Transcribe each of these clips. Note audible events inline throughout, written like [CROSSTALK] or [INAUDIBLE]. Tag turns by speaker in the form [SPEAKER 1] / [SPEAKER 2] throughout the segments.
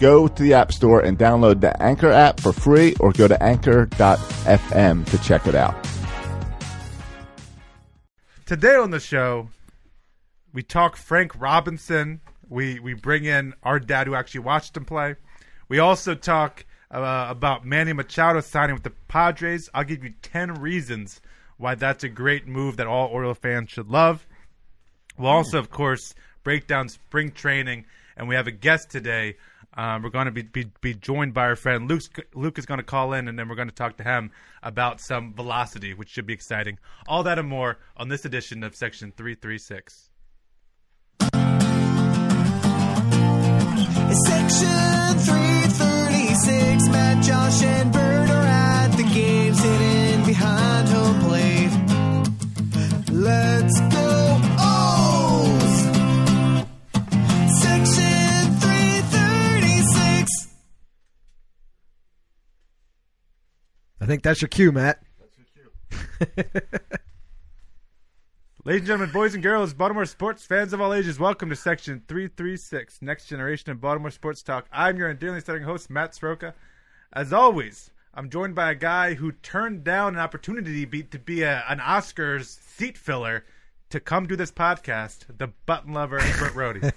[SPEAKER 1] Go to the App Store and download the Anchor app for free or go to anchor.fm to check it out.
[SPEAKER 2] Today on the show, we talk Frank Robinson. We we bring in our dad who actually watched him play. We also talk uh, about Manny Machado signing with the Padres. I'll give you ten reasons why that's a great move that all Oriole fans should love. We'll also, of course, break down spring training, and we have a guest today. Um, we're going to be, be be joined by our friend Luke. Luke is going to call in, and then we're going to talk to him about some velocity, which should be exciting. All that and more on this edition of Section Three Three Six.
[SPEAKER 3] Section 336, Matt, Josh, and Bird are at the games hidden behind home plate. Let's go O's! Section 336.
[SPEAKER 4] I think that's your cue, Matt.
[SPEAKER 2] Ladies and gentlemen, boys and girls, Baltimore sports fans of all ages, welcome to Section 336, Next Generation of Baltimore Sports Talk. I'm your endearingly starting host, Matt Sroka. As always, I'm joined by a guy who turned down an opportunity be, to be a, an Oscars seat filler to come do this podcast, the button lover, Burt
[SPEAKER 4] [LAUGHS]
[SPEAKER 2] Rohde.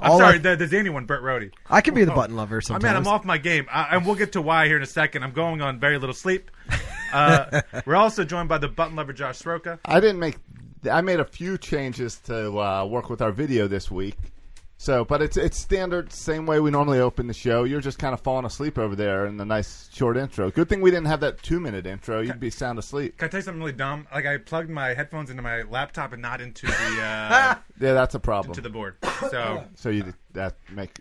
[SPEAKER 2] I'm
[SPEAKER 4] All
[SPEAKER 2] sorry,
[SPEAKER 4] I-
[SPEAKER 2] the, the zany one, Burt Rohde.
[SPEAKER 4] I can be the button lover sometimes.
[SPEAKER 2] Oh. I mean, I'm off my game, I, and we'll get to why here in a second. I'm going on very little sleep.
[SPEAKER 4] [LAUGHS]
[SPEAKER 2] Uh, we're also joined by the button lover, Josh Sroka.
[SPEAKER 1] I didn't make. I made a few changes to uh, work with our video this week. So, but it's it's standard, same way we normally open the show. You're just kind of falling asleep over there in the nice short intro. Good thing we didn't have that two minute intro. You'd be sound asleep.
[SPEAKER 2] Can I tell you something really dumb? Like I plugged my headphones into my laptop and not into the uh,
[SPEAKER 1] Yeah, that's a problem.
[SPEAKER 2] to the board. So
[SPEAKER 1] so you that make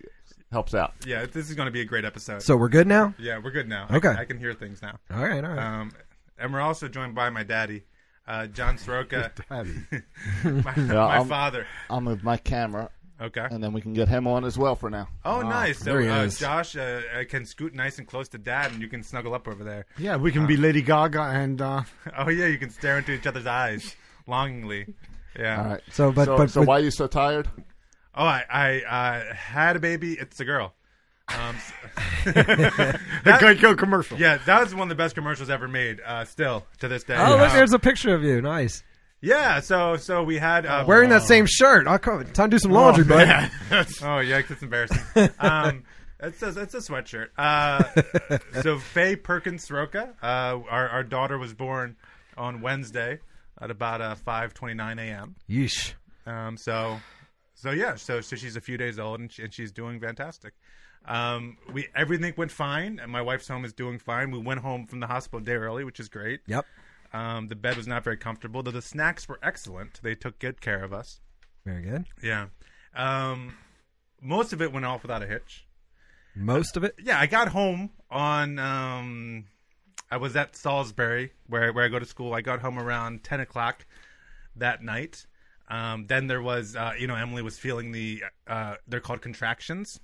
[SPEAKER 1] helps out.
[SPEAKER 2] yeah, this is going to be a great episode.
[SPEAKER 4] so we're good now. Uh,
[SPEAKER 2] yeah, we're good now. I-
[SPEAKER 4] Okay.
[SPEAKER 2] I, can hear things now.
[SPEAKER 4] All right, all right.
[SPEAKER 2] Um, and we're also joined by my daddy, uh, John Soroka, my, my
[SPEAKER 1] I'm-
[SPEAKER 2] father.
[SPEAKER 1] I'll move my camera,
[SPEAKER 2] Okay.
[SPEAKER 1] and then we can get him on as well for now.
[SPEAKER 2] Oh, nice. So
[SPEAKER 4] there he
[SPEAKER 2] uh,
[SPEAKER 4] is.
[SPEAKER 2] Josh uh, uh, can scoot nice and close to dad, and you can snuggle up over there. Uh,
[SPEAKER 5] Yeah, we can be Lady Gaga and uh,
[SPEAKER 2] [LAUGHS] Oh yeah, you can stare into each other's eyes longingly. Yeah.
[SPEAKER 1] All right.
[SPEAKER 4] So, but-
[SPEAKER 1] so,
[SPEAKER 4] but-
[SPEAKER 1] so
[SPEAKER 4] but-
[SPEAKER 1] why are you so tired?
[SPEAKER 2] Oh, I, I uh, had a baby. It's a girl. Um,
[SPEAKER 4] [LAUGHS]
[SPEAKER 2] s- that-
[SPEAKER 5] Geico commercial.
[SPEAKER 2] yeah, that was one of the best commercials ever made. Uh, still to this day.
[SPEAKER 4] oh,
[SPEAKER 2] Uh,
[SPEAKER 4] look, there's a picture of you. Nice.
[SPEAKER 2] yeah. So so we had uh,
[SPEAKER 4] Wearing that same shirt. I'll come. Time to do some laundry, bud.
[SPEAKER 2] [LAUGHS] Oh yikes! It's embarrassing.
[SPEAKER 4] [LAUGHS]
[SPEAKER 2] Um, it's a, it's a sweatshirt. Uh, so Faye Perkins Soroka, uh, our our daughter was born on Wednesday at about uh, five twenty nine a.m.
[SPEAKER 4] Yeesh.
[SPEAKER 2] Um, so, so yeah, so so she's a few days old and, she, and she's doing fantastic. Um, we everything went fine, and my wife's home is doing fine. We went home from the hospital a day early, which is great.
[SPEAKER 4] Yep.
[SPEAKER 2] Um, the bed was not very comfortable, though the snacks were excellent. They took good care of us.
[SPEAKER 4] Very good.
[SPEAKER 2] Yeah. Um, most of it went off without a hitch.
[SPEAKER 4] Most of it.
[SPEAKER 2] Yeah, I got home on. Um, I was at Salisbury, where where I go to school. I got home around ten o'clock that night. Um, then there was, uh, you know, Emily was feeling the. Uh, they're called contractions,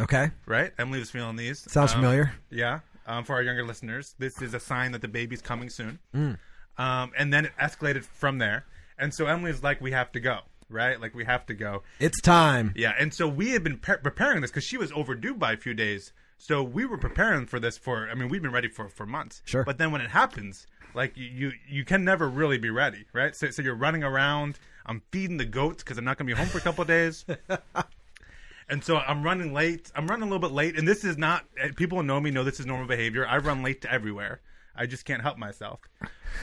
[SPEAKER 4] Okay.
[SPEAKER 2] right? Emily was feeling these.
[SPEAKER 4] Sounds
[SPEAKER 2] Um,
[SPEAKER 4] familiar.
[SPEAKER 2] Yeah. Um, for our younger listeners, this is a sign that the baby's coming soon.
[SPEAKER 4] Mm.
[SPEAKER 2] Um, and then it escalated from there. And so Emily's like, "We have to go." Right, like we have to go.
[SPEAKER 4] It's time.
[SPEAKER 2] Yeah, and so we had been pre- preparing this because she was overdue by a few days. So we were preparing for this for. I mean, we've been ready for for months.
[SPEAKER 4] Sure.
[SPEAKER 2] But then when it happens, like you you, you can never really be ready, right? So, so you're running around. I'm feeding the goats because I'm not going to be home for a couple of days. And so I'm running late. I'm running a little bit late, and this is not. eh, People who know me know this is normal behavior. I run late to everywhere. I just can't help myself.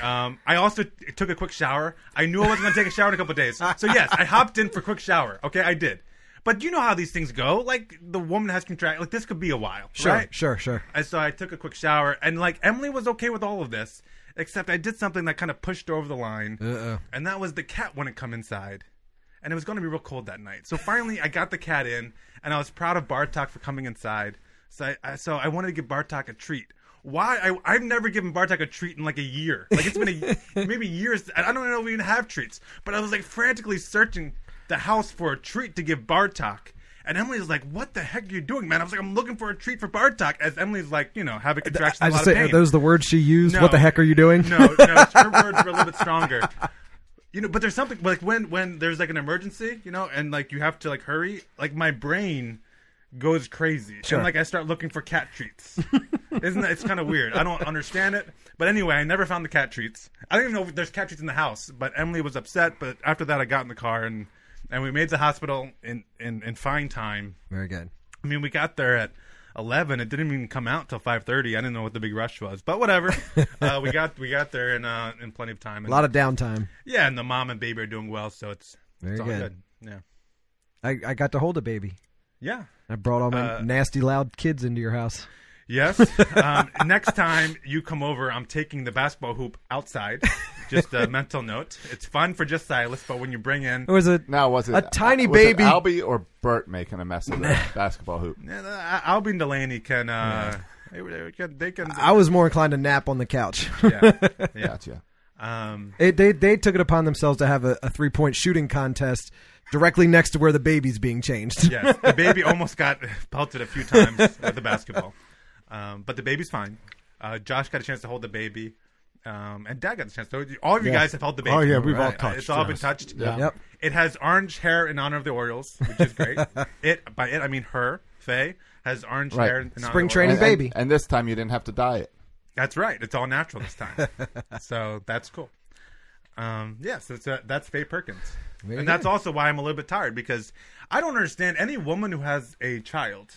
[SPEAKER 2] Um, I also t- took a quick shower. I knew I wasn't going to take a shower in a couple of days, so yes, I hopped in for a quick shower. Okay, I did. But you know how these things go. Like the woman has contract. Like this could be a while,
[SPEAKER 4] Sure.
[SPEAKER 2] right?
[SPEAKER 4] Sure. Sure.
[SPEAKER 2] And so I took a quick shower, and like Emily was okay with all of this, except I did something that kind of pushed her over the line,
[SPEAKER 4] Uh-oh.
[SPEAKER 2] and that was the cat wouldn't come inside, and it was going to be real cold that night. So finally, I got the cat in, and I was proud of Bartok for coming inside. So I, I so I wanted to give Bartok a treat. Why I I've never given Bartok a treat in like a year. Like it's been
[SPEAKER 4] [LAUGHS]
[SPEAKER 2] a, maybe years. I don't know if we even have treats. But I was like frantically searching the house for a treat to give Bartok. And Emily's like, "What the heck are you doing, man?" I was like, "I'm looking for a treat for Bartok." As Emily's like, you know, having contractions,
[SPEAKER 4] I
[SPEAKER 2] a lot
[SPEAKER 4] just
[SPEAKER 2] of
[SPEAKER 4] say, are
[SPEAKER 2] pain.
[SPEAKER 4] those the words she used?
[SPEAKER 2] No.
[SPEAKER 4] What the heck are you doing?
[SPEAKER 2] No, no, her words were a little bit stronger. You know, but there's something like when when there's like an emergency, you know, and like you have to like hurry, like my brain goes crazy.
[SPEAKER 4] Sure.
[SPEAKER 2] And like I start looking for cat treats. Isn't that it's kind of weird. I don't understand it. But anyway, I never found the cat treats. I don't even know if there's cat treats in the house, but Emily was upset, but after that I got in the car and and we made the hospital in in in fine time.
[SPEAKER 4] [LAUGHS] Very good.
[SPEAKER 2] I mean, we got there at eleven. It didn't even come out till five thirty. I didn't know what the big rush was, but
[SPEAKER 4] [LAUGHS]
[SPEAKER 2] whatever. uh, we got we got there in uh, in plenty of time.
[SPEAKER 4] A lot of downtime.
[SPEAKER 2] yeah, and the mom and baby are doing well, so it's
[SPEAKER 4] Very
[SPEAKER 2] it's all
[SPEAKER 4] good.
[SPEAKER 2] good. Yeah,
[SPEAKER 4] I, I got to hold a baby.
[SPEAKER 2] yeah.
[SPEAKER 4] I brought all my
[SPEAKER 2] Uh,
[SPEAKER 4] nasty, loud kids into your house.
[SPEAKER 2] Yes.
[SPEAKER 4] [LAUGHS]
[SPEAKER 2] Um, next time you come over, I'm taking the basketball hoop outside. Just
[SPEAKER 4] [LAUGHS]
[SPEAKER 2] a mental note. It's fun for just Silas, but when you bring in,
[SPEAKER 4] It was a
[SPEAKER 1] Now was it Uh,
[SPEAKER 4] A tiny
[SPEAKER 1] was it
[SPEAKER 4] baby-
[SPEAKER 1] Albie or Bert making a mess of
[SPEAKER 4] [LAUGHS]
[SPEAKER 1] the basketball hoop?
[SPEAKER 2] uh, Albie and Delaney can uh, they, they can they can
[SPEAKER 4] I was more inclined to nap on the couch. [LAUGHS]
[SPEAKER 2] yeah yeah.
[SPEAKER 1] Gotcha.
[SPEAKER 2] Um,
[SPEAKER 4] It, they they took it upon themselves to have a, a three point shooting contest directly next to where the baby's being changed.
[SPEAKER 2] yes, [LAUGHS] the baby almost got pelted a few times with the basketball, um, but the baby's fine. Uh, Josh got a chance to hold the baby, um, and Dad got the chance. So all of you guys have held the baby.
[SPEAKER 6] Oh, yeah, we've all
[SPEAKER 2] Uh,
[SPEAKER 6] touched,
[SPEAKER 2] It's all been
[SPEAKER 6] yes.
[SPEAKER 2] touched.
[SPEAKER 1] Yeah.
[SPEAKER 4] Yep.
[SPEAKER 2] It has orange hair in honor of the Orioles, which is
[SPEAKER 6] [LAUGHS]
[SPEAKER 2] great. it by it I mean her. Faye has orange
[SPEAKER 1] Right.
[SPEAKER 2] hair. In honor
[SPEAKER 4] Spring
[SPEAKER 2] of the
[SPEAKER 4] training
[SPEAKER 2] Orioles.
[SPEAKER 1] And, and-
[SPEAKER 4] baby.
[SPEAKER 1] and this time you didn't have to dye it.
[SPEAKER 2] That's right. It's all natural
[SPEAKER 1] [LAUGHS]
[SPEAKER 2] this time. so that's cool. Um, yeah, so it's, uh, that's Faye Perkins. and that's also why I'm a little bit tired because I don't understand any woman who has a child.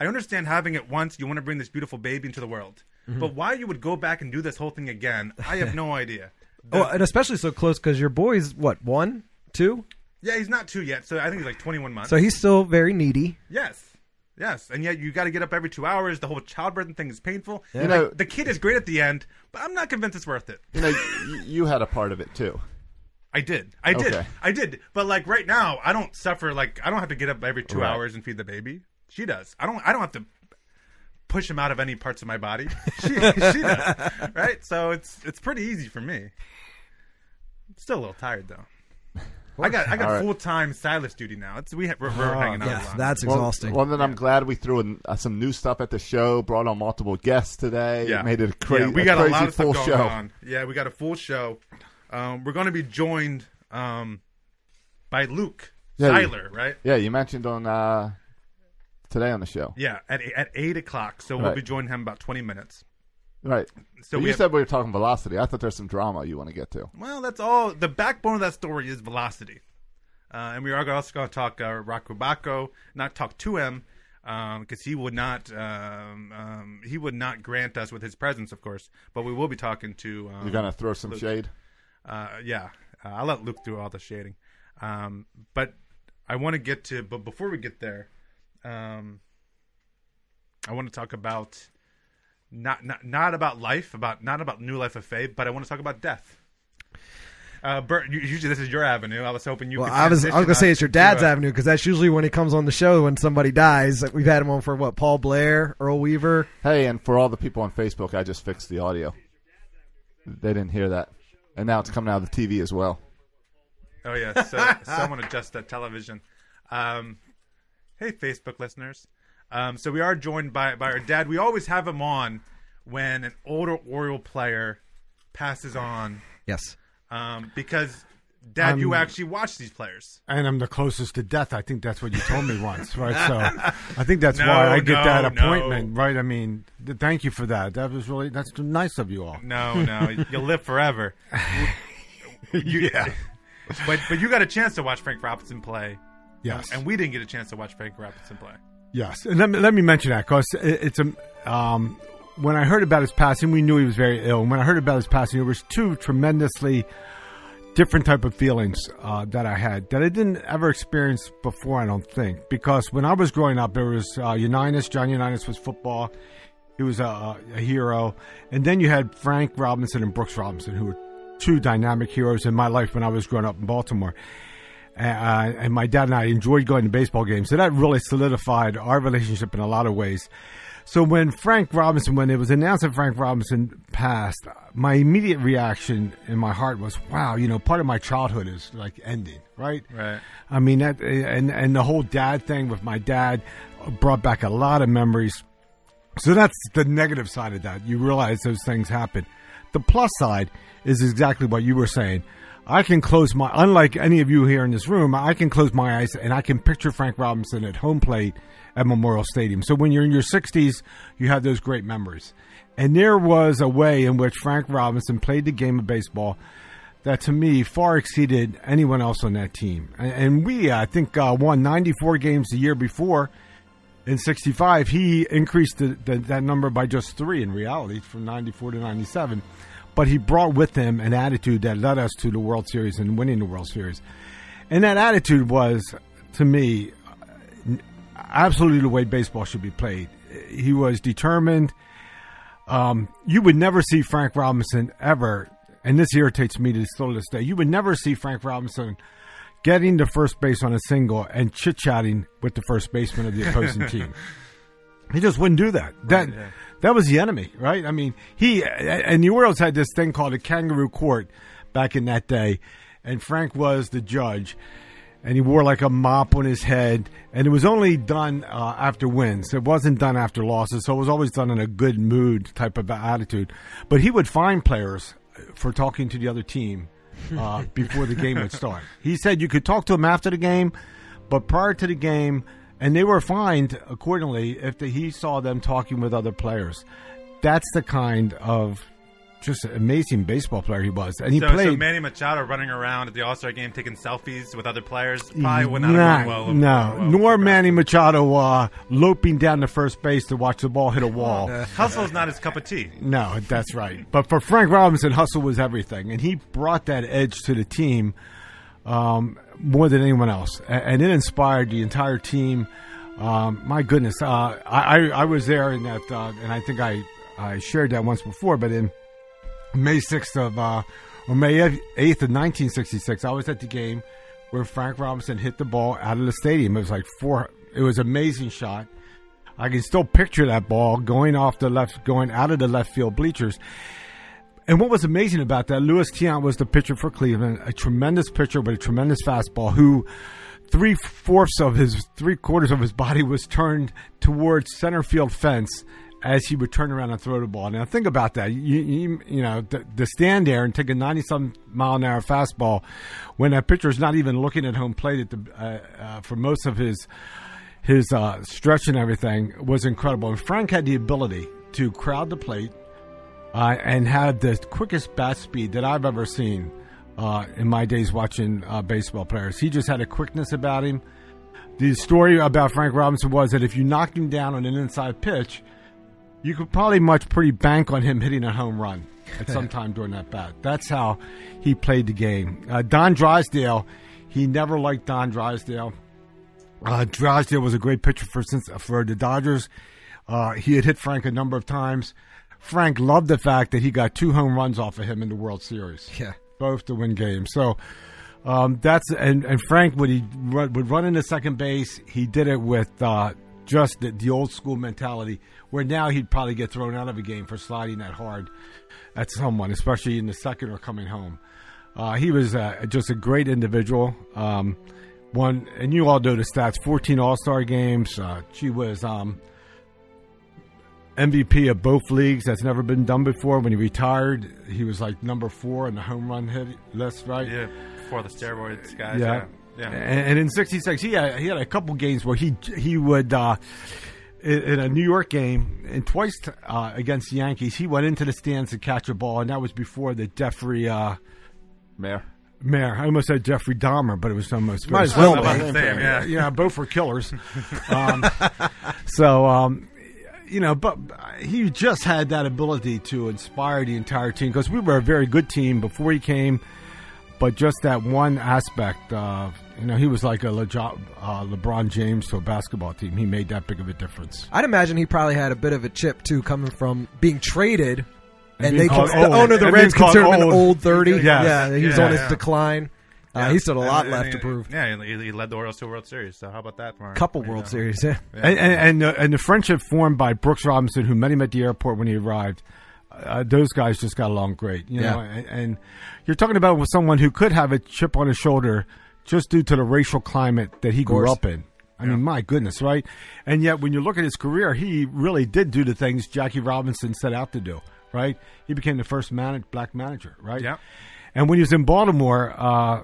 [SPEAKER 2] I understand having it once, you want to bring this beautiful baby into the world.
[SPEAKER 1] Mm-hmm.
[SPEAKER 2] But why you would go back and do this whole thing again, I
[SPEAKER 1] [LAUGHS]
[SPEAKER 2] have no idea.
[SPEAKER 4] [LAUGHS] Oh, and especially so close because your boy's what one, two,
[SPEAKER 2] Yeah, he's not two yet, so I think he's like 21 months.
[SPEAKER 4] so he's still very needy.
[SPEAKER 2] yes. Yes, and yet you got to get up every two hours. The whole childbirth thing is painful.
[SPEAKER 1] You know-
[SPEAKER 2] the kid is great at the end, but I'm not convinced it's worth it.
[SPEAKER 1] You know, you, you had a part of it too.
[SPEAKER 2] I did. I did.
[SPEAKER 1] Okay.
[SPEAKER 2] I did. But like right now, I don't suffer like I don't have to get up every 2
[SPEAKER 1] Right.
[SPEAKER 2] hours and feed the baby. She does. I don't I don't have to push him out of any parts of my
[SPEAKER 1] [LAUGHS]
[SPEAKER 2] body. She, she does. Right? So it's it's pretty easy for me. still a little tired though. I got I got
[SPEAKER 1] All right. Oh,
[SPEAKER 2] full time Silas duty now. It's we ha- we're, we're hanging out a
[SPEAKER 4] Yes,
[SPEAKER 2] lot.
[SPEAKER 4] that's
[SPEAKER 1] Well-
[SPEAKER 4] exhausting.
[SPEAKER 1] Well, then I'm glad we threw in uh, some new stuff at the show. Brought on multiple guests today.
[SPEAKER 2] yeah.
[SPEAKER 1] made it a, cra-
[SPEAKER 2] Yeah, we
[SPEAKER 1] a
[SPEAKER 2] got
[SPEAKER 1] crazy
[SPEAKER 2] a lot of
[SPEAKER 1] full
[SPEAKER 2] stuff
[SPEAKER 1] show.
[SPEAKER 2] going on. Yeah, we got a full show. Um, we're going to be joined um, by Luke
[SPEAKER 1] Yeah, we-
[SPEAKER 2] Seiler, right?
[SPEAKER 1] Yeah, you mentioned on uh, today on the show,
[SPEAKER 2] Yeah, at at eight o'clock. So we'll
[SPEAKER 1] Right.
[SPEAKER 2] be joining him in about twenty minutes.
[SPEAKER 1] right?
[SPEAKER 2] So
[SPEAKER 1] you
[SPEAKER 2] we have-
[SPEAKER 1] said we were talking velocity. I thought there's some drama you want to get to.
[SPEAKER 2] Well, that's all. The backbone of that story is velocity, uh, and we are also going to talk uh, Rakubako, not talk to him because he would not um, um, he would not grant us with his presence, of course. But we will be talking to. Um,
[SPEAKER 1] You're gonna throw some shade.
[SPEAKER 2] uh, yeah, uh, I'll let Luke do all the shading. Um, but I want to get to, but before we get there, um, I want to talk about not not not about life, about not about new life of faith, but I want to talk about death. Uh, Bert, you- usually this is your avenue. I was hoping you.
[SPEAKER 4] Well,
[SPEAKER 2] could
[SPEAKER 4] I was I was
[SPEAKER 2] transition
[SPEAKER 4] gonna say
[SPEAKER 2] us
[SPEAKER 4] it's your dad's
[SPEAKER 2] to, uh,
[SPEAKER 4] avenue because that's usually when he comes on the show when somebody dies. Like, We've had him on for what Paul Blair, Earl Weaver.
[SPEAKER 1] Hey, and for all the people on Facebook, I just fixed the audio. They didn't hear that, and now it's coming out of the TV as well.
[SPEAKER 2] Oh yeah, [LAUGHS] so, someone adjust that television. Um, hey, Facebook listeners. Um, so we are joined by by our dad. We always have him on when an older Oriole player passes on
[SPEAKER 4] Yes,
[SPEAKER 2] um, because dad, you actually watch these players.
[SPEAKER 6] And I'm the closest to death. I think that's what you told
[SPEAKER 2] [LAUGHS]
[SPEAKER 6] me once, right? So I think that's why I get
[SPEAKER 2] No,
[SPEAKER 6] that
[SPEAKER 2] no,
[SPEAKER 6] appointment, right? I mean, th- thank you for that. That was really that's nice of you all.
[SPEAKER 2] No, no, you'll live [LAUGHS] forever. yeah, but but you got a chance to watch Frank Robinson play,
[SPEAKER 6] Yes,
[SPEAKER 2] and we didn't get a chance to watch Frank Robinson play.
[SPEAKER 6] yes. And let me let me mention that because it's a um, when I heard about his passing, we knew he was very ill. And when I heard about his passing, there was two tremendously different type of feelings uh, that I had that I didn't ever experience before. I don't think because when I was growing up, there was uh, Unitas. John Unitas was football. He was a, a hero, and then you had Frank Robinson and Brooks Robinson, who were two dynamic heroes in my life when I was growing up in Baltimore. uh, and my dad and I enjoyed going to baseball games. So that really solidified our relationship in a lot of ways. So when Frank Robinson, when it was announced that Frank Robinson passed, my immediate reaction in my heart was, "Wow, you know, part of my childhood is like ending, right?
[SPEAKER 7] Right.
[SPEAKER 6] I mean that, and and the whole dad thing with my dad brought back a lot of memories. So that's the negative side of that. You realize those things happen. The plus side is exactly what you were saying. I can close my, unlike any of you here in this room, I can close my eyes and I can picture Frank Robinson at home plate at Memorial Stadium. So when you're in your 60s, you have those great memories. And there was a way in which Frank Robinson played the game of baseball that to me far exceeded anyone else on that team. And, and we, I think, uh, won 94 games the year before in 65 he increased the, the, that number by just three in reality from 94 to 97 but he brought with him an attitude that led us to the world series and winning the world series and that attitude was to me absolutely the way baseball should be played he was determined um, you would never see frank robinson ever and this irritates me to still this day you would never see frank robinson getting to first base on a single and chit chatting with the first baseman of the opposing team. He just wouldn't do that. That that was the enemy, right? I mean, he and the Orioles had this thing called a kangaroo court back in that day, and Frank was the judge, and he wore like a mop on his head, and it was only done uh, after wins. It wasn't done after losses, so it was always done in a good mood type of attitude. But he would fine players for talking to the other team uh, before the game would start. He said you could talk to him after the game, but prior to the game, and they were fined accordingly if the, he saw them talking with other players. That's the kind of just amazing baseball player he was, and he
[SPEAKER 7] So,
[SPEAKER 6] played.
[SPEAKER 7] so Manny Machado running around at the All Star game taking selfies with other players probably would not
[SPEAKER 6] Nah,
[SPEAKER 7] have gone well.
[SPEAKER 6] no,
[SPEAKER 7] well
[SPEAKER 6] nor
[SPEAKER 7] for Brad.
[SPEAKER 6] Manny Machado uh, loping down to first base to watch the ball hit a wall.
[SPEAKER 7] Oh, Hustle's not his cup of tea.
[SPEAKER 6] No, that's right. But for Frank Robinson, hustle was everything, and he brought that edge to the team um, more than anyone else, A- and it inspired the entire team. Um, my goodness, uh, I, I I was there in that, uh, and I think I I shared that once before, but in May 6th of, uh, or May 8th of 1966, I was at the game where Frank Robinson hit the ball out of the stadium. It was like four, it was an amazing shot. I can still picture that ball going off the left, going out of the left field bleachers. And what was amazing about that, Louis Tiant was the pitcher for Cleveland, a tremendous pitcher with a tremendous fastball who three fourths of his three quarters of his body was turned towards center field fence as he would turn around and throw the ball. Now think about that. You you, you know to, to stand there and take a ninety some mile an hour fastball when that pitcher is not even looking at home plate at the uh, uh, for most of his his uh, stretch and everything was incredible. And Frank had the ability to crowd the plate uh, and had the quickest bat speed that I've ever seen uh, in my days watching uh, baseball players. He just had a quickness about him. The story about Frank Robinson was that if you knocked him down on an inside pitch, you could probably much pretty bank on him hitting a home run at some time during that bat. That's how he played the game. Uh, Don Drysdale, he never liked Don Drysdale. Uh, Drysdale was a great pitcher for since for the Dodgers. Uh, he had hit Frank a number of times. Frank loved the fact that he got two home runs off of him in the World Series,
[SPEAKER 4] Yeah.
[SPEAKER 6] both to win games. So um, that's and, and Frank would he run, would run into second base. He did it with uh, just the, the old school mentality, where now he'd probably get thrown out of a game for sliding that hard at someone, especially in the second or coming home. Uh, he was uh, just a great individual. Um, one, and you all know the stats: fourteen All Star games. Uh, she was um, MVP of both leagues. That's never been done before. When he retired, he was like number four in the home run hit list, right?
[SPEAKER 7] Yeah, before the steroids guys.
[SPEAKER 6] Yeah.
[SPEAKER 7] Yeah. yeah.
[SPEAKER 6] And, and in '66, he had, he had a couple games where he he would uh, in, in a New York game and twice uh, against the Yankees, he went into the stands to catch a ball, and that was before the Jeffrey uh,
[SPEAKER 1] Mayor.
[SPEAKER 6] Mayor. I almost said Jeffrey Dahmer, but it was almost
[SPEAKER 4] Might as
[SPEAKER 6] very
[SPEAKER 4] well
[SPEAKER 6] similar.
[SPEAKER 7] About the same, yeah.
[SPEAKER 6] Yeah, both were
[SPEAKER 4] [LAUGHS]
[SPEAKER 6] killers. um, so, um, you know, but he just had that ability to inspire the entire team because we were a very good team before he came, but just that one aspect of, you know, he was like a Lejo- uh, LeBron James to a basketball team. He made that big of a difference.
[SPEAKER 4] I'd imagine he probably had a bit of a chip too, coming from being traded, and, they
[SPEAKER 6] being called
[SPEAKER 4] cons- the
[SPEAKER 6] old.
[SPEAKER 4] owner of the
[SPEAKER 6] And
[SPEAKER 4] Reds
[SPEAKER 6] being called
[SPEAKER 4] considered him an
[SPEAKER 6] old.
[SPEAKER 4] old thirty.
[SPEAKER 6] Yes.
[SPEAKER 4] Yeah, he was
[SPEAKER 7] Yeah,
[SPEAKER 4] on his
[SPEAKER 7] yeah.
[SPEAKER 4] decline. Uh, he's still a lot
[SPEAKER 2] And-
[SPEAKER 4] left
[SPEAKER 2] and
[SPEAKER 4] to
[SPEAKER 2] he-
[SPEAKER 4] prove.
[SPEAKER 2] Yeah, he, he led the Orioles to a World Series. So how about that? Mark?
[SPEAKER 4] Couple
[SPEAKER 2] You
[SPEAKER 4] World
[SPEAKER 2] know.
[SPEAKER 4] Series. [LAUGHS] Yeah.
[SPEAKER 6] And, and, and, the, and the friendship formed by Brooks Robinson, who met him at the airport when he arrived, uh, those guys just got along great. You
[SPEAKER 4] Yeah.
[SPEAKER 6] know, and, and you're talking about with someone who could have a chip on his shoulder just due to the racial climate that he grew
[SPEAKER 4] course.
[SPEAKER 6] up in. I mean, my goodness, right? And yet, when you look at his career, he really did do the things Jackie Robinson set out to do, right? He became the first man- black manager, right?
[SPEAKER 2] Yeah.
[SPEAKER 6] And when he was in Baltimore, uh,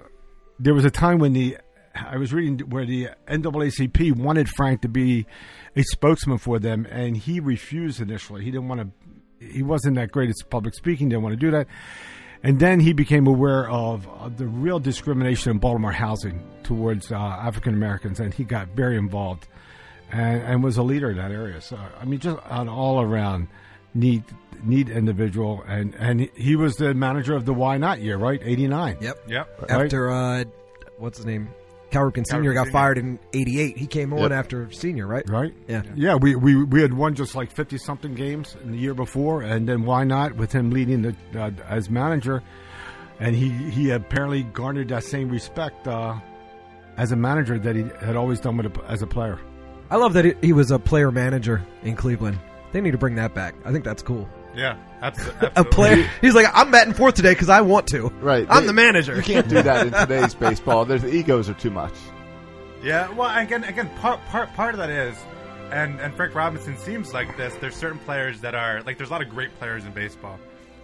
[SPEAKER 6] there was a time when the I was reading where the NAACP wanted Frank to be a spokesman for them, and he refused initially. He didn't want to. He wasn't that great at public speaking. Didn't want to do that. And then he became aware of uh, the real discrimination in Baltimore housing towards uh, African Americans, and he got very involved and, and was a leader in that area. So I mean, just an all around neat neat individual, and and he was the manager of the Why Not year, right? Eighty nine.
[SPEAKER 4] Yep.
[SPEAKER 2] Yep.
[SPEAKER 4] After uh, what's his name, Cal Ripken Senior got
[SPEAKER 2] Ripken,
[SPEAKER 4] fired in '88. He came on
[SPEAKER 1] Yep.
[SPEAKER 4] after Senior, right?
[SPEAKER 6] Right.
[SPEAKER 4] Yeah.
[SPEAKER 6] Yeah. We, we we had won just like fifty something games in the year before, and then why not with him leading the uh, as manager, and he he apparently garnered that same respect uh, as a manager that he had always done with a, as a player.
[SPEAKER 4] I love that he- he was a player manager in Cleveland. They need to bring that back. I think that's cool.
[SPEAKER 2] Yeah. Absolutely.
[SPEAKER 4] A player. He's like, I'm batting fourth today because I want to.
[SPEAKER 1] Right.
[SPEAKER 4] I'm
[SPEAKER 1] They-
[SPEAKER 4] the manager.
[SPEAKER 1] You can't do that in [LAUGHS] today's baseball. There's the egos are too much.
[SPEAKER 2] Yeah, well, again, again, part part part of that is, and and Frank Robinson seems like this. There's certain players that are like, there's a lot of great players in baseball,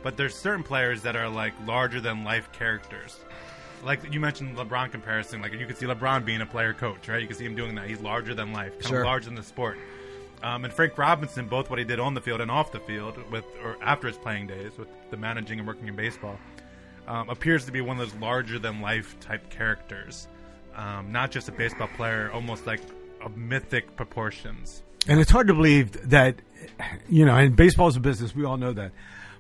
[SPEAKER 2] but there's certain players that are like larger than life characters. Like you mentioned, the LeBron comparison. Like you can see LeBron being a player coach, right? You can see him doing that. He's larger than life, kind
[SPEAKER 4] Sure.
[SPEAKER 2] of larger than the sport. Um, and Frank Robinson, both what he did on the field and off the field, with or after his playing days, with the managing and working in baseball, um, appears to be one of those larger than life type characters. Um, not just a baseball player, almost like of mythic proportions.
[SPEAKER 6] And it's hard to believe that, you know, and baseball's a business. We all know that.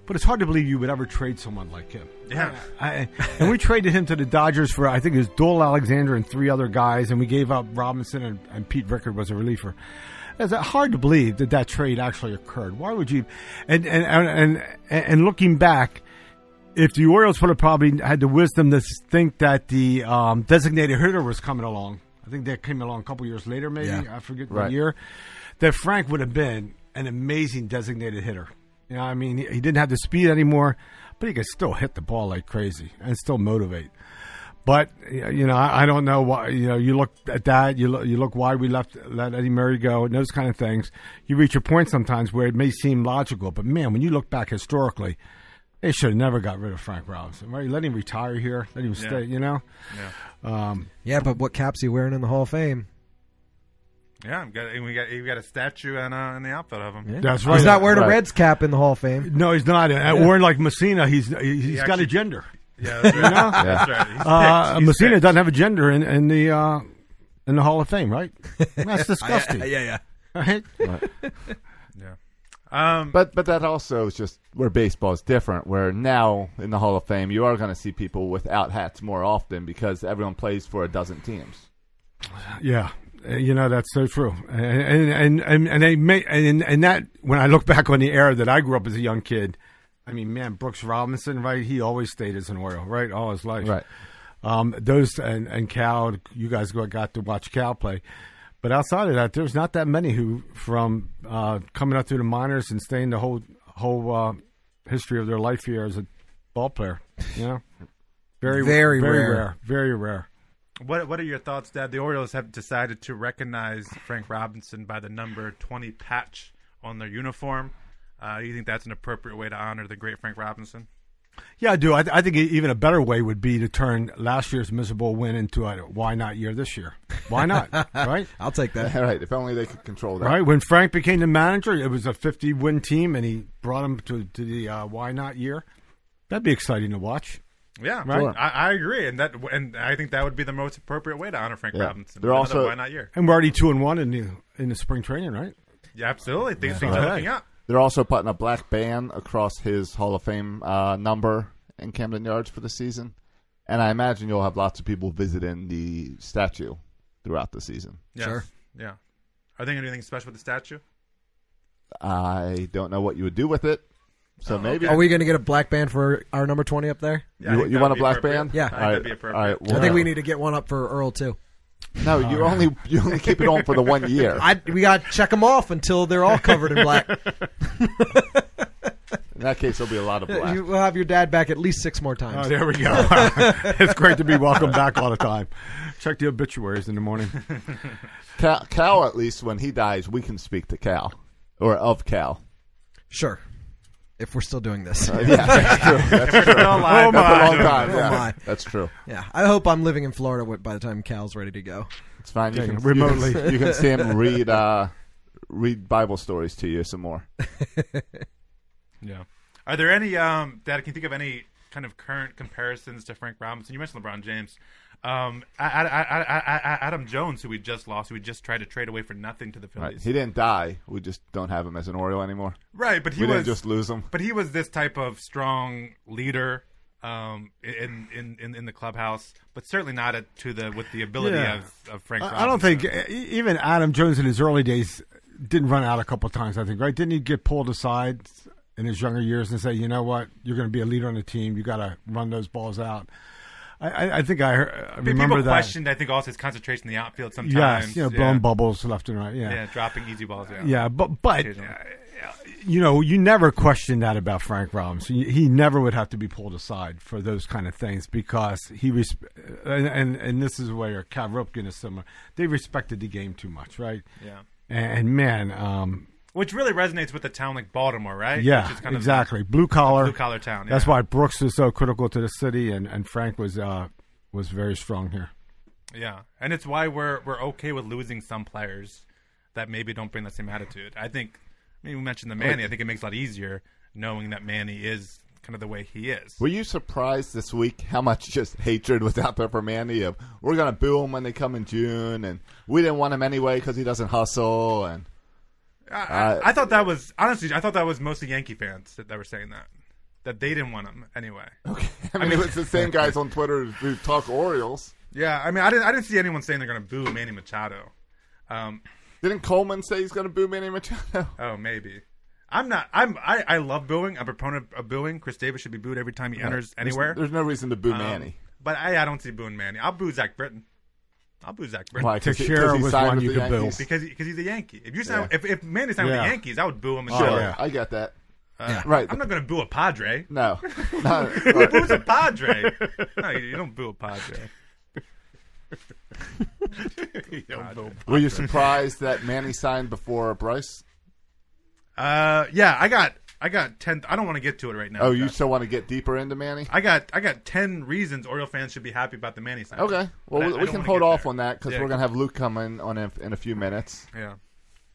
[SPEAKER 6] But it's hard to believe you would ever trade someone like him.
[SPEAKER 2] Yeah.
[SPEAKER 6] I, and we traded him to the Dodgers for, I think it was Dole Alexander and three other guys, and we gave up Robinson and, and Pete Rickard was a reliever. It's hard to believe that that trade actually occurred. Why would you? And, and, and, and, and looking back, if the Orioles would have probably had the wisdom to think that the um, designated hitter was coming along, I think that came along a couple years later, maybe.
[SPEAKER 4] Yeah.
[SPEAKER 6] I forget
[SPEAKER 1] Right.
[SPEAKER 6] the year. That Frank would have been an amazing designated hitter. You know, I mean, he, he didn't have the speed anymore, but he could still hit the ball like crazy and still motivate. But you know, I, I don't know why. You know, you look at that. You look, you look why we left let Eddie Murray go and those kind of things. You reach a point sometimes where it may seem logical, but man, when you look back historically, they should have never got rid of Frank Robinson. Right? Let him retire here. Let him stay. You know,
[SPEAKER 2] Yeah.
[SPEAKER 6] um,
[SPEAKER 4] [LAUGHS] Yeah, but what cap's he wearing in the Hall of Fame?
[SPEAKER 2] Yeah, I'm got, and we got you got a statue and uh, in the outfit of him.
[SPEAKER 6] that's Oh, right.
[SPEAKER 4] He's not wearing a
[SPEAKER 1] Right.
[SPEAKER 4] Reds cap in the Hall of Fame.
[SPEAKER 6] No, he's not. Uh, Or like Messina, he's he's got
[SPEAKER 2] actually-
[SPEAKER 6] a gender.
[SPEAKER 2] Yeah, that's right. That's right. He's
[SPEAKER 6] Uh,
[SPEAKER 2] picked. He's
[SPEAKER 6] Messina
[SPEAKER 2] picked.
[SPEAKER 6] doesn't have a gender in, in the uh, in the Hall of Fame, right? That's disgusting.
[SPEAKER 4] yeah.
[SPEAKER 6] Right?
[SPEAKER 2] Yeah. Um,
[SPEAKER 1] But but that also is just where baseball is different. Where now in the Hall of Fame, you are going to see people without hats more often because everyone plays for a dozen teams.
[SPEAKER 6] Yeah, Uh, you know that's so true, and and and and they may and and that when I look back on the era that I grew up as a young kid, I mean, man, Brooks Robinson, right? He always stayed as an Oriole, right, all his life.
[SPEAKER 1] Right.
[SPEAKER 6] Um, those and and Cal, you guys got got to watch Cal play, but outside of that, there's not that many who from uh, coming up through the minors and staying the whole whole uh, history of their life here as a ball player. You know, very
[SPEAKER 4] Very
[SPEAKER 6] very
[SPEAKER 4] rare.
[SPEAKER 6] rare very rare.
[SPEAKER 2] What What are your thoughts, Dad? The Orioles have decided to recognize Frank Robinson by the number twenty patch on their uniform. Uh, you think that's an appropriate way to honor the great Frank Robinson?
[SPEAKER 6] Yeah, I do. I, th- I think e- even a better way would be to turn last year's miserable win into a why not year this year.
[SPEAKER 4] [LAUGHS]
[SPEAKER 6] Why not? right?
[SPEAKER 4] I'll take that.
[SPEAKER 1] [LAUGHS] All right, if only they could control that.
[SPEAKER 6] Right? When Frank became the manager, it was a 50 win team, and he brought him to, to the uh, why not year. That'd be exciting to watch.
[SPEAKER 2] Yeah,
[SPEAKER 1] Sure.
[SPEAKER 2] I, I agree, and that and I think that would be the most appropriate way to honor Frank
[SPEAKER 1] Yeah.
[SPEAKER 2] Robinson.
[SPEAKER 1] They're
[SPEAKER 2] Another
[SPEAKER 1] also-
[SPEAKER 2] why not year?
[SPEAKER 6] And we're already two and one in the in the spring training, right?
[SPEAKER 2] Yeah, absolutely. Things, things are
[SPEAKER 6] Right.
[SPEAKER 2] looking up.
[SPEAKER 1] They're also putting a black band across his Hall of Fame uh, number in Camden Yards for the season, and I imagine you'll have lots of people visiting the statue throughout the season.
[SPEAKER 2] Yes.
[SPEAKER 4] Sure.
[SPEAKER 2] Yeah. Are they going to do anything special with the statue?
[SPEAKER 1] I don't know what you would do with it. So maybe
[SPEAKER 4] Are we going to get a black band for our number 20 up there?
[SPEAKER 2] Oh, Yeah, I
[SPEAKER 1] you,
[SPEAKER 2] think
[SPEAKER 1] you
[SPEAKER 2] that
[SPEAKER 1] want
[SPEAKER 2] would
[SPEAKER 1] a
[SPEAKER 2] be
[SPEAKER 1] black
[SPEAKER 2] appropriate.
[SPEAKER 1] band?
[SPEAKER 4] Yeah. I
[SPEAKER 1] All
[SPEAKER 4] think
[SPEAKER 1] right.
[SPEAKER 2] that'd be appropriate. [LAUGHS]
[SPEAKER 1] All right.
[SPEAKER 4] I
[SPEAKER 1] well,
[SPEAKER 4] think we need to get one up for Earl, too.
[SPEAKER 1] No, you only you only keep it on for the one
[SPEAKER 2] [LAUGHS]
[SPEAKER 1] year.
[SPEAKER 4] I, we got to check them off until they're all covered in black.
[SPEAKER 1] In that case, there'll be a lot of black.
[SPEAKER 4] you, we'll have your dad back at least six more times.
[SPEAKER 6] [LAUGHS] Oh, there we go. it's great to be welcome back all the time. [LAUGHS] Check the obituaries in the morning.
[SPEAKER 1] Cal, Cal, at least when he dies, we can speak to Cal or of
[SPEAKER 2] [LAUGHS]
[SPEAKER 1] Cal.
[SPEAKER 4] Sure. If we're still doing this.
[SPEAKER 1] Yeah, [LAUGHS] that's true. That's true.
[SPEAKER 2] Still alive.
[SPEAKER 1] That's a long time.
[SPEAKER 4] Oh,
[SPEAKER 1] Yeah,
[SPEAKER 4] my.
[SPEAKER 1] that's true.
[SPEAKER 4] yeah. I hope I'm living in Florida wi- by the time Cal's ready to go.
[SPEAKER 1] It's fine. You
[SPEAKER 6] Yeah,
[SPEAKER 1] can,
[SPEAKER 6] remotely.
[SPEAKER 1] you can, you can see
[SPEAKER 6] [LAUGHS]
[SPEAKER 1] him read uh, read Bible stories to you some more.
[SPEAKER 2] Yeah. Are there any um Dad, can you think of any kind of current comparisons to Frank Robinson? You mentioned LeBron James. Um, I, I, I, I, I- Adam Jones, who we just lost, who we just tried to trade away for nothing to the
[SPEAKER 1] Right.
[SPEAKER 2] Phillies.
[SPEAKER 1] He didn't die. We just don't have him as an Oriole anymore.
[SPEAKER 2] Right, but he
[SPEAKER 1] we
[SPEAKER 2] was
[SPEAKER 1] didn't just lose him.
[SPEAKER 2] but he was this type of strong leader um, in, in in in the clubhouse, but certainly not at, to the with the ability
[SPEAKER 6] Yeah.
[SPEAKER 2] of, of Frank.
[SPEAKER 6] [LAUGHS] I I don't
[SPEAKER 2] Robinson.
[SPEAKER 6] think e- even Adam Jones in his early days didn't run out a couple of times. I think right didn't he get pulled aside in his younger years and say, you know what, you're going to be a leader on the team. You got to run those balls out. I, I, I think I, heard, I
[SPEAKER 2] I mean,
[SPEAKER 6] remember
[SPEAKER 2] people
[SPEAKER 6] that.
[SPEAKER 2] questioned. I think also his concentration in the outfield sometimes.
[SPEAKER 6] yes, you know,
[SPEAKER 2] yeah.
[SPEAKER 6] blowing bubbles left and right.
[SPEAKER 2] yeah, dropping easy balls. Yeah,
[SPEAKER 6] Yeah, but but
[SPEAKER 2] Occasionally.
[SPEAKER 6] uh, you know, you never question that about Frank Robinson. You- He never would have to be pulled aside for those kind of things because he res- and, and and this is where Cal Ripken is similar. They respected the game too much, right?
[SPEAKER 2] Yeah.
[SPEAKER 6] And man, um,
[SPEAKER 2] which really resonates with a town like Baltimore, right?
[SPEAKER 6] yeah,
[SPEAKER 2] Which is kind of-
[SPEAKER 6] exactly. blue collar,
[SPEAKER 2] blue collar town,
[SPEAKER 6] That's
[SPEAKER 2] yeah.
[SPEAKER 6] why Brooks was so critical to the city, and, and Frank was uh, was very strong here.
[SPEAKER 2] Yeah, and it's why we're we're okay with losing some players that maybe don't bring that same attitude. I think. I mean, we mentioned the Manny. I think it makes it a lot easier knowing that Manny is kind of the way he is.
[SPEAKER 1] Were you surprised this week how much just hatred was out there for Manny? Of we're gonna boo him when they come in June, and we didn't want him anyway because he doesn't hustle. And [LAUGHS]
[SPEAKER 2] I, I-
[SPEAKER 1] Uh,
[SPEAKER 2] I thought that was honestly. I thought that was mostly Yankee fans that, that were saying that that they didn't want him anyway.
[SPEAKER 1] I mean, it was the same guys on Twitter who talk Orioles.
[SPEAKER 2] Yeah, I mean, I didn't. I didn't see anyone saying they're going to boo Manny Machado. Um,
[SPEAKER 1] Didn't Coleman say he's gonna boo Manny Machado?
[SPEAKER 2] oh, maybe. I'm not. I'm. I, I love booing. I'm a proponent of booing. Chris Davis should be booed every time he enters anywhere.
[SPEAKER 1] There's no reason to boo
[SPEAKER 2] Um,
[SPEAKER 1] Manny.
[SPEAKER 2] But I, I don't see booing Manny. I'll boo Zach Britton. I'll boo Zach Britton.
[SPEAKER 1] Why? 'Cause he-
[SPEAKER 6] Teixeira
[SPEAKER 1] 'cause he
[SPEAKER 6] was
[SPEAKER 1] signed
[SPEAKER 6] one
[SPEAKER 1] with
[SPEAKER 6] you
[SPEAKER 1] the
[SPEAKER 6] could boo.
[SPEAKER 1] Yankees?
[SPEAKER 2] Because he, because he's a Yankee. If you sound
[SPEAKER 1] Yeah.
[SPEAKER 2] if, if Manny signed with
[SPEAKER 6] Yeah.
[SPEAKER 2] the Yankees, I would boo him. And
[SPEAKER 1] Sure,
[SPEAKER 2] yell.
[SPEAKER 6] yeah.
[SPEAKER 1] I get that.
[SPEAKER 2] Uh,
[SPEAKER 1] Right.
[SPEAKER 2] I'm not going to boo a Padre.
[SPEAKER 4] [LAUGHS]
[SPEAKER 1] No, no. Look,
[SPEAKER 2] Who's a
[SPEAKER 1] [LAUGHS]
[SPEAKER 2] Padre? no, you, you don't boo a Padre. You don't boo a
[SPEAKER 1] Were you surprised that Manny signed before Bryce?
[SPEAKER 2] Uh, yeah, I got I got ten. I don't want to get to it right now.
[SPEAKER 1] Oh, you still want to get deeper into Manny?
[SPEAKER 2] I got I got ten reasons Oriole fans should be happy about the Manny signing.
[SPEAKER 1] Okay. Well,
[SPEAKER 2] I-
[SPEAKER 1] we,
[SPEAKER 2] I
[SPEAKER 1] we
[SPEAKER 2] don't
[SPEAKER 1] can
[SPEAKER 2] wanna
[SPEAKER 1] hold
[SPEAKER 2] get
[SPEAKER 1] off
[SPEAKER 2] there.
[SPEAKER 1] on that because
[SPEAKER 2] Yeah.
[SPEAKER 1] we're gonna have Luke come in on in, in a few minutes.
[SPEAKER 2] Yeah.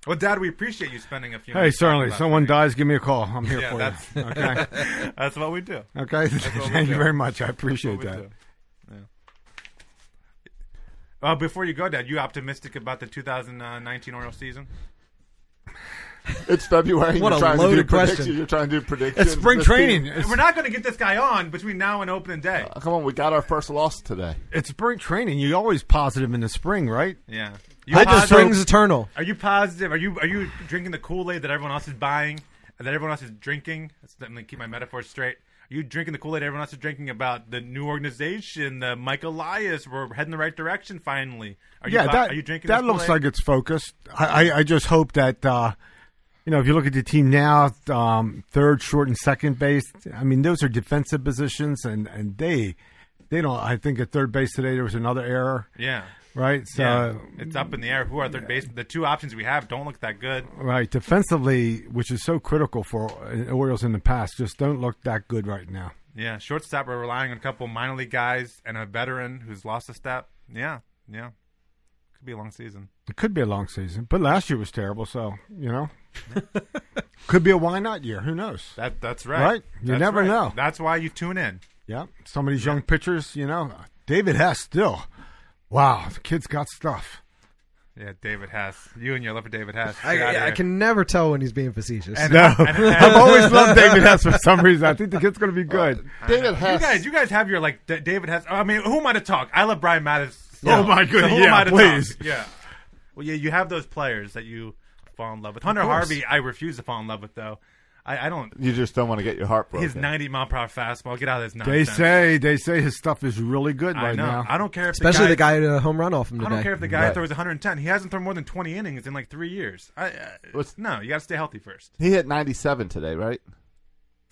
[SPEAKER 2] Well, Dad, we appreciate you spending a few.
[SPEAKER 6] Hey,
[SPEAKER 2] minutes talking
[SPEAKER 6] certainly,
[SPEAKER 2] about
[SPEAKER 6] someone
[SPEAKER 2] that.
[SPEAKER 6] dies, give me a call. I'm here
[SPEAKER 2] Yeah,
[SPEAKER 6] for
[SPEAKER 2] that's- [LAUGHS]
[SPEAKER 6] you. Okay.
[SPEAKER 2] That's what we do.
[SPEAKER 6] Okay. [LAUGHS]
[SPEAKER 2] what we
[SPEAKER 6] Thank you
[SPEAKER 2] do.
[SPEAKER 6] very much. I appreciate
[SPEAKER 2] What we
[SPEAKER 6] that.
[SPEAKER 2] do. Yeah. Uh, before you go, Dad, you optimistic about the 2019 Oriole season?
[SPEAKER 1] It's February.
[SPEAKER 4] What
[SPEAKER 1] you're
[SPEAKER 4] a
[SPEAKER 1] trying to do
[SPEAKER 4] loaded
[SPEAKER 1] predictions.
[SPEAKER 4] question.
[SPEAKER 1] You're trying to do predictions.
[SPEAKER 6] It's spring
[SPEAKER 1] This
[SPEAKER 6] training.
[SPEAKER 1] team-
[SPEAKER 6] It's,
[SPEAKER 2] We're not going to get this guy on between now and opening day.
[SPEAKER 4] Uh,
[SPEAKER 1] Oh, come on, we got our first loss today.
[SPEAKER 6] it's spring training. You're always positive in the spring, right?
[SPEAKER 2] Yeah. You
[SPEAKER 4] I just
[SPEAKER 2] positive-
[SPEAKER 4] springs eternal.
[SPEAKER 2] Are you positive? Are you are you drinking the Kool Aid that everyone else is buying and that everyone else is drinking? That's, let me keep my metaphor straight. Are you drinking the Kool Aid everyone else is drinking about the new organization, the Mike Elias? We're heading the right direction finally. Are you
[SPEAKER 6] yeah,
[SPEAKER 2] bu-
[SPEAKER 6] that
[SPEAKER 2] are you drinking?
[SPEAKER 6] that
[SPEAKER 2] this
[SPEAKER 6] looks
[SPEAKER 2] Kool-Aid?
[SPEAKER 6] like it's focused. I, I, I just hope that uh, you know if you look at the team now, um, third, short, and second base. I mean, those are defensive positions, and and they they don't. I think at third base today there was another error,
[SPEAKER 2] yeah.
[SPEAKER 6] right? So
[SPEAKER 2] Yeah, Uh, it's up in the air. Who are third base? The two options we have don't look that good.
[SPEAKER 6] right defensively, which is so critical for uh, Orioles in the past, just don't look that good right now.
[SPEAKER 2] Yeah, shortstop. We're relying on a couple minor league guys and a veteran who's lost a step. Yeah, yeah, could be a long season.
[SPEAKER 6] It could be a long season, but last year was terrible, so you know, [LAUGHS] could be a why not year. Who knows?
[SPEAKER 2] That that's right.
[SPEAKER 6] Right. You
[SPEAKER 2] That's
[SPEAKER 6] never
[SPEAKER 2] right.
[SPEAKER 6] know.
[SPEAKER 2] That's why you tune in.
[SPEAKER 6] Yeah, some of these young pitchers, you know, David Hess still. Wow, the kid's got stuff.
[SPEAKER 2] Yeah, David Hess. You and your love for David Hess. Get outta
[SPEAKER 4] I, I
[SPEAKER 2] here.
[SPEAKER 4] can never tell when he's being facetious.
[SPEAKER 2] And-
[SPEAKER 6] No,
[SPEAKER 2] and- and-
[SPEAKER 6] [LAUGHS] I've always loved David Hess for some reason. I think the kid's going to be good.
[SPEAKER 1] David
[SPEAKER 2] You
[SPEAKER 1] Hess.
[SPEAKER 4] uh,
[SPEAKER 2] guys, you guys have your like D- David Hess. I mean, who am I to talk? I love Brian Mattis.
[SPEAKER 6] Oh, my goodness.
[SPEAKER 2] So who am
[SPEAKER 6] Yeah,
[SPEAKER 2] I to
[SPEAKER 6] please.
[SPEAKER 2] talk? Yeah. Well, yeah, you have those players that you fall in love with. Hunter Harvey, I refuse to fall in love with though. I, I don't.
[SPEAKER 1] You just don't want to get your heart broken.
[SPEAKER 2] His 90 mile per hour fastball. Get out of this
[SPEAKER 6] They
[SPEAKER 2] nonsense.
[SPEAKER 6] say they say his stuff is really good
[SPEAKER 2] I
[SPEAKER 6] right
[SPEAKER 2] know.
[SPEAKER 6] now.
[SPEAKER 2] I don't care if
[SPEAKER 4] Especially
[SPEAKER 2] the
[SPEAKER 4] the
[SPEAKER 2] guy.
[SPEAKER 4] guy who had a home run off him today.
[SPEAKER 2] I don't care if the guy
[SPEAKER 1] Right.
[SPEAKER 2] throws 110. He hasn't thrown more than 20 innings in like three years. I, I,
[SPEAKER 1] What's-
[SPEAKER 2] no, you got to stay healthy first.
[SPEAKER 1] He hit 97 today, right?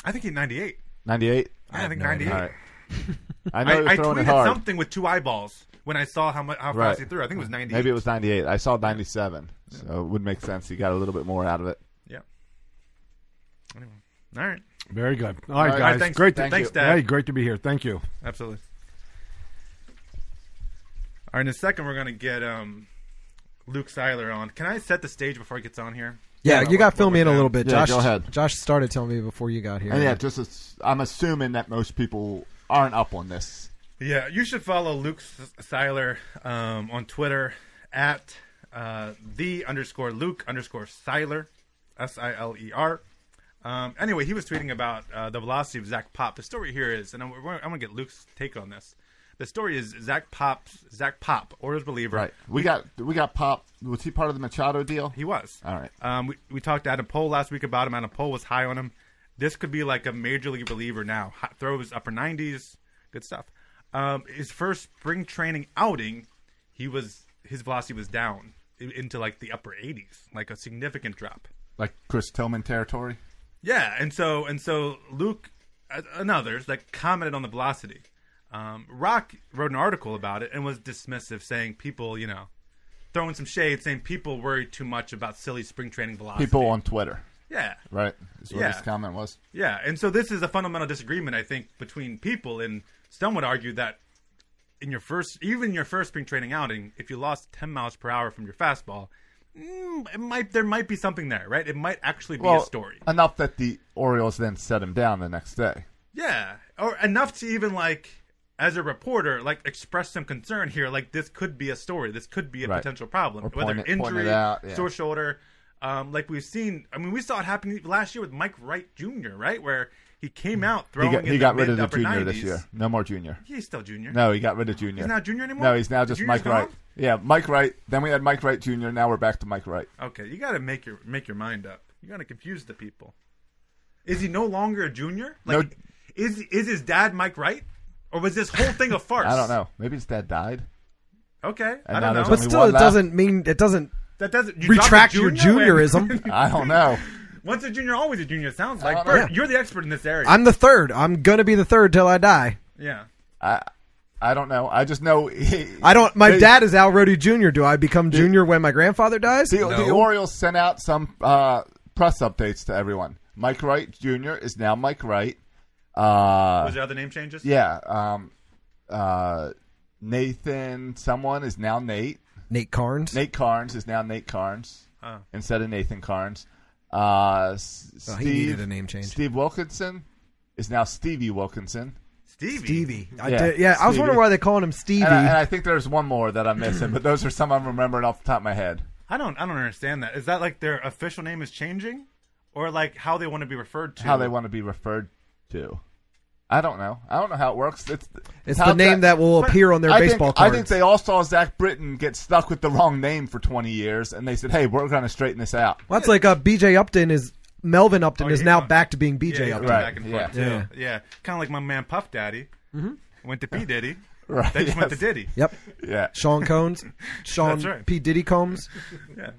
[SPEAKER 2] I think he 98.
[SPEAKER 1] 98?
[SPEAKER 2] I, think 98.
[SPEAKER 1] All
[SPEAKER 2] [LAUGHS]
[SPEAKER 1] right. I know
[SPEAKER 2] I,
[SPEAKER 1] you're
[SPEAKER 2] I
[SPEAKER 1] throwing it
[SPEAKER 2] tweeted
[SPEAKER 1] hard.
[SPEAKER 2] something with two eyeballs when I saw how much how fast
[SPEAKER 1] Right.
[SPEAKER 2] he threw. I think it was 98.
[SPEAKER 1] Maybe it was 98. I saw 97. So it would make sense. He got a little bit more out of it.
[SPEAKER 2] Yeah. Anyway. All right.
[SPEAKER 6] Very good. All right,
[SPEAKER 1] All right,
[SPEAKER 6] guys.
[SPEAKER 2] thanks-
[SPEAKER 6] great. To,
[SPEAKER 1] thank
[SPEAKER 2] Thanks,
[SPEAKER 1] you.
[SPEAKER 2] Dad.
[SPEAKER 6] Hey, great to be here. Thank you.
[SPEAKER 2] Absolutely. All right, in a second, we're going to get um, Luke Seiler on. Can I set the stage before he gets on here?
[SPEAKER 4] yeah,
[SPEAKER 2] Yeah,
[SPEAKER 4] you got to
[SPEAKER 2] what-
[SPEAKER 4] fill
[SPEAKER 2] what
[SPEAKER 4] me in a
[SPEAKER 2] we're
[SPEAKER 4] little bit.
[SPEAKER 1] Yeah,
[SPEAKER 4] Josh,
[SPEAKER 1] go ahead.
[SPEAKER 4] Josh started telling me before you got here.
[SPEAKER 1] And yeah, just as, I'm assuming that most people aren't up on this.
[SPEAKER 2] Yeah, you should follow Luke S- Seiler um, on Twitter at uh, the underscore Luke underscore Seiler, S I L E R. Um, anyway, he was tweeting about uh, the velocity of Zach Pop. The story here is, and I'm, we're- I'm going to get Luke's take on this. The story is Zach Pop's Zach Pop orders reliever.
[SPEAKER 1] Right. We got we got Pop. Was he part of the Machado deal?
[SPEAKER 2] He was.
[SPEAKER 1] All right.
[SPEAKER 2] Um, we, we talked to Adam Pohl last week about him. Adam Pohl was high on him. This could be like a major league reliever now. Hot throws upper 90s. Good stuff. Um, his first spring training outing, he was his velocity was down i- into like the upper 80s, like a significant drop.
[SPEAKER 1] Like Chris Tillman territory?
[SPEAKER 2] Yeah, and so and so Luke uh, and others that commented on the velocity. Um, Rock wrote an article about it and was dismissive, saying people, you know, throwing some shade, saying people worry too much about silly spring training velocity.
[SPEAKER 1] People on Twitter,
[SPEAKER 2] yeah,
[SPEAKER 1] right? Is what
[SPEAKER 2] Yeah.
[SPEAKER 1] his comment was.
[SPEAKER 2] yeah, and so this is a fundamental disagreement, I think, between people, and some would argue that in your first, even your first spring training outing, if you lost ten miles per hour from your fastball, mm, it might there might be something there, right? It might actually be a story.
[SPEAKER 1] enough that the Orioles then set him down the next day.
[SPEAKER 2] Yeah, or enough to even like, as a reporter, like express some concern here. Like this could be a story. This could be a
[SPEAKER 1] Right.
[SPEAKER 2] potential problem,
[SPEAKER 1] Or
[SPEAKER 2] whether
[SPEAKER 1] point it- point
[SPEAKER 2] injury,
[SPEAKER 1] it out, yeah.
[SPEAKER 2] sore shoulder. Um, like we've seen. I mean, we saw it happen last year with Mike Wright Jr. Right, where he came
[SPEAKER 1] Mm.
[SPEAKER 2] out
[SPEAKER 1] He
[SPEAKER 2] throwing.
[SPEAKER 1] got,
[SPEAKER 2] in
[SPEAKER 1] he got
[SPEAKER 2] the
[SPEAKER 1] rid of
[SPEAKER 2] mid
[SPEAKER 1] the
[SPEAKER 2] upper
[SPEAKER 1] junior
[SPEAKER 2] 90s.
[SPEAKER 1] this year. No more junior.
[SPEAKER 2] He's still junior.
[SPEAKER 1] No, he got rid of junior.
[SPEAKER 2] He's not junior anymore?
[SPEAKER 1] No, he's now
[SPEAKER 2] The
[SPEAKER 1] just Mike
[SPEAKER 2] junior's
[SPEAKER 1] Wright.
[SPEAKER 2] gone?
[SPEAKER 1] Yeah, Mike Wright. Then we had Mike Wright Jr. Now we're back to Mike Wright.
[SPEAKER 2] Okay, you got to make your make your mind up. You got to confuse the people. Is he no longer a junior? Like, is is his dad Mike Wright, or was this whole thing a farce?
[SPEAKER 1] [LAUGHS] I don't know. Maybe his dad died.
[SPEAKER 2] Okay,
[SPEAKER 1] And now
[SPEAKER 2] I don't
[SPEAKER 1] there's
[SPEAKER 2] know.
[SPEAKER 4] but
[SPEAKER 1] only
[SPEAKER 4] still,
[SPEAKER 1] one
[SPEAKER 4] it
[SPEAKER 1] left.
[SPEAKER 4] doesn't mean it doesn't
[SPEAKER 2] That doesn't you drop
[SPEAKER 4] retract
[SPEAKER 2] a
[SPEAKER 4] your
[SPEAKER 2] junior when-
[SPEAKER 4] juniorism.
[SPEAKER 1] I don't know.
[SPEAKER 2] [LAUGHS] Once a junior, always a junior. It sounds
[SPEAKER 1] I
[SPEAKER 2] like
[SPEAKER 1] don't know.
[SPEAKER 2] Bert, you're the expert in this area.
[SPEAKER 4] I'm the third. I'm gonna be the third till I die.
[SPEAKER 2] yeah,
[SPEAKER 1] I I don't know. I just know. He,
[SPEAKER 4] I don't. My
[SPEAKER 1] they-
[SPEAKER 4] dad is Al Rohde Jr. Do I become junior when my grandfather dies?
[SPEAKER 1] The, the Orioles sent out some uh, press updates to everyone. Mike Wright Jr. is now Mike Wright. Uh,
[SPEAKER 2] was there other name changes?
[SPEAKER 1] yeah. Um, uh, Nathan, someone is now Nate.
[SPEAKER 4] Nate Carnes.
[SPEAKER 1] Nate Carnes is now Nate Carnes
[SPEAKER 2] Oh.
[SPEAKER 1] instead of Nathan Carnes. Uh, S-
[SPEAKER 4] Oh,
[SPEAKER 1] Steve,
[SPEAKER 4] he needed a name change.
[SPEAKER 1] Steve Wilkinson is now Stevie Wilkinson.
[SPEAKER 2] Stevie.
[SPEAKER 4] Stevie. I
[SPEAKER 1] Yeah,
[SPEAKER 4] yeah, did, yeah I was
[SPEAKER 1] Stevie.
[SPEAKER 4] wondering why they calling him Stevie.
[SPEAKER 1] And I, and I think there's one more that I'm missing, but those are some I'm remembering off the top of my head.
[SPEAKER 2] I don't. I don't understand that. Is that like their official name is changing, or like how they want to be referred to?
[SPEAKER 1] How they want to be referred to. I don't know. I don't know how it works. It's,
[SPEAKER 4] it's
[SPEAKER 1] how
[SPEAKER 4] the name that, will appear on their
[SPEAKER 1] I
[SPEAKER 4] baseball
[SPEAKER 1] think,
[SPEAKER 4] cards.
[SPEAKER 1] I think they all saw Zach Britton get stuck with the wrong name for 20 years, and they said, hey, we're going to straighten this out.
[SPEAKER 4] well, that's like uh, B.J. Upton is Melvin Upton
[SPEAKER 2] Oh,
[SPEAKER 4] is
[SPEAKER 2] yeah.
[SPEAKER 4] now back to being
[SPEAKER 2] Yeah,
[SPEAKER 4] B.J.
[SPEAKER 2] he goes
[SPEAKER 4] Upton.
[SPEAKER 1] Right.
[SPEAKER 2] back and forth too.
[SPEAKER 4] yeah.
[SPEAKER 2] Yeah, kind of like my man Puff Daddy went to P Diddy.
[SPEAKER 1] Right,
[SPEAKER 2] They just went to
[SPEAKER 1] yes.
[SPEAKER 2] Diddy.
[SPEAKER 4] Yep.
[SPEAKER 1] Yeah. [LAUGHS]
[SPEAKER 4] Sean Combs. Sean
[SPEAKER 2] That's right.
[SPEAKER 4] P. Diddy Combs.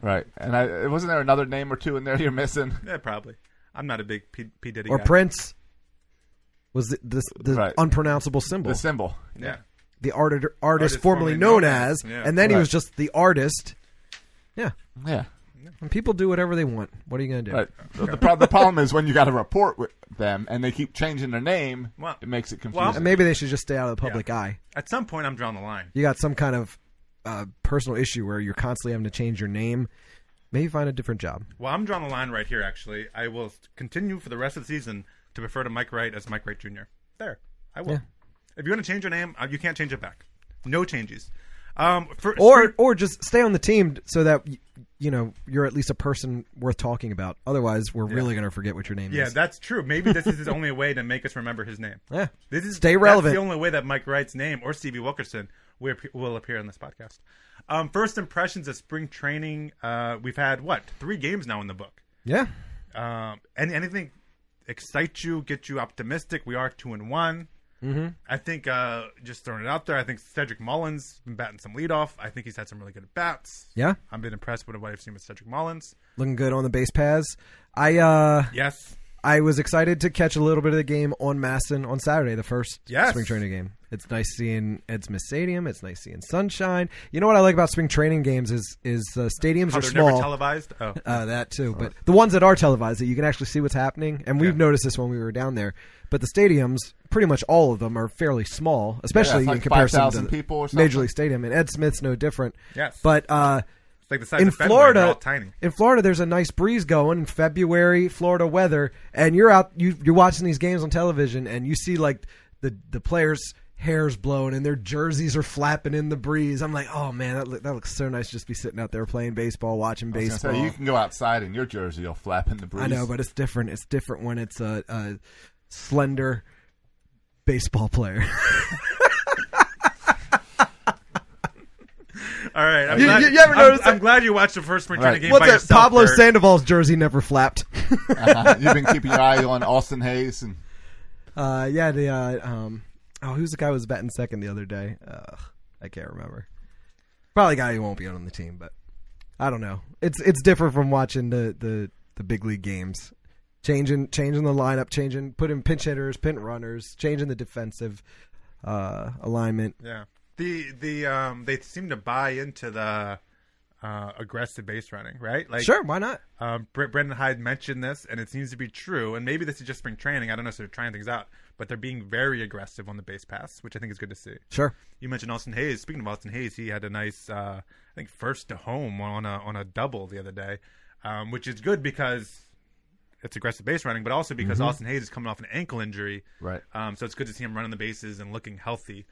[SPEAKER 1] Right. And I, wasn't there another name or two in there you're missing?
[SPEAKER 2] Yeah, probably. I'm not a big P, P Diddy
[SPEAKER 4] Or
[SPEAKER 2] guy.
[SPEAKER 4] Prince. Was the, the, the
[SPEAKER 1] Right.
[SPEAKER 4] unpronounceable symbol.
[SPEAKER 1] The symbol.
[SPEAKER 2] Yeah.
[SPEAKER 4] the art, artist, formerly
[SPEAKER 2] formerly
[SPEAKER 4] known
[SPEAKER 2] known
[SPEAKER 4] as.
[SPEAKER 2] as, yeah.
[SPEAKER 4] And then he
[SPEAKER 1] Right.
[SPEAKER 4] was just the artist. Yeah.
[SPEAKER 1] Yeah.
[SPEAKER 4] And people do whatever they want. What are you going to do?
[SPEAKER 1] Right. The, the, prob- the problem is when you got to report with them and they keep changing their name,
[SPEAKER 2] Well-
[SPEAKER 1] it makes it
[SPEAKER 2] well,
[SPEAKER 1] confusing.
[SPEAKER 4] And maybe they should just stay out of the public eye.
[SPEAKER 2] At some point, I'm drawing the line.
[SPEAKER 4] You got some kind of uh, personal issue where you're constantly having to change your name. Maybe find a different job.
[SPEAKER 2] Well, I'm drawing the line right here. Actually, I will continue for the rest of the season to refer to Mike Wright as Mike Wright Jr. There, I will.
[SPEAKER 4] Yeah.
[SPEAKER 2] If you want to change your name, uh, you can't change it back. No changes. Um, for,
[SPEAKER 4] Or
[SPEAKER 2] for-
[SPEAKER 4] [LAUGHS] or just stay on the team so that y- you know you're at least a person worth talking about. Otherwise, we're really going to forget what your name
[SPEAKER 2] yeah,
[SPEAKER 4] is.
[SPEAKER 2] that's true. Maybe this is his only way to make us remember his
[SPEAKER 4] [LAUGHS]
[SPEAKER 2] name.
[SPEAKER 4] Yeah.
[SPEAKER 2] This is
[SPEAKER 4] Stay
[SPEAKER 2] that's
[SPEAKER 4] relevant.
[SPEAKER 2] the only way that Mike Wright's name or Stevie Wilkerson will appear, will appear on this podcast. Um, first impressions of spring training. Uh, we've had what three games now in the book.
[SPEAKER 4] yeah.
[SPEAKER 2] Um, and anything excite you, get you optimistic. We are two and one. Mm-hmm. I think uh, just throwing it out there. I think Cedric Mullins been batting some leadoff. I think he's had some really good bats.
[SPEAKER 4] Yeah.
[SPEAKER 2] I've been impressed with what I've seen with Cedric Mullins.
[SPEAKER 4] Looking good on the base paths. I uh,
[SPEAKER 2] Yes,
[SPEAKER 4] I was excited to catch a little bit of the game on Masson on Saturday, the first
[SPEAKER 2] Yes.
[SPEAKER 4] spring training game. It's nice seeing Ed Smith Stadium. It's nice seeing sunshine. You know what I like about spring training games is is uh, stadiums
[SPEAKER 2] how
[SPEAKER 4] are
[SPEAKER 2] they're
[SPEAKER 4] small.
[SPEAKER 2] never televised. Oh,
[SPEAKER 4] uh, that too, but the ones that are televised that you can actually see what's happening, and we've noticed this when we were down there. But the stadiums, pretty much all of them, are fairly small, especially
[SPEAKER 1] like
[SPEAKER 4] in comparison
[SPEAKER 1] 5,000
[SPEAKER 4] to the
[SPEAKER 1] people or
[SPEAKER 4] Major
[SPEAKER 1] something.
[SPEAKER 4] League Stadium. And Ed Smith's no different.
[SPEAKER 2] Yes.
[SPEAKER 4] but uh,
[SPEAKER 2] it's like the size
[SPEAKER 4] in
[SPEAKER 2] of Fenway, they're
[SPEAKER 4] Florida,
[SPEAKER 2] all tiny.
[SPEAKER 4] in Florida, there's a nice breeze going. in February, Florida weather, and you're out. You, you're watching these games on television, and you see like the the players' hairs blowing and their jerseys are flapping in the breeze. I'm like, oh man, that, look, that looks so nice. Just to be sitting out there playing baseball, watching
[SPEAKER 1] So
[SPEAKER 4] baseball.
[SPEAKER 1] you can go outside in your jersey, you'll flap in the breeze.
[SPEAKER 4] I know, but it's different. It's different when it's a, a slender baseball player.
[SPEAKER 2] All right, I'm
[SPEAKER 4] You-
[SPEAKER 2] glad,
[SPEAKER 4] you- you ever
[SPEAKER 2] I'm-
[SPEAKER 4] noticed
[SPEAKER 2] I'm,
[SPEAKER 4] that-
[SPEAKER 2] glad you watched the first spring
[SPEAKER 1] Right.
[SPEAKER 2] training game
[SPEAKER 4] What's
[SPEAKER 2] by
[SPEAKER 4] that?
[SPEAKER 2] yourself.
[SPEAKER 4] Pablo
[SPEAKER 2] Bert.
[SPEAKER 4] Sandoval's jersey never flapped.
[SPEAKER 1] [LAUGHS] You've been keeping your eye on Austin Hayes and
[SPEAKER 4] Uh, yeah, the uh, um, oh, who's the guy who was batting second the other day? Ugh, I can't remember. Probably a guy who won't be on the team, but I don't know. It's it's different from watching the the, the big league games. Changing changing the lineup, changing putting pinch hitters, pin runners, changing the defensive uh, alignment.
[SPEAKER 2] Yeah. The the um they seem to buy into the uh, aggressive base running, right? Like
[SPEAKER 4] Sure, why not?
[SPEAKER 2] Um, Bre- Brendan Hyde mentioned this, and it seems to be true. And maybe this is just spring training. I don't know. So they're trying things out, but they're being very aggressive on the base pass, which I think is good to see.
[SPEAKER 4] Sure.
[SPEAKER 2] You mentioned Austin Hayes. Speaking of Austin Hayes, he had a nice, uh, I think, first to home on a on a double the other day, um, which is good because it's aggressive base running, but also because Austin Hayes is coming off an ankle injury,
[SPEAKER 1] Right.
[SPEAKER 2] Um, so it's good to see him running the bases and looking healthy.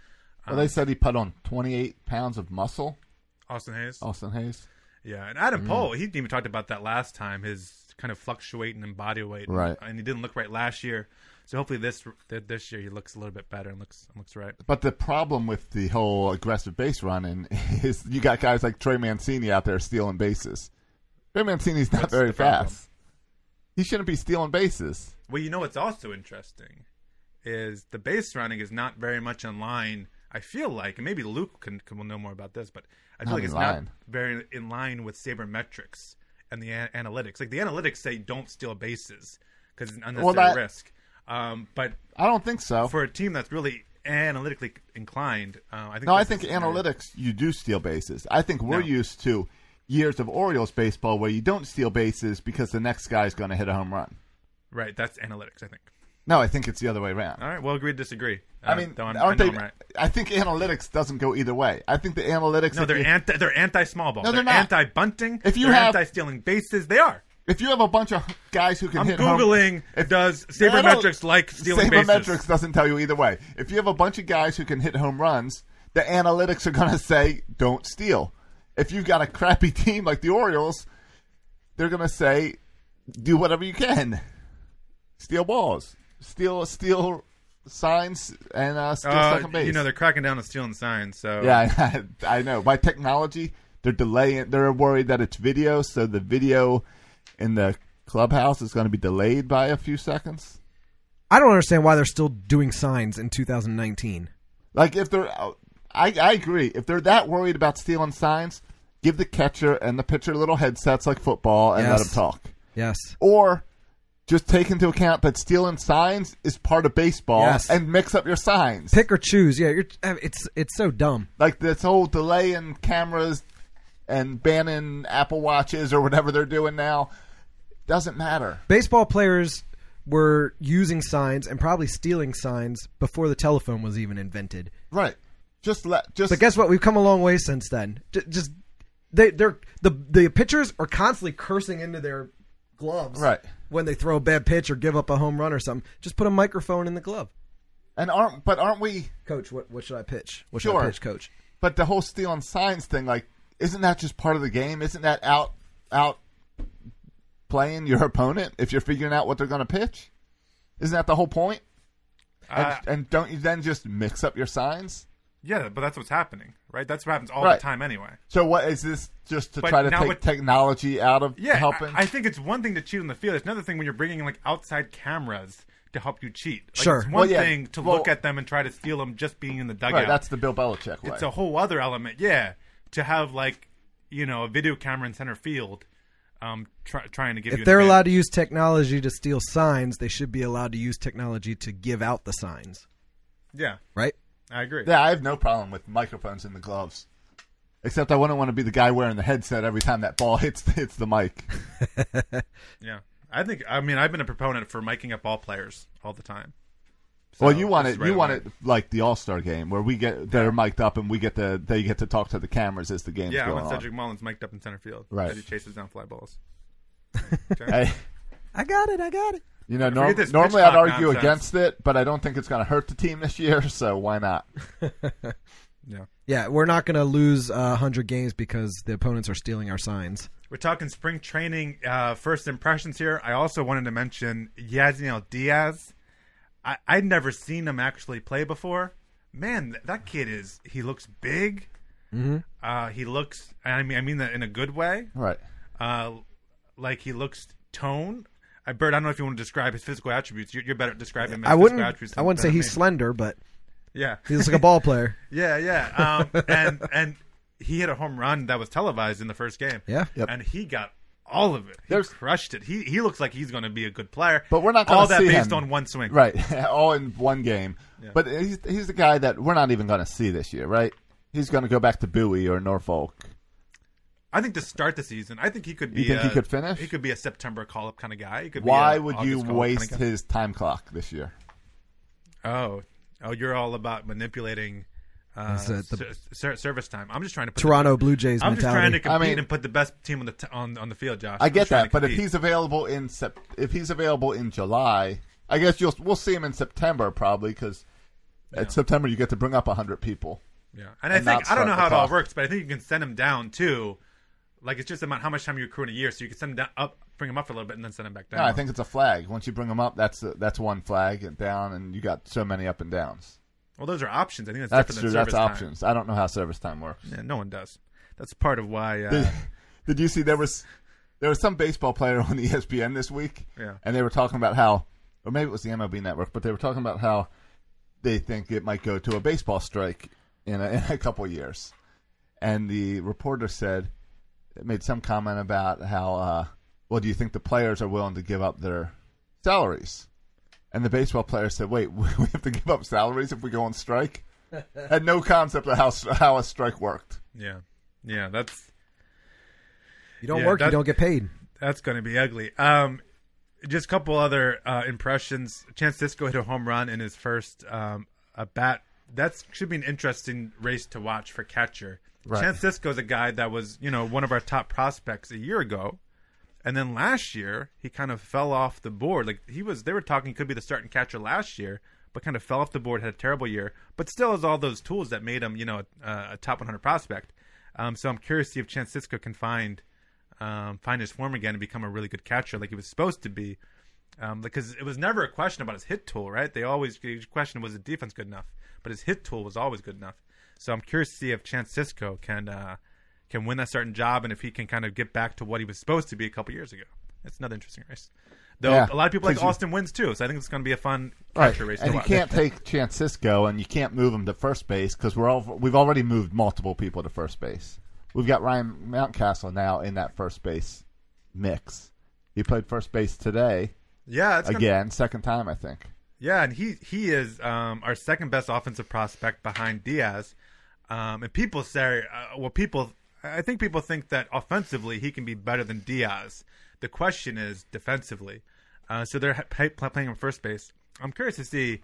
[SPEAKER 1] well, they said he put on 28 pounds of muscle.
[SPEAKER 2] Austin Hayes.
[SPEAKER 1] Austin Hayes.
[SPEAKER 2] Yeah, and
[SPEAKER 1] Mm-hmm.
[SPEAKER 2] Adam Pohl, he even talked about that last time, his kind of fluctuating in body weight,
[SPEAKER 1] Right.
[SPEAKER 2] And he didn't look right last year, so hopefully this th- this year he looks a little bit better and looks and looks right.
[SPEAKER 1] But the problem with the whole aggressive base running [LAUGHS] is you got guys like Trey Mancini out there stealing bases. Trey Mancini's not
[SPEAKER 2] That's
[SPEAKER 1] very
[SPEAKER 2] the problem.
[SPEAKER 1] fast. He shouldn't be stealing bases.
[SPEAKER 2] Well, you know what's also interesting is the base running is not very much in line. I feel like, and maybe Luke can, can will know more about this, but I feel
[SPEAKER 1] Not
[SPEAKER 2] like
[SPEAKER 1] in
[SPEAKER 2] it's
[SPEAKER 1] line.
[SPEAKER 2] not very in line with sabermetrics and the an- analytics. Like the analytics say, don't steal bases because it's an unnecessary
[SPEAKER 1] that-
[SPEAKER 2] risk. Um, but
[SPEAKER 1] I don't think so.
[SPEAKER 2] for a team that's really analytically inclined, uh, I think.
[SPEAKER 1] no, I
[SPEAKER 2] this
[SPEAKER 1] think
[SPEAKER 2] is an area-
[SPEAKER 1] analytics, you do steal bases. I think we're
[SPEAKER 2] No.
[SPEAKER 1] used to years of Orioles baseball where you don't steal bases because the next guy's going to hit a home run.
[SPEAKER 2] Right, that's analytics. I think.
[SPEAKER 1] No, I think it's the other way around.
[SPEAKER 2] All right, well, agree to disagree.
[SPEAKER 1] I mean,
[SPEAKER 2] though I'm,
[SPEAKER 1] aren't
[SPEAKER 2] I know
[SPEAKER 1] they?
[SPEAKER 2] I'm
[SPEAKER 1] [LAUGHS]
[SPEAKER 2] right.
[SPEAKER 1] I think analytics doesn't go either way. I think the analytics.
[SPEAKER 2] No,
[SPEAKER 1] if
[SPEAKER 2] they're
[SPEAKER 1] you-
[SPEAKER 2] anti. They're anti small ball.
[SPEAKER 1] No, they're
[SPEAKER 2] they're
[SPEAKER 1] not.
[SPEAKER 2] anti bunting.
[SPEAKER 1] If you
[SPEAKER 2] they're
[SPEAKER 1] have-
[SPEAKER 2] anti stealing bases, they are.
[SPEAKER 1] If you have a bunch of guys who can
[SPEAKER 2] I'm
[SPEAKER 1] hit
[SPEAKER 2] googling.
[SPEAKER 1] home,
[SPEAKER 2] does
[SPEAKER 1] No, I don't-
[SPEAKER 2] sabermetrics like stealing
[SPEAKER 1] Sabermetrics
[SPEAKER 2] bases?
[SPEAKER 1] doesn't tell you either way. If you have a bunch of guys who can hit home runs, the analytics are going to say don't steal. If you've got a crappy [LAUGHS] team like the Orioles, they're going to say do whatever you can, steal balls, steal steal signs, and uh, steal
[SPEAKER 2] Uh,
[SPEAKER 1] second base.
[SPEAKER 2] you know, they're cracking down on stealing signs. So
[SPEAKER 1] Yeah, [LAUGHS] I, I know. By technology, they're delaying. They're worried that it's video, so the video in the clubhouse is going to be delayed by a few seconds.
[SPEAKER 4] I don't understand why they're still doing signs in 2019.
[SPEAKER 1] Like if they're, I, I agree. If they're that worried about stealing signs, give the catcher and the pitcher little headsets like football and let 'em let
[SPEAKER 4] Yes.
[SPEAKER 1] them talk.
[SPEAKER 4] Yes.
[SPEAKER 1] Or just take into account that stealing signs is part of baseball
[SPEAKER 4] Yes.
[SPEAKER 1] and mix up your signs.
[SPEAKER 4] Pick or choose. Yeah, you're, it's it's so dumb.
[SPEAKER 1] like this whole delay in cameras and banning Apple watches or whatever they're doing now doesn't matter.
[SPEAKER 4] baseball players were using signs and probably stealing signs before the telephone was even invented.
[SPEAKER 1] Right. Just let just
[SPEAKER 4] But guess what? We've come a long way since then. J- Just they they're the the pitchers are constantly cursing into their gloves
[SPEAKER 1] Right.
[SPEAKER 4] when they throw a bad pitch or give up a home run or something. Just put a microphone in the glove.
[SPEAKER 1] and aren't but aren't we
[SPEAKER 4] Coach, what what should I pitch? What should
[SPEAKER 1] Sure.
[SPEAKER 4] I pitch, coach?
[SPEAKER 1] but the whole stealing signs thing like isn't that just part of the game? Isn't that out out playing your [LAUGHS] opponent if you're figuring out what they're going to pitch? Isn't that the whole point? And,
[SPEAKER 2] Uh,
[SPEAKER 1] and don't you then just mix up your signs?
[SPEAKER 2] Yeah, but that's what's happening, right? That's what happens all
[SPEAKER 1] Right.
[SPEAKER 2] the time anyway.
[SPEAKER 1] So what is this? Just to
[SPEAKER 2] But
[SPEAKER 1] try to
[SPEAKER 2] now
[SPEAKER 1] take
[SPEAKER 2] with-
[SPEAKER 1] technology out of
[SPEAKER 2] Yeah,
[SPEAKER 1] helping?
[SPEAKER 2] I, I think it's one thing to cheat on the field. It's another thing when you're bringing in like outside cameras to help you cheat. Like,
[SPEAKER 4] Sure.
[SPEAKER 2] it's one
[SPEAKER 1] Well, yeah.
[SPEAKER 2] thing to
[SPEAKER 1] Well-
[SPEAKER 2] look at them and try to steal them just being in the dugout.
[SPEAKER 1] right, that's the Bill Belichick way.
[SPEAKER 2] it's a whole other element, yeah, to have like you know a video camera in center field, um, try, trying to give you.
[SPEAKER 4] If
[SPEAKER 2] an
[SPEAKER 4] they're
[SPEAKER 2] advantage.
[SPEAKER 4] allowed to use technology to steal signs, they should be allowed to use technology to give out the signs,
[SPEAKER 2] yeah,
[SPEAKER 4] right?
[SPEAKER 2] I agree.
[SPEAKER 1] yeah, I have no problem with microphones in the gloves, except I wouldn't want to be the guy wearing the headset every time that ball [LAUGHS] hits hits the mic.
[SPEAKER 2] Yeah. I think I mean I've been a proponent for miking up all players all the time. So,
[SPEAKER 1] well, you want
[SPEAKER 2] this
[SPEAKER 1] it.
[SPEAKER 2] is right
[SPEAKER 1] you
[SPEAKER 2] up
[SPEAKER 1] want
[SPEAKER 2] my-
[SPEAKER 1] it like the All Star game where we get they're mic'd up and we get to they get to talk to the cameras as the game's
[SPEAKER 2] Yeah, I
[SPEAKER 1] going
[SPEAKER 2] want
[SPEAKER 1] on.
[SPEAKER 2] Cedric Mullins mic'd up in center field
[SPEAKER 1] Right.
[SPEAKER 2] as he chases down fly balls.
[SPEAKER 1] [LAUGHS] Hey,
[SPEAKER 4] I got it. I got it.
[SPEAKER 1] you know, norm-
[SPEAKER 2] this pitch
[SPEAKER 1] normally I'd
[SPEAKER 2] clock
[SPEAKER 1] argue
[SPEAKER 2] nonsense.
[SPEAKER 1] against it, but I don't think it's going to hurt the team this [LAUGHS] year. So why not?
[SPEAKER 2] Yeah.
[SPEAKER 4] Yeah, we're not going to lose uh, 100 games because the opponents are stealing our signs.
[SPEAKER 2] We're talking spring training uh, first impressions here. I also wanted to mention Yaziel Diaz. I, I'd never seen him actually play before. Man, th- that kid is. He looks big.
[SPEAKER 4] Mm-hmm.
[SPEAKER 2] Uh, he looks. I mean, I mean that in a good way.
[SPEAKER 1] Right.
[SPEAKER 2] Uh, like he looks toned. I, Bert, I don't know if you want to describe his physical attributes. You're, you're better at describing. His
[SPEAKER 4] I wouldn't.
[SPEAKER 2] Physical attributes
[SPEAKER 4] I
[SPEAKER 2] than-
[SPEAKER 4] wouldn't say
[SPEAKER 2] than
[SPEAKER 4] he's
[SPEAKER 2] me.
[SPEAKER 4] slender, [LAUGHS] but
[SPEAKER 2] Yeah,
[SPEAKER 4] he looks like a ball player.
[SPEAKER 2] yeah, yeah.
[SPEAKER 1] [LAUGHS]
[SPEAKER 2] Um, and and he hit a home run that was televised in the first game.
[SPEAKER 4] Yeah.
[SPEAKER 1] Yep.
[SPEAKER 2] and he got all of it. He
[SPEAKER 1] There's-
[SPEAKER 2] crushed it. He he looks like he's going to be a good player.
[SPEAKER 1] But we're not gonna
[SPEAKER 2] all that
[SPEAKER 1] see
[SPEAKER 2] based
[SPEAKER 1] him.
[SPEAKER 2] on one swing.
[SPEAKER 1] Right. [LAUGHS] All in one game. But he's, he's the guy that we're not even going to see this year, right? He's going to go back to Bowie or Norfolk.
[SPEAKER 2] I think to start the season, I think he could be.
[SPEAKER 1] think he
[SPEAKER 2] a-
[SPEAKER 1] could finish?
[SPEAKER 2] He could be a September call up kind of guy. He could.
[SPEAKER 1] Why
[SPEAKER 2] be a
[SPEAKER 1] would
[SPEAKER 2] August
[SPEAKER 1] you
[SPEAKER 2] call-up kinda
[SPEAKER 1] waste
[SPEAKER 2] guy.
[SPEAKER 1] his time clock this year?
[SPEAKER 2] Oh, oh, you're all about manipulating. Uh,
[SPEAKER 4] Is it the-
[SPEAKER 2] ser- ser- service time. I'm just trying to put the-
[SPEAKER 4] Toronto Blue Jays
[SPEAKER 2] I'm just trying
[SPEAKER 4] mentality.
[SPEAKER 2] to compete
[SPEAKER 1] I mean-
[SPEAKER 2] and put the best team on the t- on on the field, Josh.
[SPEAKER 1] I
[SPEAKER 2] I'm
[SPEAKER 1] get that,
[SPEAKER 2] trying to
[SPEAKER 1] but if
[SPEAKER 2] compete.
[SPEAKER 1] he's available in sep- if he's available in July, I guess you'll we'll see him in September probably because at September you get to bring up hundred people.
[SPEAKER 2] yeah,
[SPEAKER 1] and
[SPEAKER 2] and, I
[SPEAKER 1] not
[SPEAKER 2] think I don't
[SPEAKER 1] start the
[SPEAKER 2] know how it all
[SPEAKER 1] clock.
[SPEAKER 2] works, but I think you can send him down too. Like it's just about how much time you accrue in a year, so you can send him down, up, bring him up for a little bit, and then send him back down.
[SPEAKER 1] No, I think it's a flag. Once you bring them up, that's a, that's one flag and down, and you got so many up and downs.
[SPEAKER 2] Well, those are options. I think that's,
[SPEAKER 1] That's
[SPEAKER 2] different
[SPEAKER 1] true.
[SPEAKER 2] than service
[SPEAKER 1] That's
[SPEAKER 2] time.
[SPEAKER 1] options. I don't know how service time works.
[SPEAKER 2] Yeah, no one does. That's part of why. Uh,
[SPEAKER 1] Did, did you see there was there was some baseball player on [LAUGHS] E ESPN this week,
[SPEAKER 2] Yeah.
[SPEAKER 1] and they were talking about how, or maybe it was the MLB Network, but they were talking about how they think it might go to a baseball strike in a, [LAUGHS] in a couple years, and the reporter said made some comment about how, uh, well, do you think the players are willing to give up their salaries? And the baseball player said, "Wait, [LAUGHS] we have to give up salaries if we go on strike." Had no concept of how how a strike worked.
[SPEAKER 2] [LAUGHS] yeah, yeah, that's
[SPEAKER 4] you don't
[SPEAKER 2] Yeah,
[SPEAKER 4] work, you
[SPEAKER 2] that-
[SPEAKER 4] don't get paid.
[SPEAKER 2] that's going to be ugly. Um, just a couple other uh, impressions. Chance Cisco hit a home run in his first um, at bat. That should be an interesting race to watch for catcher. Chance Cisco is a guy that was, you know, one of our top prospects a year ago, and then last year he kind of fell off the board. Like he was, they were talking he could be the starting catcher last year, but kind of fell off the board, had a terrible year, but still has all those tools that made him, you know, a, a top 100 prospect. Um, so I'm curious to see if Chance Cisco can find um, find his form again and become a really good catcher like he was supposed to be. Um, because it was never a question about his hit tool, right? They always the question was the defense good enough, but his hit tool was always good enough. So I'm curious to see if Chance Cisco can uh, can win that certain job and if he can kind of get back to what he was supposed to be a couple years ago. It's another interesting race, though.
[SPEAKER 1] Yeah.
[SPEAKER 2] A lot of people like
[SPEAKER 1] 'Cause you-
[SPEAKER 2] Austin wins too, so I think it's going to be a fun
[SPEAKER 1] Right,
[SPEAKER 2] catcher race.
[SPEAKER 1] and
[SPEAKER 2] to
[SPEAKER 1] you
[SPEAKER 2] watch.
[SPEAKER 1] can't take Chance Cisco, and you can't move him to first base because we're all we've already moved multiple people to first base. We've got Ryan Mountcastle now in that first base mix. He played first base today
[SPEAKER 2] yeah, it's gonna-
[SPEAKER 1] again, second time I think.
[SPEAKER 2] Yeah, and he he is um, our second best offensive prospect behind Diaz. Um, and people say, uh, well, people, I think people think that offensively he can be better than Diaz. The question is defensively. Uh, so they're ha- play, playing him first base. I'm curious to see.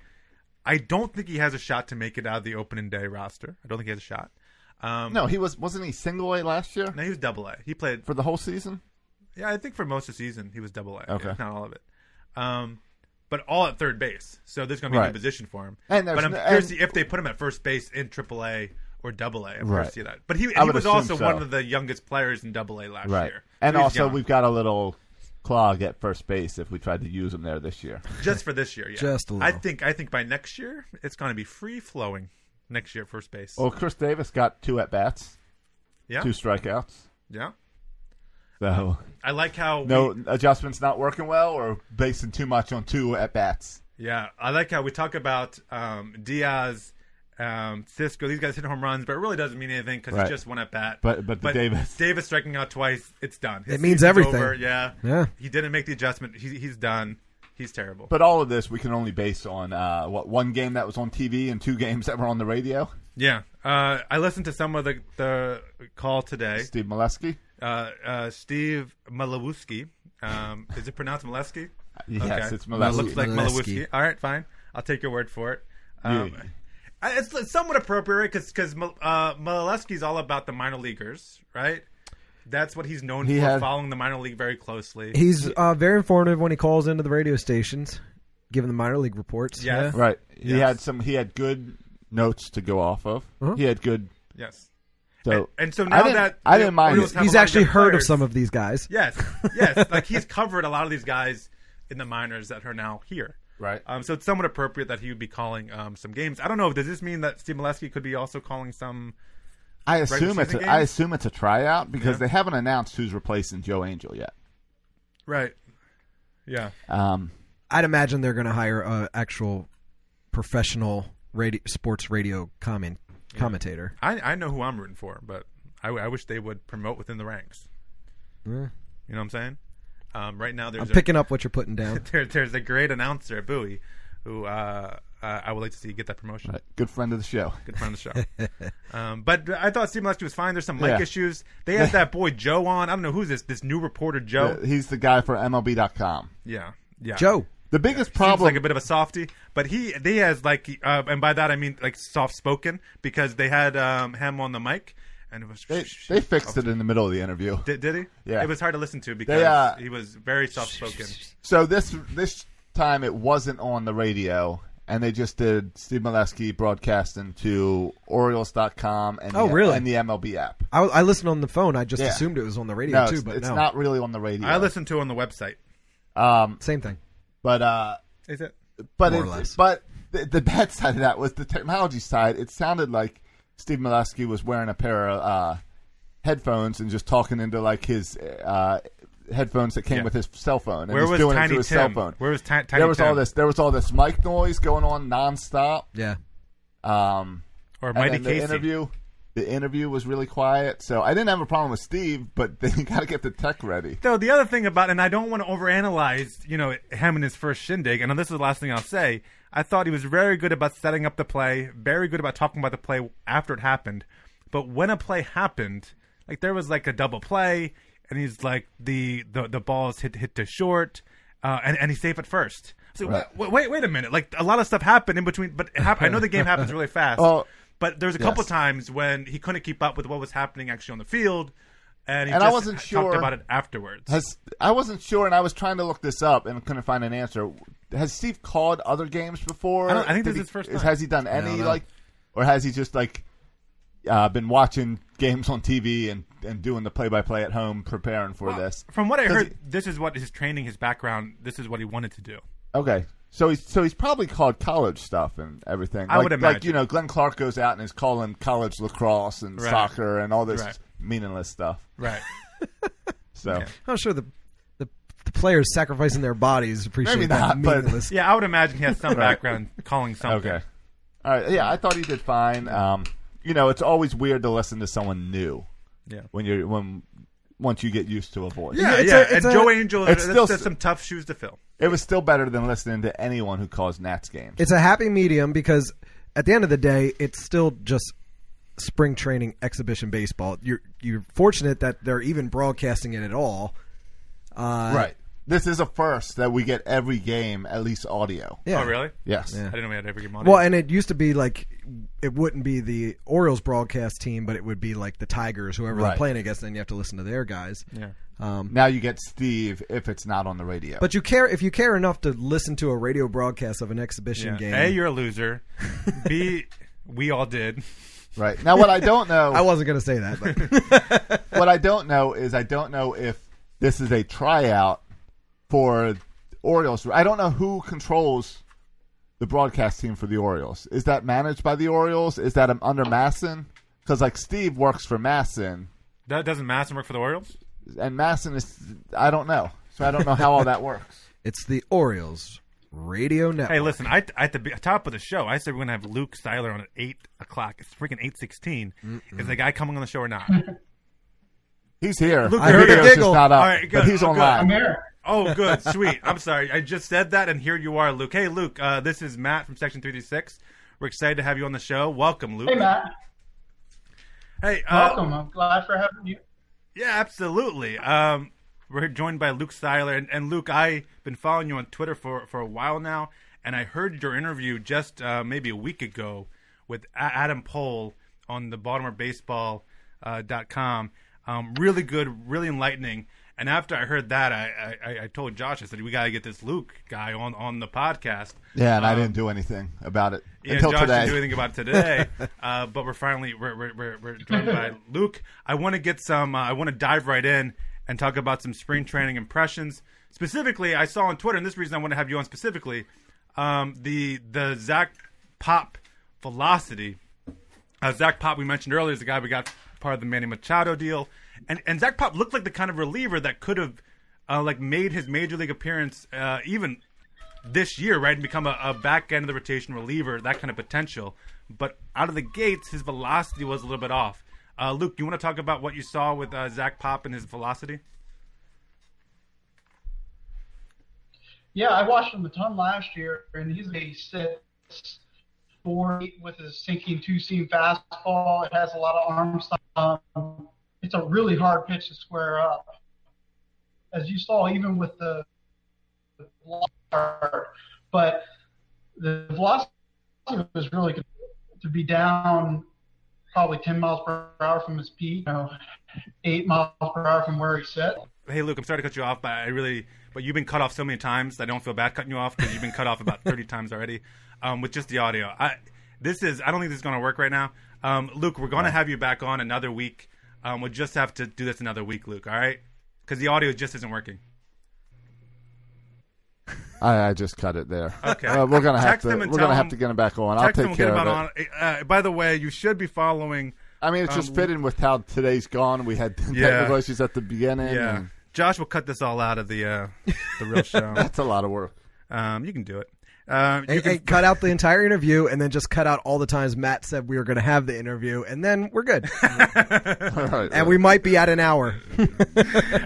[SPEAKER 2] I don't think he has a shot to make it out of the opening day roster. I don't think he has a shot. Um,
[SPEAKER 1] No, he was wasn't he single A last year
[SPEAKER 2] no, he was double A. He played
[SPEAKER 1] for the whole season?
[SPEAKER 2] yeah, I think for most of the season he was double A.
[SPEAKER 1] Okay.
[SPEAKER 2] if not all of it. Um, but all at third base, so there's going to be a
[SPEAKER 1] Right.
[SPEAKER 2] new position for him.
[SPEAKER 1] And there's
[SPEAKER 2] but I'm
[SPEAKER 1] no-
[SPEAKER 2] curious
[SPEAKER 1] and-
[SPEAKER 2] to- if they put him at first base in Triple A or Double A. I'm curious
[SPEAKER 1] Right.
[SPEAKER 2] to see that. But he,
[SPEAKER 1] I
[SPEAKER 2] he
[SPEAKER 1] would
[SPEAKER 2] was
[SPEAKER 1] assume
[SPEAKER 2] also
[SPEAKER 1] so.
[SPEAKER 2] one of the youngest players in Double A last
[SPEAKER 1] Right,
[SPEAKER 2] year,
[SPEAKER 1] and
[SPEAKER 2] He's
[SPEAKER 1] also
[SPEAKER 2] young.
[SPEAKER 1] we've got a little clog at first base if we tried to use him there
[SPEAKER 2] [LAUGHS]
[SPEAKER 1] this year.
[SPEAKER 2] just for this year, yeah.
[SPEAKER 4] Just a
[SPEAKER 2] I
[SPEAKER 4] little.
[SPEAKER 2] think I think by next year it's going to be free flowing. next year at first base.
[SPEAKER 1] Well, Chris Davis got two at bats,
[SPEAKER 2] yeah,
[SPEAKER 1] two strikeouts.
[SPEAKER 2] yeah.
[SPEAKER 1] So
[SPEAKER 2] I like how
[SPEAKER 1] no
[SPEAKER 2] we-
[SPEAKER 1] adjustments not working well, or basing too much on two at bats.
[SPEAKER 2] yeah, I like how we talk about um, Diaz, um, Cisco. These guys hit home runs, but it really doesn't mean anything because
[SPEAKER 1] Right.
[SPEAKER 2] it's just one at bat.
[SPEAKER 1] But- but the Davis-
[SPEAKER 2] Davis striking out twice, it's done. His
[SPEAKER 4] It means
[SPEAKER 2] season's
[SPEAKER 4] everything.
[SPEAKER 2] over, Yeah,
[SPEAKER 4] Yeah.
[SPEAKER 2] He didn't make the adjustment. He, he's done. He's terrible.
[SPEAKER 1] But all of this we can only base on uh, what one game that was on TV and two [LAUGHS] games that were on the radio.
[SPEAKER 2] yeah, uh, I listened to some of the the call today.
[SPEAKER 1] Steve Molesky.
[SPEAKER 2] Uh, uh, Steve Malawuski. Um, is it pronounced Malewski?
[SPEAKER 1] Yes, it's
[SPEAKER 2] It
[SPEAKER 1] Molesky.
[SPEAKER 2] looks like
[SPEAKER 4] Malewski.
[SPEAKER 2] Malewski. All right, fine. I'll take your word for it. Um,
[SPEAKER 1] Yeah.
[SPEAKER 2] I- It's somewhat appropriate because because uh, Malewski's all about the minor leaguers, right? That's what he's known
[SPEAKER 1] He
[SPEAKER 2] for,
[SPEAKER 1] had-
[SPEAKER 2] following the minor league very closely.
[SPEAKER 4] He's uh, very informative when he calls into the radio stations, giving the minor league reports.
[SPEAKER 2] Yes.
[SPEAKER 1] Right. He
[SPEAKER 2] Yes. Uh-huh.
[SPEAKER 1] had some. He had good notes to go off of. He had good.
[SPEAKER 2] yes.
[SPEAKER 1] So
[SPEAKER 2] And, and so
[SPEAKER 1] Oh. I
[SPEAKER 2] now
[SPEAKER 1] didn't-
[SPEAKER 2] that
[SPEAKER 1] I
[SPEAKER 2] the
[SPEAKER 1] didn't mind
[SPEAKER 2] Orioles
[SPEAKER 1] it.
[SPEAKER 2] have
[SPEAKER 4] He's
[SPEAKER 2] a lot
[SPEAKER 4] actually
[SPEAKER 2] good
[SPEAKER 4] heard of
[SPEAKER 2] players-
[SPEAKER 4] some of these guys.
[SPEAKER 2] [LAUGHS] Yes, yes. like he's covered a lot of these guys in the minors that are now here.
[SPEAKER 1] right.
[SPEAKER 2] Um, so it's somewhat appropriate that he would be calling um, some games. I don't know. Does this mean that Steve Molesky could be also calling some?
[SPEAKER 1] I assume
[SPEAKER 2] regular
[SPEAKER 1] it's.
[SPEAKER 2] season
[SPEAKER 1] A, I
[SPEAKER 2] games?
[SPEAKER 1] assume it's a tryout because
[SPEAKER 2] Yeah.
[SPEAKER 1] they haven't announced who's replacing Joe Angel yet.
[SPEAKER 2] Right. Yeah.
[SPEAKER 1] Um,
[SPEAKER 4] I'd imagine they're going to hire an actual professional radio, sports radio comment, commentator.
[SPEAKER 2] I, I know who I'm rooting for, but I, I wish they would promote within the ranks.
[SPEAKER 4] Mm.
[SPEAKER 2] You know what I'm saying? Um, right now, there's
[SPEAKER 4] I'm
[SPEAKER 2] a,
[SPEAKER 4] picking up what you're putting down.
[SPEAKER 2] [LAUGHS] there, there's a great announcer at Bowie who uh, uh, I would like to see get that promotion.
[SPEAKER 1] right. Good friend of the show.
[SPEAKER 2] Good friend of the
[SPEAKER 1] [LAUGHS]
[SPEAKER 2] show. um, but I thought Steve Molesky was fine. There's some mic
[SPEAKER 1] Yeah.
[SPEAKER 2] issues. They had that boy Joe on. I don't know who's this this new reporter Joe.
[SPEAKER 1] Uh, He's the guy for MLB.com.
[SPEAKER 2] Yeah. Yeah.
[SPEAKER 4] Joe,
[SPEAKER 1] The biggest
[SPEAKER 2] Seems
[SPEAKER 1] problem.
[SPEAKER 2] like a bit of a softy, but he they has like, uh, and by that I mean like soft spoken because they had um, him on the mic, and it was
[SPEAKER 1] they, they fixed it in the middle of the interview.
[SPEAKER 2] Did, did he?
[SPEAKER 1] Yeah.
[SPEAKER 2] It was hard to listen to because
[SPEAKER 1] They, uh,
[SPEAKER 2] he was very soft spoken.
[SPEAKER 1] So this this time it wasn't on the radio, and they just did Steve Molesky broadcasting to Orioles.com and
[SPEAKER 4] Oh,
[SPEAKER 1] the,
[SPEAKER 4] really?
[SPEAKER 1] and the MLB app.
[SPEAKER 4] I, I listened on the phone. I just
[SPEAKER 1] Yeah.
[SPEAKER 4] assumed it was on the radio
[SPEAKER 1] No,
[SPEAKER 4] too,
[SPEAKER 1] it's,
[SPEAKER 4] but
[SPEAKER 1] it's
[SPEAKER 4] no,
[SPEAKER 1] not really on the radio.
[SPEAKER 2] I listened to it on the website.
[SPEAKER 1] Um,
[SPEAKER 4] same thing.
[SPEAKER 1] but uh,
[SPEAKER 2] Is it?
[SPEAKER 1] but
[SPEAKER 4] More or
[SPEAKER 1] it-
[SPEAKER 4] less.
[SPEAKER 1] but the, the bad [LAUGHS] side of that was the technology side. It sounded like Steve Molesky was wearing a pair of uh, headphones and just talking into like his uh, headphones that came
[SPEAKER 2] Yeah.
[SPEAKER 1] with his cell phone. And
[SPEAKER 2] Where
[SPEAKER 1] he's
[SPEAKER 2] was
[SPEAKER 1] doing it
[SPEAKER 2] Tiny
[SPEAKER 1] through
[SPEAKER 2] Tim?
[SPEAKER 1] his cell phone.
[SPEAKER 2] Where was Ti- Tiny
[SPEAKER 1] there was
[SPEAKER 2] Tim?
[SPEAKER 1] all this. There was all this mic noise going on nonstop.
[SPEAKER 4] Yeah,
[SPEAKER 1] Um,
[SPEAKER 2] Or
[SPEAKER 1] and
[SPEAKER 2] Mighty
[SPEAKER 1] then the
[SPEAKER 2] Casey.
[SPEAKER 1] interview, the interview was really quiet. So I didn't have a problem with Steve, but [LAUGHS] they got to get the tech ready.
[SPEAKER 2] Though the other thing about, and I don't want to overanalyze, you know, him and his first shindig, and this is the last thing I'll say. I thought he was very good about setting up the play, very good about talking about the play after it happened. But when a play happened, like there was like a double play, and he's like the the, the balls hit hit to short, uh, and and he's safe at first. So
[SPEAKER 1] Right.
[SPEAKER 2] wait, wait wait a minute, like a lot of stuff happened in between. But it hap- I know the game happens really
[SPEAKER 1] [LAUGHS]
[SPEAKER 2] fast.
[SPEAKER 1] Oh.
[SPEAKER 2] but there was a couple
[SPEAKER 1] Yes.
[SPEAKER 2] times when he couldn't keep up with what was happening actually on the field. And, he
[SPEAKER 1] And I
[SPEAKER 2] just
[SPEAKER 1] wasn't
[SPEAKER 2] talked
[SPEAKER 1] sure-
[SPEAKER 2] about it afterwards.
[SPEAKER 1] Has I wasn't sure, and I was trying to look this up and couldn't find an answer. Has Steve called other games before?
[SPEAKER 2] I don't- I think
[SPEAKER 1] Did
[SPEAKER 2] this is
[SPEAKER 1] he-
[SPEAKER 2] his first time.
[SPEAKER 1] Has he done any
[SPEAKER 4] no.
[SPEAKER 1] like, or has he just like uh, been watching games on TV and, and doing the play by play at home, preparing for
[SPEAKER 2] Well,
[SPEAKER 1] this?
[SPEAKER 2] From what I
[SPEAKER 1] 'Cause
[SPEAKER 2] heard, this is what his training, his background, this is what he wanted to do.
[SPEAKER 1] Okay. So he's so he's probably called college stuff and everything.
[SPEAKER 2] I
[SPEAKER 1] like,
[SPEAKER 2] would
[SPEAKER 1] like
[SPEAKER 2] imagine.
[SPEAKER 1] you know, Glenn Clark goes out and is calling college lacrosse and
[SPEAKER 2] Right.
[SPEAKER 1] soccer and all this
[SPEAKER 2] Right.
[SPEAKER 1] meaningless stuff.
[SPEAKER 2] Right.
[SPEAKER 1] So
[SPEAKER 4] I'm sure the the, the players sacrificing their bodies appreciate
[SPEAKER 1] Maybe
[SPEAKER 4] that
[SPEAKER 1] not, but-
[SPEAKER 2] [LAUGHS]
[SPEAKER 4] meaningless.
[SPEAKER 2] yeah, I would imagine he has some background calling something.
[SPEAKER 1] okay, all right. Yeah, I thought he did fine. Um, you know, it's always weird to listen to someone new
[SPEAKER 2] Yeah.
[SPEAKER 1] when you're when once you get used to a voice.
[SPEAKER 2] Yeah,
[SPEAKER 4] It's
[SPEAKER 2] yeah.
[SPEAKER 4] a- it's
[SPEAKER 2] and
[SPEAKER 4] a-
[SPEAKER 2] Joe Angel,
[SPEAKER 1] it's
[SPEAKER 2] that's,
[SPEAKER 1] still
[SPEAKER 2] that's
[SPEAKER 1] s-
[SPEAKER 2] some tough shoes to fill.
[SPEAKER 1] It was still better than listening to anyone who calls Nats games.
[SPEAKER 4] It's a happy medium because at the end of the day, it's still just spring training exhibition baseball. You're you're fortunate that they're even broadcasting it at all. Uh,
[SPEAKER 1] right. This is a first that we get every game at least audio.
[SPEAKER 4] Yeah.
[SPEAKER 2] Oh, really?
[SPEAKER 1] Yes.
[SPEAKER 2] I didn't know we had every game on.
[SPEAKER 4] Well, and it used to be like it wouldn't be the Orioles broadcast team, but it would be like the Tigers, whoever
[SPEAKER 1] Right.
[SPEAKER 4] they're playing against. Then you have to listen to their guys.
[SPEAKER 2] Yeah.
[SPEAKER 4] Um,
[SPEAKER 1] Now you get Steve if it's not on the radio.
[SPEAKER 4] but you care if you care enough to listen to a radio broadcast of an exhibition
[SPEAKER 2] yeah.
[SPEAKER 4] game.
[SPEAKER 2] A, you're a loser. B, [LAUGHS] we all did.
[SPEAKER 1] right. Now what I don't know
[SPEAKER 4] I wasn't going to say that.
[SPEAKER 2] [LAUGHS]
[SPEAKER 4] But
[SPEAKER 1] what I don't know is I don't know if this is a tryout for Orioles. I don't know who controls the broadcast team for the Orioles? Is that managed by the Orioles? Is that um, under Masson? Because like Steve works for Masson,
[SPEAKER 2] That doesn't Masson work for the Orioles?
[SPEAKER 1] and Masson is I don't know, so I don't know how all that
[SPEAKER 2] [LAUGHS]
[SPEAKER 1] works.
[SPEAKER 4] It's the Orioles radio network.
[SPEAKER 2] Hey, listen, I at the be- top of the show, I said we're gonna have Luke Styler on at eight o'clock. It's freaking eight sixteen. Is the guy coming on the show or not?
[SPEAKER 1] He's here. the
[SPEAKER 2] Look, I heard a
[SPEAKER 1] video's just
[SPEAKER 4] giggle.
[SPEAKER 1] not up,
[SPEAKER 2] All right, good.
[SPEAKER 1] but he's
[SPEAKER 2] Oh, good.
[SPEAKER 1] online.
[SPEAKER 8] I'm here.
[SPEAKER 2] oh, good, sweet. I'm sorry, I just said that, and here you are, Luke. Hey, Luke, uh, this is Matt from Section Three Three Six. We're excited to have you on the show. Welcome, Luke.
[SPEAKER 8] Hey, Matt.
[SPEAKER 2] Hey, uh,
[SPEAKER 8] Welcome. I'm glad for having you.
[SPEAKER 2] Yeah, absolutely. Um, we're joined by Luke Styler, and, and Luke, I've been following you on Twitter for, for a while now, and I heard your interview just uh, maybe a week ago with A- Adam Pohl on the BaltimoreBaseball.com. Uh, dot com. um, really good, really enlightening. And after I heard that, I, I- I, I told Josh, I said, we got to get this Luke guy on, on the podcast.
[SPEAKER 1] Yeah, and I didn't do anything about it
[SPEAKER 2] Um, Yeah,
[SPEAKER 1] until
[SPEAKER 2] Josh
[SPEAKER 1] today.
[SPEAKER 2] didn't do anything
[SPEAKER 1] [LAUGHS]
[SPEAKER 2] about today, uh, but we're finally we're, we're, we're, we're joined by Luke. I want to get some. Uh, I want to dive right in and talk about some spring training impressions. Specifically, I saw on Twitter, and this is the reason I want to have you on specifically, um, the the Zach Pop velocity. Uh, Zach Pop, we mentioned earlier, is the guy we got part of the Manny Machado deal, and and Zach Pop looked like the kind of reliever that could have uh, like made his major league appearance uh, even this year, right, and become a, a back end of the rotation reliever, that kind of potential. But out of the gates, his velocity was a little bit off. Uh, Luke, do you want to talk about what you saw with uh, Zach Pop and his velocity?
[SPEAKER 8] Yeah, I watched him a ton last year, and he's a six four eight with his sinking two seam fastball. It has a lot of arm stuff. Um, it's a really hard pitch to square up. As you saw, even with the, the velocity part, but the velocity was really good to be down probably 10 miles per hour from his peak, you know, eight miles per hour from where he set.
[SPEAKER 2] Hey, Luke, I'm sorry to cut you off, but I really, but you've been cut off so many times. I don't feel bad cutting you off because you've been cut off about 30 [LAUGHS] times already um, with just the audio. I, this is, I don't think this is going to work right now. Um, Luke, we're going to have you back on another week. Um, we'll just have to do this another week, Luke. All right, because the audio just isn't working.
[SPEAKER 1] I, I just cut it there.
[SPEAKER 2] Okay.
[SPEAKER 1] Uh, we're gonna have
[SPEAKER 2] Text
[SPEAKER 1] to.
[SPEAKER 2] him
[SPEAKER 1] We're
[SPEAKER 2] and
[SPEAKER 1] gonna
[SPEAKER 2] tell
[SPEAKER 1] have
[SPEAKER 2] him-
[SPEAKER 1] to get him back on. I'll
[SPEAKER 2] Text
[SPEAKER 1] take
[SPEAKER 2] him,
[SPEAKER 1] care
[SPEAKER 2] get
[SPEAKER 1] of
[SPEAKER 2] him
[SPEAKER 1] it.
[SPEAKER 2] out on- uh, by the way, you should be following.
[SPEAKER 1] I mean, it's just
[SPEAKER 2] Um,
[SPEAKER 1] fitting with how today's gone. We had [LAUGHS]
[SPEAKER 2] Yeah.
[SPEAKER 1] technical issues at the beginning.
[SPEAKER 2] Yeah,
[SPEAKER 1] and
[SPEAKER 2] Josh will cut this all out of the uh, the real show.
[SPEAKER 1] [LAUGHS] that's a lot of work.
[SPEAKER 2] um, you can do it. Um, you
[SPEAKER 4] And,
[SPEAKER 2] can-
[SPEAKER 4] and cut out the entire interview, and then just cut out all the times Matt said we were going to have the interview, and then
[SPEAKER 2] [LAUGHS]
[SPEAKER 4] we're good.
[SPEAKER 1] All right,
[SPEAKER 4] and we might be at an hour.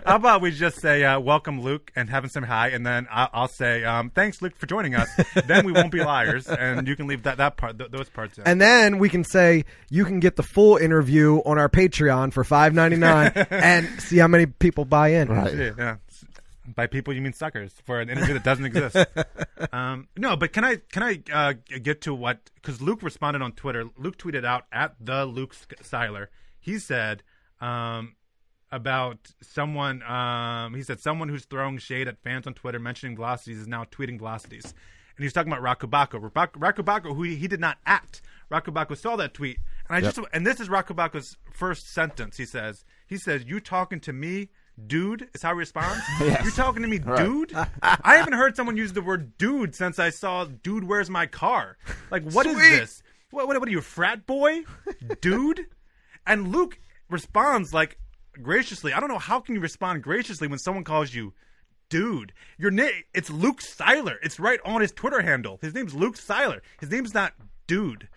[SPEAKER 2] how about we just say uh, welcome, Luke, and having some hi, and then I'll, I'll say um, thanks, Luke, for
[SPEAKER 1] [LAUGHS]
[SPEAKER 2] joining us. then we won't be liars, and you can leave that that part th- those parts. Out.
[SPEAKER 4] And then we can say you can get the full interview on our Patreon for five
[SPEAKER 2] [LAUGHS]
[SPEAKER 4] ninety nine, and see how many people buy in.
[SPEAKER 1] right.
[SPEAKER 2] yeah, yeah. By people, you mean suckers for an interview that doesn't exist. um, no, but can I can I uh, g- get to what? Because Luke responded on Twitter. Luke tweeted out at the Luke Sk- Seiler. He said um, about someone. Um, he said someone who's throwing shade at fans on Twitter, mentioning velocities, is now tweeting velocities. And he was talking about Rakubako. Rak- Rakubako, who he, he did not at. Rakubako saw that tweet, and I just and this is Rakubako's first sentence. He says, he says, "You talking to me?" Dude is how he responds. You talking to me, dude? I haven't heard someone use the word dude since I saw "Dude, where's my car?" Like, what is this? What, what, what are you, a frat boy, dude? And Luke responds like graciously. I don't know how can you respond graciously when someone calls you dude. Your name it's Luke Seiler. It's right on his Twitter handle. His name's Luke Seiler. His name's not dude.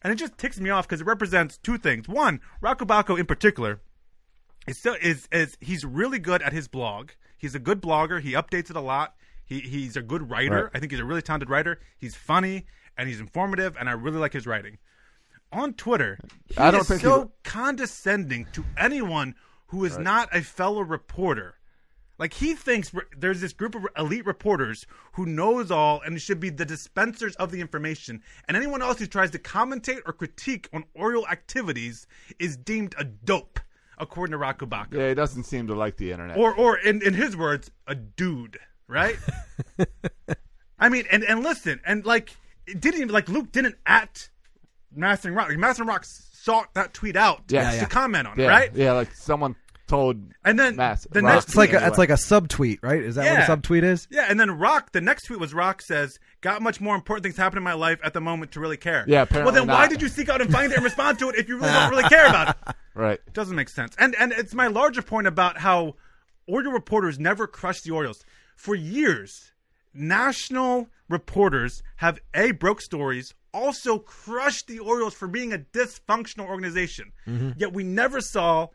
[SPEAKER 2] And it just ticks me off because it represents two things. One, Rakubako in particular is still is is he's really good at his blog. He's a good blogger. He updates it a lot. He he's a good writer. I think he's a really talented writer. He's funny and he's informative, and I really like his writing. On Twitter, he
[SPEAKER 1] I don't
[SPEAKER 2] is
[SPEAKER 1] think he
[SPEAKER 2] so
[SPEAKER 1] would-
[SPEAKER 2] condescending to anyone who is not a fellow reporter. Like he thinks re- there's this group of elite reporters who knows all and should be the dispensers of the information, and anyone else who tries to commentate or critique on Oriole activities is deemed a dope, according to Rakubaka
[SPEAKER 1] Yeah, he doesn't seem to like the internet.
[SPEAKER 2] or or in, in his words, a dude,
[SPEAKER 1] [LAUGHS]
[SPEAKER 2] right? I mean, and and listen, and like it didn't even like Luke didn't at Mastering Rock. Like, Mastering Rock sought that tweet out
[SPEAKER 1] Yeah,
[SPEAKER 2] to
[SPEAKER 1] yeah.
[SPEAKER 2] comment on, it,
[SPEAKER 1] yeah,
[SPEAKER 2] right?
[SPEAKER 1] Yeah, like someone told
[SPEAKER 2] And then
[SPEAKER 1] Mass-
[SPEAKER 2] the
[SPEAKER 1] Rock
[SPEAKER 2] next
[SPEAKER 4] It's like a,
[SPEAKER 1] anyway.
[SPEAKER 4] that's like a subtweet, right? Is that
[SPEAKER 2] Yeah.
[SPEAKER 4] what a subtweet is?
[SPEAKER 2] Yeah, and then Rock, the next tweet was Rock says, Got much more important things happening in my life at the moment to really care.
[SPEAKER 1] Yeah, apparently
[SPEAKER 2] Well, then why
[SPEAKER 1] not.
[SPEAKER 2] did you seek out and find it and respond to it if you really
[SPEAKER 1] [LAUGHS]
[SPEAKER 2] don't really care about it?
[SPEAKER 1] right.
[SPEAKER 2] Doesn't make sense. And and it's my larger point about how Oriole reporters never crush the Orioles. For years, national reporters have A, broke stories, also crushed the Orioles for being a dysfunctional organization. Yet we never saw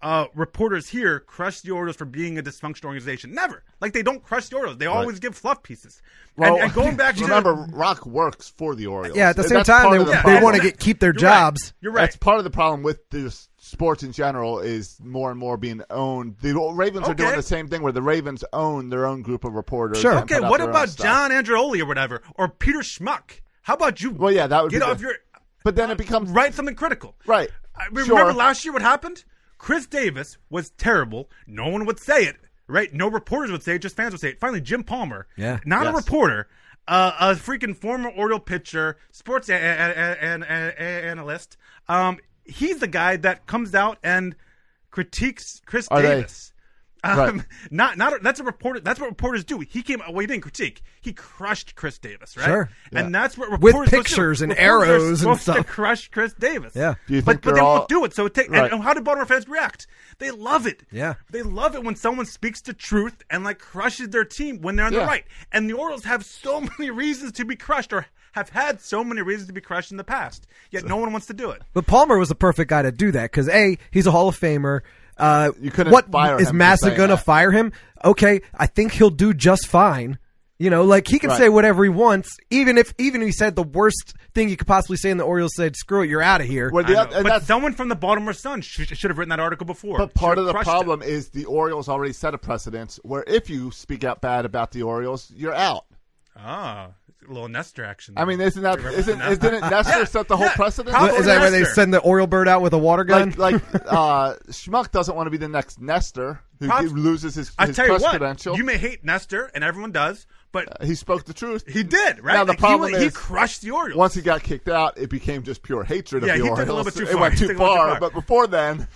[SPEAKER 2] uh, reporters here crush the Orioles for being a dysfunctional organization. Never. Like they don't crush the Orioles. They always give fluff pieces. And-
[SPEAKER 1] Well,
[SPEAKER 2] and,
[SPEAKER 1] [LAUGHS]
[SPEAKER 2] going back to
[SPEAKER 1] remember, Rock works for the Orioles.
[SPEAKER 4] Yeah. At the same
[SPEAKER 1] That's
[SPEAKER 4] time,
[SPEAKER 1] part
[SPEAKER 4] they,
[SPEAKER 1] of the
[SPEAKER 2] Yeah.
[SPEAKER 4] they
[SPEAKER 1] problem.
[SPEAKER 4] want to get keep their
[SPEAKER 2] You're right.
[SPEAKER 4] jobs.
[SPEAKER 2] You're right.
[SPEAKER 1] That's part of the problem with the s- sports in general is more and more being owned. The Ravens are doing
[SPEAKER 2] Okay.
[SPEAKER 1] the same thing where the Ravens own their own group of reporters.
[SPEAKER 4] Sure.
[SPEAKER 1] and
[SPEAKER 2] Okay,
[SPEAKER 1] put out
[SPEAKER 2] what
[SPEAKER 1] their own
[SPEAKER 2] about
[SPEAKER 1] stuff.
[SPEAKER 2] John Andreoli or whatever, or Peter Schmuck? How about you?
[SPEAKER 1] Well, yeah, that would
[SPEAKER 2] get
[SPEAKER 1] be
[SPEAKER 2] off
[SPEAKER 1] the-
[SPEAKER 2] your
[SPEAKER 1] But then it becomes
[SPEAKER 2] write something critical.
[SPEAKER 1] Right.
[SPEAKER 2] I remember
[SPEAKER 1] Sure.
[SPEAKER 2] last year what happened? Chris Davis was terrible. No one would say it. Right? No reporters would say it. Just fans would say it. Finally, Jim Palmer.
[SPEAKER 4] Yeah.
[SPEAKER 2] Not
[SPEAKER 1] Yes.
[SPEAKER 2] a reporter. Uh, a freaking former Oriole pitcher, sports a- a- a- a- a- a- analyst. Um, he's the guy that comes out and critiques Chris
[SPEAKER 1] Are they-
[SPEAKER 2] Davis. Um,
[SPEAKER 1] Right.
[SPEAKER 2] [LAUGHS] Not, not. That's a reporter. That's what reporters do. He came. Well, he didn't critique. He crushed Chris Davis, right?
[SPEAKER 4] Sure.
[SPEAKER 2] And that's what
[SPEAKER 4] With
[SPEAKER 2] reporters supposed to do.
[SPEAKER 4] pictures and
[SPEAKER 2] Reporters are
[SPEAKER 4] arrows and
[SPEAKER 2] supposed to
[SPEAKER 4] stuff.
[SPEAKER 2] crush Chris Davis.
[SPEAKER 4] Yeah.
[SPEAKER 1] Do you
[SPEAKER 2] but
[SPEAKER 1] think
[SPEAKER 2] but
[SPEAKER 1] they're
[SPEAKER 2] they
[SPEAKER 1] all-
[SPEAKER 2] won't do it. So it take, and-
[SPEAKER 1] Right.
[SPEAKER 2] and how do Baltimore fans react? They love it.
[SPEAKER 4] Yeah.
[SPEAKER 2] They love it when someone speaks the truth and like crushes their team when they're on
[SPEAKER 1] Yeah.
[SPEAKER 2] the right. And the Orioles have so [LAUGHS] many reasons to be crushed, or have had so many reasons to be crushed in the past. Yet no one wants to do it.
[SPEAKER 4] But Palmer was the perfect guy to do that because a he's a Hall of Famer. Uh,
[SPEAKER 1] You couldn't
[SPEAKER 4] what
[SPEAKER 1] fire
[SPEAKER 4] is
[SPEAKER 1] him for
[SPEAKER 4] Massa
[SPEAKER 1] saying
[SPEAKER 4] gonna
[SPEAKER 1] that.
[SPEAKER 4] fire him? Okay, I think he'll do just fine. You know, like he can
[SPEAKER 1] Right.
[SPEAKER 4] say whatever he wants, even if even if he said the worst thing he could possibly say, and the Orioles said, "Screw it, you're out of here."
[SPEAKER 1] where the
[SPEAKER 2] I know.
[SPEAKER 1] oth- and
[SPEAKER 2] but
[SPEAKER 1] that's
[SPEAKER 2] someone from the Baltimore Sun should, should have written that article before.
[SPEAKER 1] But part
[SPEAKER 2] Should
[SPEAKER 1] of
[SPEAKER 2] have
[SPEAKER 1] the
[SPEAKER 2] crushed it.
[SPEAKER 1] problem is the Orioles already set a precedence where if you speak out bad about the Orioles, you're out.
[SPEAKER 2] Ah, a little Nestor action.
[SPEAKER 1] I mean, isn't that isn't
[SPEAKER 2] Nestor.
[SPEAKER 1] isn't it Nestor
[SPEAKER 2] [LAUGHS] Yeah,
[SPEAKER 1] set the whole
[SPEAKER 2] yeah.
[SPEAKER 1] precedent?
[SPEAKER 2] Probably.
[SPEAKER 4] What, is that where they
[SPEAKER 2] Nestor.
[SPEAKER 4] send the Oriole bird out with a water gun?
[SPEAKER 1] Like like
[SPEAKER 4] [LAUGHS]
[SPEAKER 1] uh, Schmuck doesn't want to be the next Nestor who
[SPEAKER 2] Prob-
[SPEAKER 1] gi- loses his,
[SPEAKER 2] I
[SPEAKER 1] his
[SPEAKER 2] tell you
[SPEAKER 1] press
[SPEAKER 2] what,
[SPEAKER 1] credential.
[SPEAKER 2] you may hate Nestor, and everyone does, but
[SPEAKER 1] he spoke the truth.
[SPEAKER 2] he did right.
[SPEAKER 1] Now the
[SPEAKER 2] Like, he
[SPEAKER 1] problem
[SPEAKER 2] wa-
[SPEAKER 1] is
[SPEAKER 2] he, crushed the Orioles.
[SPEAKER 1] Once he got kicked out, it became just pure hatred
[SPEAKER 2] Yeah,
[SPEAKER 1] of the
[SPEAKER 2] he
[SPEAKER 1] Orioles.
[SPEAKER 2] took it a little bit too
[SPEAKER 1] It
[SPEAKER 2] far.
[SPEAKER 1] went
[SPEAKER 2] He
[SPEAKER 1] too,
[SPEAKER 2] took it a little
[SPEAKER 1] far,
[SPEAKER 2] too far.
[SPEAKER 1] But before then,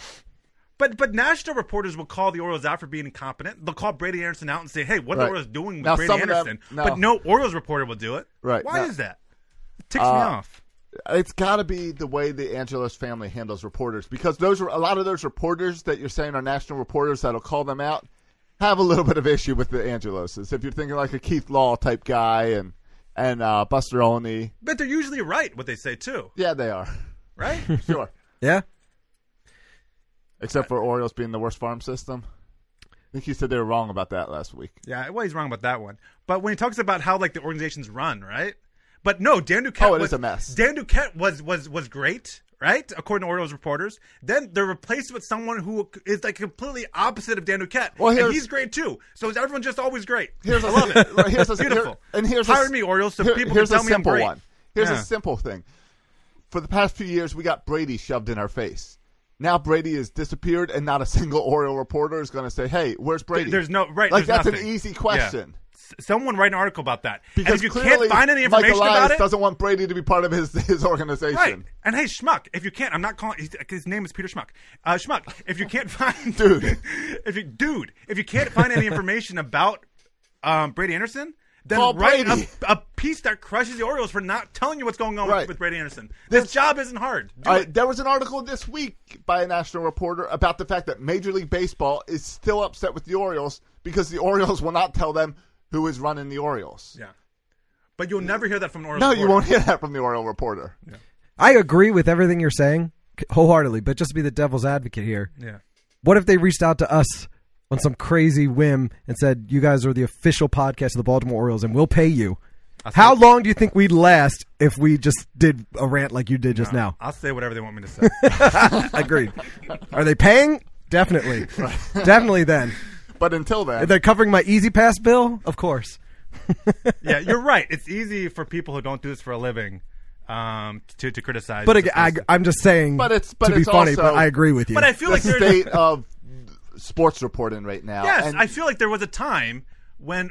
[SPEAKER 2] But but national reporters will call the Orioles out for being incompetent. They'll call Brady Anderson out and say, "Hey, what are
[SPEAKER 1] Right.
[SPEAKER 2] the Orioles doing with
[SPEAKER 1] Now,
[SPEAKER 2] Brady
[SPEAKER 1] some of them-
[SPEAKER 2] Anderson?"
[SPEAKER 1] no.
[SPEAKER 2] But no Orioles reporter will do it.
[SPEAKER 1] Right,
[SPEAKER 2] Why
[SPEAKER 1] no. Uh,
[SPEAKER 2] is that? It ticks me off.
[SPEAKER 1] it's got to be the way the Angelos family handles reporters because those are a lot of those reporters that you're saying are national reporters that'll call them out have a little bit of issue with the Angeloses. If you're thinking like a Keith Law type guy and and uh, Buster Olney,
[SPEAKER 2] But they're usually right what they say too,
[SPEAKER 1] yeah, they are [LAUGHS]
[SPEAKER 2] right?
[SPEAKER 1] sure.
[SPEAKER 4] yeah,
[SPEAKER 1] Except for Orioles being the worst farm system. I think you said they were wrong about that last week.
[SPEAKER 2] yeah, well, he's wrong about that one. But when he talks about how like the organizations run, right? But no, Dan Duquette.
[SPEAKER 1] Oh, it
[SPEAKER 2] was,
[SPEAKER 1] is a mess.
[SPEAKER 2] Dan Duquette was was was great, right? According to Orioles reporters. Then they're replaced with someone who is like completely opposite of Dan Duquette.
[SPEAKER 1] Well,
[SPEAKER 2] and
[SPEAKER 1] here's-
[SPEAKER 2] he's great too. So is everyone just always great?
[SPEAKER 1] Here's a,
[SPEAKER 2] I love it.
[SPEAKER 1] right,
[SPEAKER 2] [LAUGHS]
[SPEAKER 1] Here's a,
[SPEAKER 2] Beautiful.
[SPEAKER 1] here- and here's
[SPEAKER 2] Hire
[SPEAKER 1] a,
[SPEAKER 2] me, Orioles, so
[SPEAKER 1] here-
[SPEAKER 2] people
[SPEAKER 1] here's
[SPEAKER 2] can
[SPEAKER 1] a
[SPEAKER 2] tell me I'm
[SPEAKER 1] simple
[SPEAKER 2] great.
[SPEAKER 1] one. Here's
[SPEAKER 2] Yeah.
[SPEAKER 1] a simple thing. For the past few years, we got Brady shoved in our face. Now Brady has disappeared, and not a [LAUGHS] single Oriole reporter is going to say, "Hey, where's Brady?"
[SPEAKER 2] there's no- right,
[SPEAKER 1] Like
[SPEAKER 2] there's
[SPEAKER 1] that's an
[SPEAKER 2] nothing.
[SPEAKER 1] easy
[SPEAKER 2] Yeah.
[SPEAKER 1] question
[SPEAKER 2] S- Someone write an article about that.
[SPEAKER 1] because
[SPEAKER 2] and if you
[SPEAKER 1] clearly
[SPEAKER 2] can't find any
[SPEAKER 1] Michael
[SPEAKER 2] information about
[SPEAKER 1] Elias
[SPEAKER 2] it,
[SPEAKER 1] doesn't want Brady to be part of his [LAUGHS] his organization.
[SPEAKER 2] right? And hey, Schmuck, if you can't, I'm not calling. His, his name is Peter Schmuck. Uh, Schmuck, if you can't find,
[SPEAKER 1] [LAUGHS] Dude.
[SPEAKER 2] [LAUGHS] if you dude, if you can't find any information about um, Brady Anderson, then
[SPEAKER 1] Call
[SPEAKER 2] write
[SPEAKER 1] Brady.
[SPEAKER 2] A, a piece that crushes the Orioles for not telling you what's going on
[SPEAKER 1] Right.
[SPEAKER 2] with, with Brady Anderson. This,
[SPEAKER 1] This-
[SPEAKER 2] job isn't hard. Do
[SPEAKER 1] All
[SPEAKER 2] it.
[SPEAKER 1] right, there was an article this week by a national reporter about the fact that Major League Baseball is still upset with the Orioles because the Orioles will not tell them who is running the Orioles.
[SPEAKER 2] Yeah, but you'll never hear that from an Orioles.
[SPEAKER 1] No, you
[SPEAKER 2] reporter.
[SPEAKER 1] won't hear that from the Oriole reporter.
[SPEAKER 4] I agree with everything you're saying wholeheartedly, but just to be the devil's advocate here.
[SPEAKER 2] Yeah.
[SPEAKER 4] What if they reached out to us on some crazy whim and said, "You guys are the official podcast of the Baltimore Orioles, and we'll pay you"? How long do you think we'd last if we just did a rant like you did just now?
[SPEAKER 2] I'll say whatever they want me to
[SPEAKER 1] [LAUGHS]
[SPEAKER 2] say.
[SPEAKER 4] Agreed. Are they paying?
[SPEAKER 1] [LAUGHS]
[SPEAKER 4] Definitely, definitely. Then
[SPEAKER 1] But until then,
[SPEAKER 4] they're covering my Easy Pass bill, of course.
[SPEAKER 2] yeah, you're right. It's easy for people who don't do this for a living um, to to criticize.
[SPEAKER 4] But
[SPEAKER 2] It's
[SPEAKER 4] aga I,
[SPEAKER 2] just-
[SPEAKER 4] I'm just saying.
[SPEAKER 1] But it's- but
[SPEAKER 4] to be
[SPEAKER 1] it's
[SPEAKER 4] funny.
[SPEAKER 1] also-
[SPEAKER 4] but I agree with you.
[SPEAKER 2] but I feel like
[SPEAKER 1] the
[SPEAKER 2] there's [LAUGHS]
[SPEAKER 1] state of sports reporting right now.
[SPEAKER 2] yes,
[SPEAKER 1] and
[SPEAKER 2] I feel like there was a time when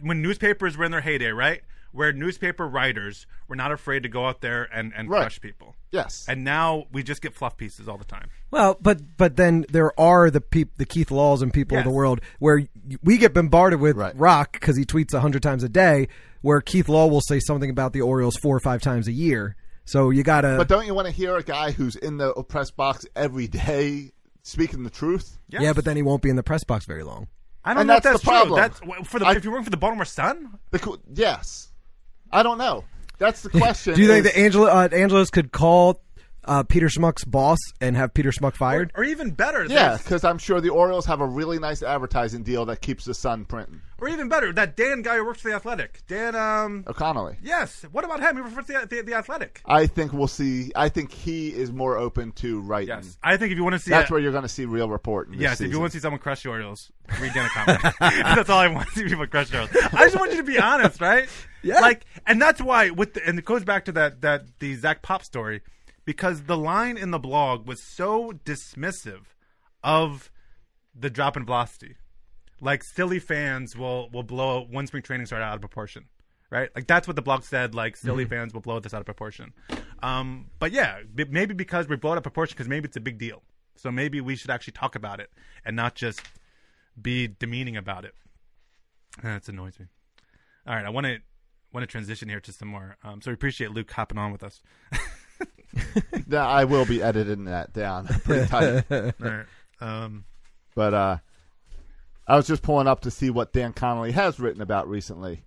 [SPEAKER 2] when newspapers were in their heyday, right? where newspaper writers were not afraid to go out there and, and
[SPEAKER 1] Right.
[SPEAKER 2] crush people.
[SPEAKER 1] Yes.
[SPEAKER 2] And now we just get fluff pieces all the time.
[SPEAKER 4] Well, but but then there are the peop, the Keith Laws and people of the
[SPEAKER 2] Yes.
[SPEAKER 4] world where y- we get bombarded with
[SPEAKER 1] Right.
[SPEAKER 4] rock because he tweets hundred times a day. Where Keith Law will say something about the Orioles four or five times a year. So you gotta.
[SPEAKER 1] But don't you want to hear a guy who's in the press box every day speaking the truth?
[SPEAKER 4] Yeah, but then he won't be in the press box very long.
[SPEAKER 2] I don't
[SPEAKER 1] And
[SPEAKER 2] know
[SPEAKER 1] that's
[SPEAKER 2] if that's
[SPEAKER 1] the problem.
[SPEAKER 2] true. That's for the
[SPEAKER 1] I-
[SPEAKER 2] if you're working for the Baltimore Sun,
[SPEAKER 1] The co- yes. I don't know. That's the
[SPEAKER 2] [LAUGHS]
[SPEAKER 1] question.
[SPEAKER 4] Do you think
[SPEAKER 1] is-
[SPEAKER 4] that Angela uh, Angelos could call uh, Peter Schmuck's boss and have Peter Schmuck fired?
[SPEAKER 2] or even better,
[SPEAKER 1] Yeah,
[SPEAKER 2] there's-
[SPEAKER 1] because I'm sure the Orioles have a really nice advertising deal that keeps the sun printing.
[SPEAKER 2] or even better, that Dan guy who works for the Athletic, Dan. Um,
[SPEAKER 1] O'Connelly.
[SPEAKER 2] yes. What about him? He works for the, the, the Athletic.
[SPEAKER 1] I think we'll see. I think he is more open to writing.
[SPEAKER 2] Yes, I think if you want to see
[SPEAKER 1] That's
[SPEAKER 2] a-
[SPEAKER 1] where you're going to see real reporting. this
[SPEAKER 2] Yes, if you
[SPEAKER 1] season.
[SPEAKER 2] want to see someone crush the Orioles, read Dan a
[SPEAKER 1] [LAUGHS]
[SPEAKER 2] comment. [LAUGHS] that's all I want to see people crush the Orioles. I just want you to be honest, right? Yeah. Like, and that's why with the, and it goes back to that that the Zach Pop story because the line in the blog was so dismissive of the drop in velocity. Like silly fans will will blow one spring training start out of proportion, right? Like that's what the blog said. Like silly
[SPEAKER 1] Mm-hmm.
[SPEAKER 2] fans will blow this out of proportion. Um, but yeah, b- maybe because we blow it out of proportion because maybe it's a big deal. So maybe we should actually talk about it and not just be demeaning about it. That's annoys me. All right, I want to want to transition here to some more. Um, so we appreciate Luke hopping on with us.
[SPEAKER 1] Yeah, I will be editing that down [LAUGHS] pretty tight.
[SPEAKER 2] All right. Um,
[SPEAKER 1] But uh, I was just pulling up to see what Dan Connolly has written about recently,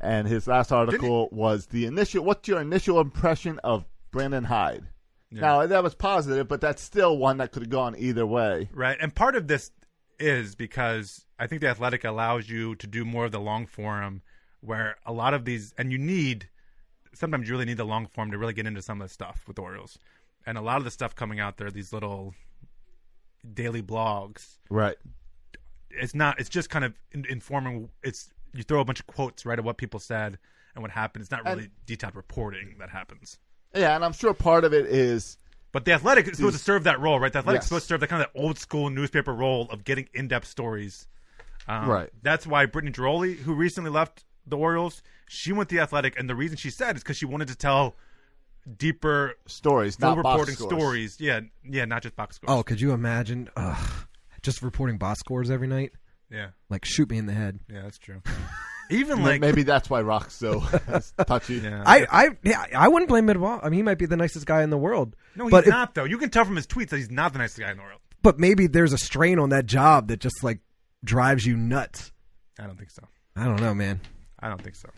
[SPEAKER 1] and his last article was the initial. What's your initial impression of Brandon Hyde? Now that was positive, but that's still one that could have gone either way.
[SPEAKER 2] Right. And part of this is because I think the athletic allows you to do more of the long form where a lot of these and you need sometimes you really need the long form to really get into some of the stuff with the Orioles. And a lot of the stuff coming out there, these little daily blogs,
[SPEAKER 1] Right.
[SPEAKER 2] it's not it's just kind of in, informing it's you throw a bunch of quotes right of what people said and what happened. It's not really detailed reporting that happens.
[SPEAKER 1] Yeah, and I'm sure part of it is
[SPEAKER 2] But the athletic is supposed to serve that role, right? The athletic
[SPEAKER 1] Yes.
[SPEAKER 2] is supposed to serve that kind of that old school newspaper role of getting in depth stories. Um,
[SPEAKER 1] Right.
[SPEAKER 2] That's why Brittany Giroli, who recently left the Orioles, she went to the athletic, and the reason she said is because she wanted to tell deeper,
[SPEAKER 1] stories,
[SPEAKER 2] full
[SPEAKER 1] not box
[SPEAKER 2] reporting
[SPEAKER 1] scores.
[SPEAKER 2] stories. Yeah, yeah, not just box scores.
[SPEAKER 4] Oh, could you imagine? Ugh, just reporting box scores every night.
[SPEAKER 2] yeah,
[SPEAKER 4] Like shoot me in the head.
[SPEAKER 2] yeah, that's true. [LAUGHS] Even
[SPEAKER 1] M-
[SPEAKER 2] like
[SPEAKER 1] Maybe that's why Rock's so [LAUGHS] touchy.
[SPEAKER 2] Yeah.
[SPEAKER 4] I, I, yeah, I wouldn't blame him at all. I mean, he might be the nicest guy in the world.
[SPEAKER 2] no, he's
[SPEAKER 4] but if-
[SPEAKER 2] not though. You can tell from his tweets that he's not the nicest guy in the world.
[SPEAKER 4] but maybe there's a strain on that job that just like drives you nuts.
[SPEAKER 2] I don't think so.
[SPEAKER 4] I don't know, man.
[SPEAKER 2] I don't think so.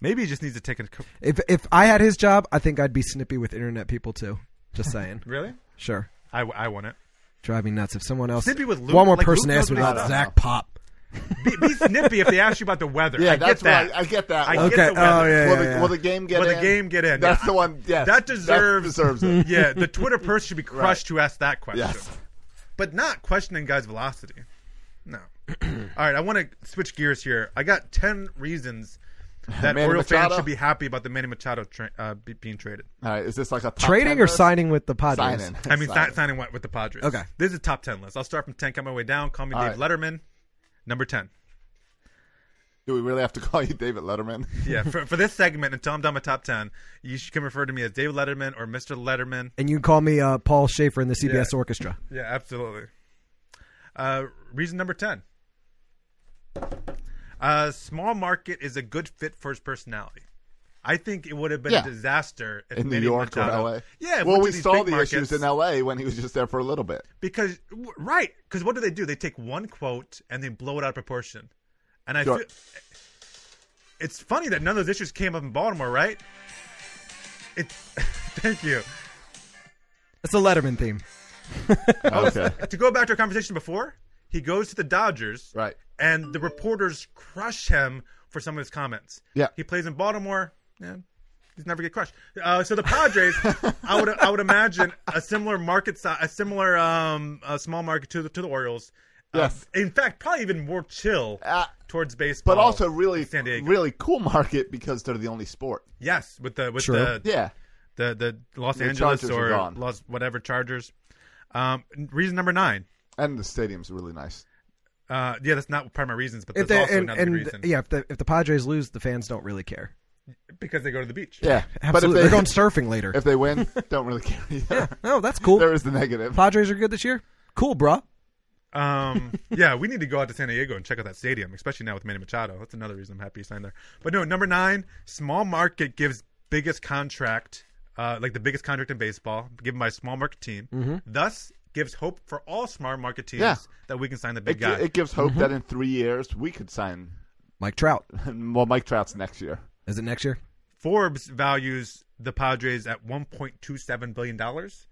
[SPEAKER 2] Maybe he just needs to take a co-
[SPEAKER 4] If if I had his job, I think I'd be snippy with internet people too.
[SPEAKER 2] [LAUGHS]
[SPEAKER 4] Just saying.
[SPEAKER 2] really.
[SPEAKER 4] sure.
[SPEAKER 2] I, I want it.
[SPEAKER 4] Drive me nuts if someone else.
[SPEAKER 2] Snippy with Luke-
[SPEAKER 4] one more
[SPEAKER 2] like, Luke
[SPEAKER 4] person
[SPEAKER 2] knows
[SPEAKER 4] asked me
[SPEAKER 2] what he's
[SPEAKER 4] about
[SPEAKER 1] about.
[SPEAKER 4] Zach Pop.
[SPEAKER 2] be, be snippy if they ask you about the weather.
[SPEAKER 1] Yeah,
[SPEAKER 2] I
[SPEAKER 1] that's
[SPEAKER 2] get that.
[SPEAKER 1] why I, I get that.
[SPEAKER 2] I
[SPEAKER 1] one.
[SPEAKER 2] get
[SPEAKER 4] Okay.
[SPEAKER 2] the
[SPEAKER 4] Oh
[SPEAKER 2] weather.
[SPEAKER 4] yeah.
[SPEAKER 1] will,
[SPEAKER 4] yeah,
[SPEAKER 1] the,
[SPEAKER 4] yeah.
[SPEAKER 1] will the game get
[SPEAKER 2] Will
[SPEAKER 1] in?
[SPEAKER 2] the game get in?
[SPEAKER 1] That's
[SPEAKER 2] Yeah,
[SPEAKER 1] the
[SPEAKER 2] I-
[SPEAKER 1] one. Yes,
[SPEAKER 2] that
[SPEAKER 1] That
[SPEAKER 2] deserves-
[SPEAKER 1] deserves
[SPEAKER 2] [LAUGHS]
[SPEAKER 1] it.
[SPEAKER 2] yeah, the Twitter person should be crushed to ask that question.
[SPEAKER 1] Yes.
[SPEAKER 2] But not questioning guys' velocity. No. All right, I want to switch gears here. I got 10
[SPEAKER 1] [LAUGHS]
[SPEAKER 2] reasons that
[SPEAKER 1] Manny
[SPEAKER 2] Oriole fans
[SPEAKER 1] Machado?
[SPEAKER 2] should be happy about the Manny Machado tra- uh, be- being traded.
[SPEAKER 1] All right, is this like a top
[SPEAKER 4] Trading
[SPEAKER 1] 10
[SPEAKER 4] or
[SPEAKER 1] list?
[SPEAKER 4] signing with the Padres?
[SPEAKER 1] Signing.
[SPEAKER 2] I mean, si-
[SPEAKER 1] Signing.
[SPEAKER 2] signing what with the Padres.
[SPEAKER 4] Okay.
[SPEAKER 2] This is top 10 list. I'll start from 10, come my way down. Call me
[SPEAKER 1] All
[SPEAKER 2] Dave Letterman, number 10.
[SPEAKER 1] Do we really have to call you David Letterman?
[SPEAKER 2] Yeah, for, for this segment, until I'm done with top 10, you should can refer to me as David Letterman or Mr. Letterman.
[SPEAKER 4] And you can call me uh, Paul Schaefer in the CBS
[SPEAKER 2] Yeah.
[SPEAKER 4] Orchestra.
[SPEAKER 2] Yeah, absolutely. Uh, reason number 10. Uh, small market is a good fit for his personality. I think it would have been
[SPEAKER 1] Yeah.
[SPEAKER 2] a disaster if
[SPEAKER 1] in New
[SPEAKER 2] Manny
[SPEAKER 1] York or
[SPEAKER 2] Machado-
[SPEAKER 1] L.A.
[SPEAKER 2] Yeah,
[SPEAKER 1] Well,
[SPEAKER 2] went to
[SPEAKER 1] we
[SPEAKER 2] these
[SPEAKER 1] saw
[SPEAKER 2] big
[SPEAKER 1] the
[SPEAKER 2] markets
[SPEAKER 1] issues in L.A. when he was just there for a little
[SPEAKER 2] [LAUGHS]
[SPEAKER 1] bit.
[SPEAKER 2] because w- right because what do they do? They take one quote and they blow it out of proportion. And I
[SPEAKER 1] Sure.
[SPEAKER 2] feel it's funny that none of those issues came up in Baltimore, right? It's [LAUGHS] thank you.
[SPEAKER 4] It's a Letterman theme.
[SPEAKER 1] Okay,
[SPEAKER 2] To go back to our conversation before, he goes to the Dodgers,
[SPEAKER 1] right.
[SPEAKER 2] and the reporters crush him for some of his comments.
[SPEAKER 1] Yeah.
[SPEAKER 2] he plays in Baltimore. Yeah, he's never get crushed. Uh, so
[SPEAKER 1] [LAUGHS]
[SPEAKER 2] the Padres, I would I would imagine a similar market size, a similar um, a small market to the to the Orioles. Uh,
[SPEAKER 1] Yes.
[SPEAKER 2] in fact, probably even more chill
[SPEAKER 1] Uh,
[SPEAKER 2] towards baseball,
[SPEAKER 1] but also really,
[SPEAKER 2] San Diego.
[SPEAKER 1] really cool market because they're the only sport.
[SPEAKER 2] yes, with the with
[SPEAKER 4] True.
[SPEAKER 2] the,
[SPEAKER 1] Yeah,
[SPEAKER 2] the the Los
[SPEAKER 1] The
[SPEAKER 2] Angeles
[SPEAKER 1] Chargers are
[SPEAKER 2] or
[SPEAKER 1] gone.
[SPEAKER 2] Los whatever Chargers. Um, reason number nine.
[SPEAKER 1] and the stadium's really nice.
[SPEAKER 2] Uh, yeah, that's not part of my reasons, but that's
[SPEAKER 4] If they,
[SPEAKER 2] also
[SPEAKER 4] and,
[SPEAKER 2] another
[SPEAKER 4] and
[SPEAKER 2] reason
[SPEAKER 4] yeah, if the if the Padres lose, the fans don't really care.
[SPEAKER 2] because they go to the beach.
[SPEAKER 1] Yeah,
[SPEAKER 4] [LAUGHS] Absolutely,
[SPEAKER 1] but if
[SPEAKER 4] they're
[SPEAKER 1] they
[SPEAKER 4] going surfing later.
[SPEAKER 1] [LAUGHS] if they win, don't really [LAUGHS] care. Either.
[SPEAKER 4] oh, that's cool.
[SPEAKER 1] There is the negative.
[SPEAKER 4] Padres are good this year. Cool, bruh.
[SPEAKER 1] [LAUGHS]
[SPEAKER 2] Um, yeah, we need to go out to San Diego and check out that stadium, especially now with Manny Machado. That's another reason I'm happy he signed there. But no, number nine, small market gives biggest contract, uh, like the biggest contract in baseball, given by a small market team. Thus, gives hope for all small market teams
[SPEAKER 1] Mm-hmm. Yeah.
[SPEAKER 2] that we can sign the
[SPEAKER 1] It,
[SPEAKER 2] big
[SPEAKER 1] gi-
[SPEAKER 2] guy.
[SPEAKER 1] it gives
[SPEAKER 4] Mm-hmm.
[SPEAKER 1] hope that in three years we could sign.
[SPEAKER 4] Mike Trout.
[SPEAKER 1] Well, Mike Trout's next year.
[SPEAKER 4] Is it next year?
[SPEAKER 2] Forbes values the Padres at 1.27 billion dollars.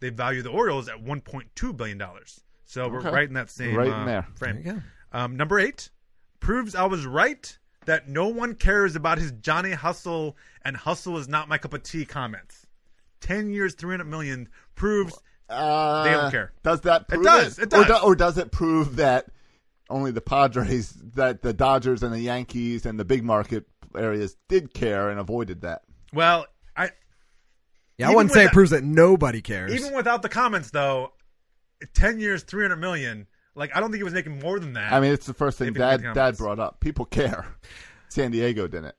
[SPEAKER 2] They value the Orioles at 1.2 billion dollars. So we're
[SPEAKER 1] Okay.
[SPEAKER 2] right in that same
[SPEAKER 1] Right in
[SPEAKER 2] uh,
[SPEAKER 1] there.
[SPEAKER 2] frame.
[SPEAKER 4] There you
[SPEAKER 2] Um, number eight proves I was right that no one cares about his Johnny Hustle and Hustle is not my cup of tea comments. Ten years, 300 million proves
[SPEAKER 1] Uh,
[SPEAKER 2] They don't care.
[SPEAKER 1] Does that prove
[SPEAKER 2] does, it
[SPEAKER 1] Or,
[SPEAKER 2] does.
[SPEAKER 1] do- or does it prove that only the Padres, that the Dodgers and the Yankees and the big market areas did care and avoided that?
[SPEAKER 2] well. I
[SPEAKER 4] Yeah, I
[SPEAKER 2] Even
[SPEAKER 4] wouldn't say
[SPEAKER 2] with
[SPEAKER 4] it
[SPEAKER 2] that-
[SPEAKER 4] proves that nobody cares.
[SPEAKER 2] even without the comments though, ten years, 300 million. Like I don't think he was making more than that.
[SPEAKER 1] I mean, it's the first thing
[SPEAKER 2] They've been
[SPEAKER 1] Dad Dad
[SPEAKER 2] making comments.
[SPEAKER 1] brought up. People care. San Diego didn't. It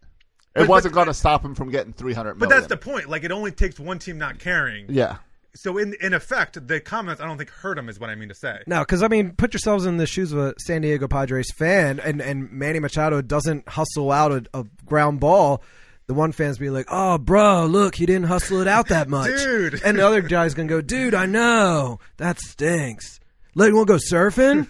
[SPEAKER 2] but-
[SPEAKER 1] wasn't going to stop him from getting three hundred
[SPEAKER 2] but
[SPEAKER 1] million.
[SPEAKER 2] that's the point. Like it only takes one team not caring.
[SPEAKER 1] yeah.
[SPEAKER 2] So in in effect, the comments I don't think hurt him is what I mean to say.
[SPEAKER 4] No, because I mean, put yourselves in the shoes of a San Diego Padres fan, and and Manny Machado doesn't hustle out a, a ground ball. The one fan's be like, "Oh, bro, look, he didn't hustle it out that much,"
[SPEAKER 2] Dude.
[SPEAKER 4] and the other guy's gonna go, "Dude, I know that stinks." Let you want to go surfing?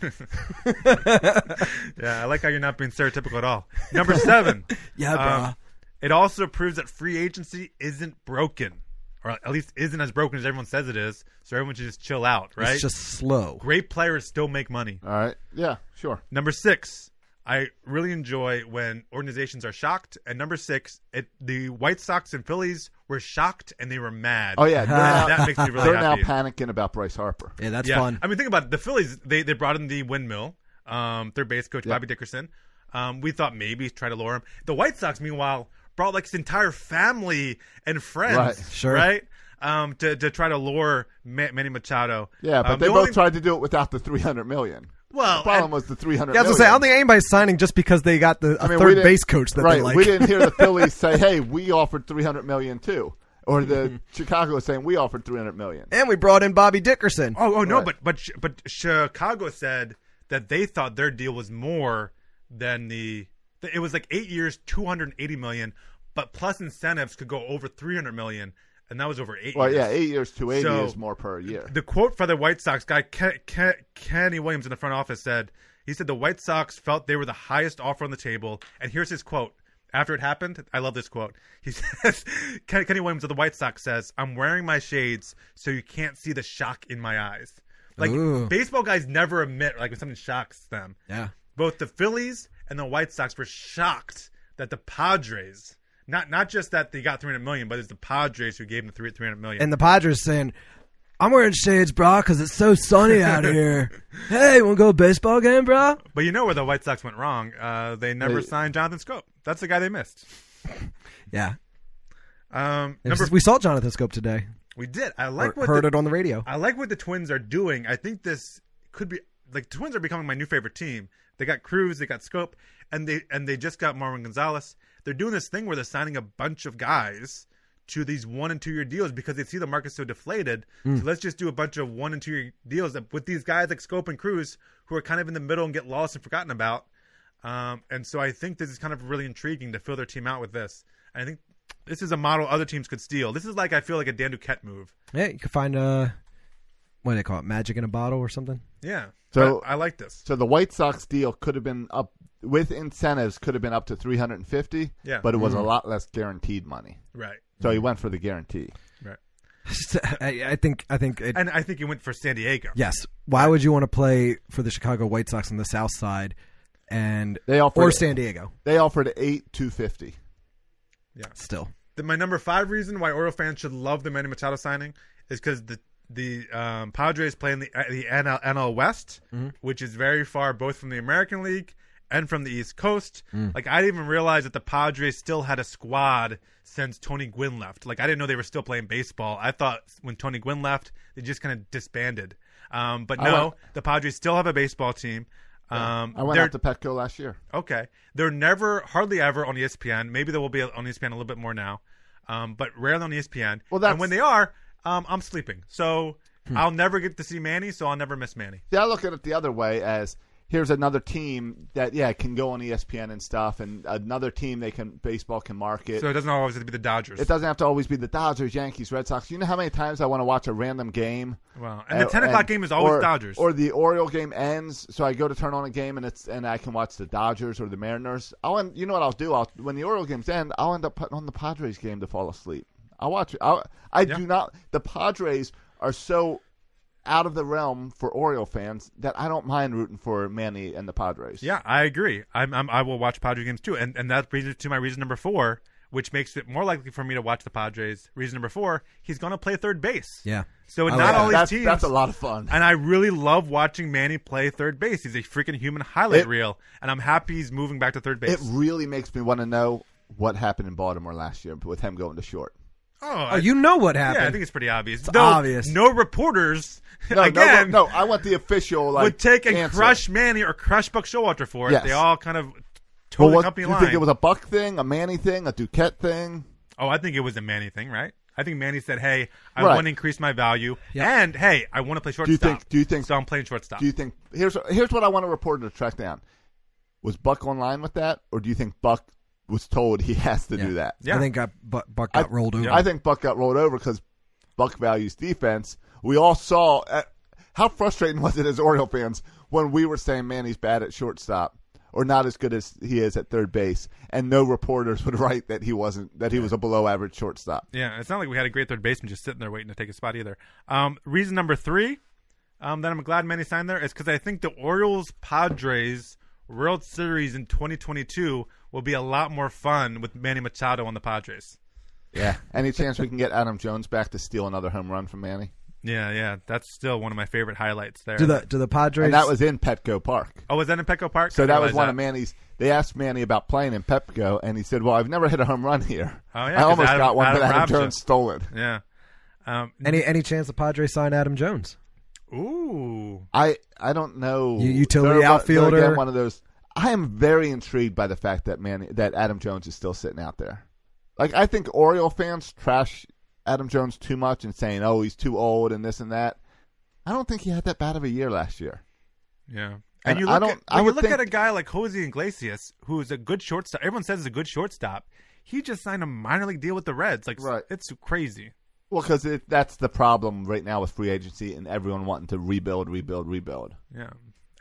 [SPEAKER 2] Yeah, I like how you're not being stereotypical at all. Number seven.
[SPEAKER 4] [LAUGHS]
[SPEAKER 2] Um,
[SPEAKER 4] Yeah, bruh.
[SPEAKER 2] it also proves that free agency isn't broken, or at least isn't as broken as everyone says it is. So everyone should just chill out, [LAUGHS] right?
[SPEAKER 4] It's just slow.
[SPEAKER 2] Great players still make money.
[SPEAKER 1] All right. Yeah. Sure.
[SPEAKER 2] Number six, I really enjoy when organizations are shocked. And number six, it, the White Sox and Phillies were shocked and they were mad.
[SPEAKER 1] Oh yeah. They're, now,
[SPEAKER 2] That,
[SPEAKER 4] [LAUGHS]
[SPEAKER 2] that makes me really
[SPEAKER 1] they're now
[SPEAKER 2] happy.
[SPEAKER 1] panicking about Bryce Harper.
[SPEAKER 4] Yeah, that's
[SPEAKER 2] yeah.
[SPEAKER 4] fun.
[SPEAKER 2] I mean, think about it. The Phillies, they, they brought in the windmill, um, third base coach, Bobby Dickerson. Um, we thought maybe try to lure him. The White Sox, meanwhile, brought like his entire family and friends,
[SPEAKER 1] Right.
[SPEAKER 4] Sure.
[SPEAKER 2] right? Um, to, to try to lure Ma- Manny Machado.
[SPEAKER 1] Yeah, but
[SPEAKER 2] Um,
[SPEAKER 1] they
[SPEAKER 2] the
[SPEAKER 1] both
[SPEAKER 2] only-
[SPEAKER 1] tried to do it without the three hundred million.
[SPEAKER 2] Well,
[SPEAKER 1] the problem
[SPEAKER 2] and-
[SPEAKER 1] was the three hundred.
[SPEAKER 4] Yeah, I was gonna say, I don't think anybody's signing just because they got the a
[SPEAKER 1] I mean, we
[SPEAKER 4] third
[SPEAKER 1] didn't-
[SPEAKER 4] base coach that
[SPEAKER 1] right,
[SPEAKER 4] they like.
[SPEAKER 1] We didn't hear
[SPEAKER 4] [LAUGHS]
[SPEAKER 1] the Phillies say, "Hey, we offered three hundred million too," or
[SPEAKER 4] Mm-hmm.
[SPEAKER 1] the Chicago saying, "We offered three hundred million.
[SPEAKER 4] and we brought in Bobby Dickerson.
[SPEAKER 2] Oh, oh no,
[SPEAKER 1] Right.
[SPEAKER 2] but but Chi- but Chicago said that they thought their deal was more than the. that It was like eight years, two hundred and eighty million, but plus incentives could go over three hundred million, and that was over eight.
[SPEAKER 1] Well,
[SPEAKER 2] years.
[SPEAKER 1] yeah, eight years, two eighty
[SPEAKER 2] So-
[SPEAKER 1] is more per year.
[SPEAKER 2] The quote for the White Sox guy, Ken, Ken, Kenny Williams in the front office said, he said the White Sox felt they were the highest offer on the table. And here's his quote. After it happened, I love this quote. He [LAUGHS] says, Ken- Kenny Williams of the White Sox says, I'm wearing my shades so you can't see the shock in my eyes. Like,
[SPEAKER 4] Ooh.
[SPEAKER 2] baseball guys never admit, like, when something shocks them.
[SPEAKER 4] Yeah.
[SPEAKER 2] Both the Phillies and the White Sox were shocked that the Padres, not not just that they got 300 million, but it's the Padres who gave them three 300 million.
[SPEAKER 4] and the Padres saying, "I'm wearing shades, brah, because it's so sunny out here." Hey, want to go to a baseball game, brah?
[SPEAKER 2] But you know where the White Sox went wrong. Uh, they never
[SPEAKER 1] They-
[SPEAKER 2] signed Jonathan Scope. That's the guy they missed.
[SPEAKER 4] Yeah,
[SPEAKER 2] Um,
[SPEAKER 4] It
[SPEAKER 2] number
[SPEAKER 4] was- we saw Jonathan Scope today.
[SPEAKER 2] we did. I like
[SPEAKER 4] Or
[SPEAKER 2] what
[SPEAKER 4] heard
[SPEAKER 2] the,
[SPEAKER 4] it on the radio.
[SPEAKER 2] I like what the Twins are doing. I think this could be like the Twins are becoming my new favorite team. They got Cruz, they got Scope, and they and they just got Marvin Gonzalez. They're doing this thing where they're signing a bunch of guys to these one and two year deals because they see the market's so deflated. So let's just do a bunch of one and two year deals that- with these guys like Scope and Cruz who are kind of in the middle and get lost and forgotten about. Um, and so I think this is kind of really intriguing to fill their team out with this. And I think this is a model other teams could steal. This is like I feel like a Dan Duquette move.
[SPEAKER 4] Yeah, you can find uh, what do they call it, magic in a bottle or something. [LAUGHS]
[SPEAKER 2] Yeah.
[SPEAKER 1] So-
[SPEAKER 2] So I, I like this.
[SPEAKER 1] So the White Sox deal could have been up with incentives, could have been up to three hundred and fifty.
[SPEAKER 2] Yeah.
[SPEAKER 1] but it was a lot less guaranteed money.
[SPEAKER 2] Right.
[SPEAKER 1] So
[SPEAKER 4] Mm-hmm.
[SPEAKER 1] he went for the guarantee.
[SPEAKER 4] I, I think. I think. It,
[SPEAKER 2] And I think he went for San Diego.
[SPEAKER 4] yes. Why would you want to play for the Chicago White Sox on the South Side, and
[SPEAKER 1] They offered
[SPEAKER 4] or San Diego?
[SPEAKER 1] They offered eight two fifty.
[SPEAKER 4] Still,
[SPEAKER 2] The- my number five reason why Oriole fans should love the Manny Machado signing is because the the um, Padres play in the uh, the NL, NL West,
[SPEAKER 1] Mm-hmm.
[SPEAKER 2] which is very far both from the American League and from the East Coast.
[SPEAKER 1] Mm.
[SPEAKER 2] Like I didn't even realize that the Padres still had a squad since Tony Gwynn left. Like I didn't know they were still playing baseball. I thought when Tony Gwynn left, they just kind of disbanded. Um, but no,
[SPEAKER 1] went-
[SPEAKER 2] the Padres still have a baseball team. Um,
[SPEAKER 1] I went
[SPEAKER 2] they're-
[SPEAKER 1] out to Petco last year.
[SPEAKER 2] Okay. They're never, hardly ever on E ESPN. Maybe they will be on E ESPN a little bit more now, um, but rarely on ESPN.
[SPEAKER 1] Well, that's- Hmm.
[SPEAKER 2] and when they are, um, I'm sleeping. So I'll never get to see Manny, so I'll never miss Manny.
[SPEAKER 1] Yeah, I look at it the other way as here's another team that yeah can go on E ESPN and stuff, and another team they can baseball can market.
[SPEAKER 2] So it doesn't always have to be the Dodgers.
[SPEAKER 1] it doesn't have to always be the Dodgers, Yankees, Red Sox. You know how many times I want to watch a random game? Uh,
[SPEAKER 2] Wow. And the 10 o'clock game is always
[SPEAKER 1] Oh, or-
[SPEAKER 2] Dodgers.
[SPEAKER 1] Or the Oriole game ends, so I go to turn on a game and it's and I can watch the Dodgers or the Mariners. I'll end, you know what I'll do? I'll when the Oriole games end, I'll end up putting on the Padres game to fall asleep. I watch it. I, I do not. The Padres are so out of the realm for Oriole fans that I don't mind rooting for Manny and the Padres.
[SPEAKER 2] Yeah, I agree. I'm, I'm I will watch Padre games too, and and that brings it to my reason number four, which makes it more likely for me to watch the Padres. Reason number four: he's going to play third base.
[SPEAKER 4] Yeah.
[SPEAKER 2] So
[SPEAKER 4] I
[SPEAKER 2] not
[SPEAKER 4] like
[SPEAKER 2] all these
[SPEAKER 1] that's,
[SPEAKER 2] teams.
[SPEAKER 1] that's a lot of fun.
[SPEAKER 2] And I really love watching Manny play third base. He's a freaking human highlight
[SPEAKER 1] It-
[SPEAKER 2] reel, and I'm happy he's moving back to third base.
[SPEAKER 1] It really makes me want to know what happened in Baltimore last year with him going to short.
[SPEAKER 2] oh,
[SPEAKER 4] Oh,
[SPEAKER 2] I-
[SPEAKER 4] you know what
[SPEAKER 2] yeah, I
[SPEAKER 4] happened.
[SPEAKER 2] think it's pretty obvious. Though
[SPEAKER 4] obvious.
[SPEAKER 2] No reporters [LAUGHS]
[SPEAKER 1] No, no,
[SPEAKER 2] again
[SPEAKER 1] no, I want the official like
[SPEAKER 2] would take and
[SPEAKER 1] answer.
[SPEAKER 2] crush Manny or crush Buck Showalter for it.
[SPEAKER 1] Yes.
[SPEAKER 2] They all kind of
[SPEAKER 1] Well,
[SPEAKER 2] towed the
[SPEAKER 1] what, do
[SPEAKER 2] company
[SPEAKER 1] you
[SPEAKER 2] line.
[SPEAKER 1] think it was a Buck thing, a Manny thing, a Duquette thing?
[SPEAKER 2] Oh, I think it was a Manny thing, right? I think Manny said, "Hey, I
[SPEAKER 1] Right.
[SPEAKER 2] want to increase my value, and hey, I want to play shortstop."
[SPEAKER 1] think- do you think-
[SPEAKER 2] So I'm playing shortstop.
[SPEAKER 1] Do you think here's here's what I want to report and track down? Was Buck online with that, or do you think Buck was told he has to do that?
[SPEAKER 2] yeah.
[SPEAKER 4] I think got Buck, Buck got rolled over.
[SPEAKER 1] I think Buck got rolled over because Buck values defense. We all saw uh, how frustrating [LAUGHS] was it as Oriole fans when we were saying Manny's bad at shortstop or not as good as he is at third base, and no reporters [LAUGHS] would write that he wasn't that he was a below average shortstop.
[SPEAKER 2] yeah, it's not like we had a great third baseman just sitting there waiting to take a spot either. Um, reason number three um, that I'm glad Manny signed there is because I think the Orioles Padres World Series in 2022 will be a lot more fun with Manny Machado on the Padres.
[SPEAKER 1] Yeah. Any chance we can get Adam Jones back to steal another home run from Manny?
[SPEAKER 2] Yeah, yeah, that's still one of my favorite highlights there.
[SPEAKER 4] Do the do the Padres?
[SPEAKER 1] And that was in Petco Park.
[SPEAKER 2] oh, was that in Petco Park?
[SPEAKER 1] So
[SPEAKER 2] I
[SPEAKER 1] that was
[SPEAKER 2] realized
[SPEAKER 1] one of Manny's. They asked Manny about playing in Petco, and he said, "Well, I've never hit a home run here.
[SPEAKER 2] Oh, yeah,
[SPEAKER 1] I
[SPEAKER 2] 'cause
[SPEAKER 1] almost
[SPEAKER 2] Adam-
[SPEAKER 1] got one,
[SPEAKER 2] Adam
[SPEAKER 1] but Adam
[SPEAKER 2] robbed you."
[SPEAKER 1] Jones stole it.
[SPEAKER 2] Yeah. Um,
[SPEAKER 4] any any chance the Padres sign Adam Jones?
[SPEAKER 2] ooh.
[SPEAKER 1] I I don't know.
[SPEAKER 4] U- utility
[SPEAKER 1] They're about- they're
[SPEAKER 4] outfielder.
[SPEAKER 1] again one of those. I am very intrigued by the fact that Manny that Adam Jones is still sitting out there. Like I think Oriole fans trash Adam Jones too much and saying, "Oh, he's too old" and this and that. I don't think he had that bad of a year last year.
[SPEAKER 2] Yeah. And,
[SPEAKER 1] And
[SPEAKER 2] you
[SPEAKER 1] I
[SPEAKER 2] look,
[SPEAKER 1] don't-
[SPEAKER 2] at,
[SPEAKER 1] I
[SPEAKER 2] when you
[SPEAKER 1] would
[SPEAKER 2] look
[SPEAKER 1] think-
[SPEAKER 2] at a guy like Jose Iglesias, who is a good shortstop. Everyone says he's a good shortstop. He just signed a minor league deal with the Reds. Like,
[SPEAKER 1] Right.
[SPEAKER 2] it's crazy.
[SPEAKER 1] Well, because that's the problem right now with free agency and everyone wanting to rebuild, rebuild, rebuild.
[SPEAKER 2] Yeah.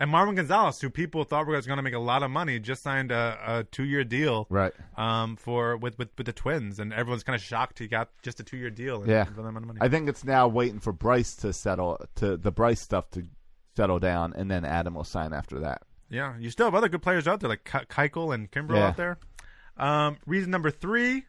[SPEAKER 2] And Marvin Gonzalez, who people thought was going to make a lot of money, just signed a, a two-year deal.
[SPEAKER 1] Right.
[SPEAKER 2] Um, for with, with with the Twins, and everyone's kind of shocked he got just a two-year deal. And
[SPEAKER 1] Yeah.
[SPEAKER 2] for that amount of money.
[SPEAKER 1] I think it's now waiting for Bryce to settle to the Bryce stuff to settle down, and then Adam will sign after that.
[SPEAKER 2] Yeah, you still have other good players out there like Ke- Keuchel and Kimbrel
[SPEAKER 1] Yeah.
[SPEAKER 2] out there. Um, reason number three.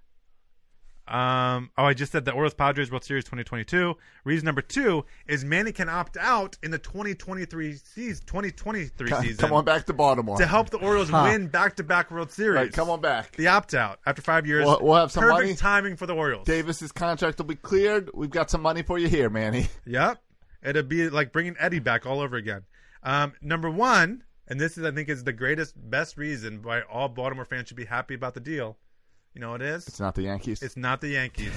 [SPEAKER 2] Um, oh, I just said the Orioles Padres World Series 2022. Reason number two is Manny can opt out in the 2023 season. 2023 season.
[SPEAKER 1] Come on back to Baltimore.
[SPEAKER 2] to help the Orioles win back-to-back World Series.
[SPEAKER 1] Right, come on back.
[SPEAKER 2] The opt out after five years.
[SPEAKER 1] We'll- we'll have some
[SPEAKER 2] perfect
[SPEAKER 1] money.
[SPEAKER 2] timing for the Orioles.
[SPEAKER 1] Davis's contract will be cleared. We've got some money for you here, Manny. [LAUGHS]
[SPEAKER 2] Yep. It'd be like bringing Eddie back all over again. Um, number one, and this is I think is the greatest, best reason why all Baltimore fans should be happy about the deal. You know what it is?
[SPEAKER 1] It's not the Yankees.
[SPEAKER 2] It's not the Yankees.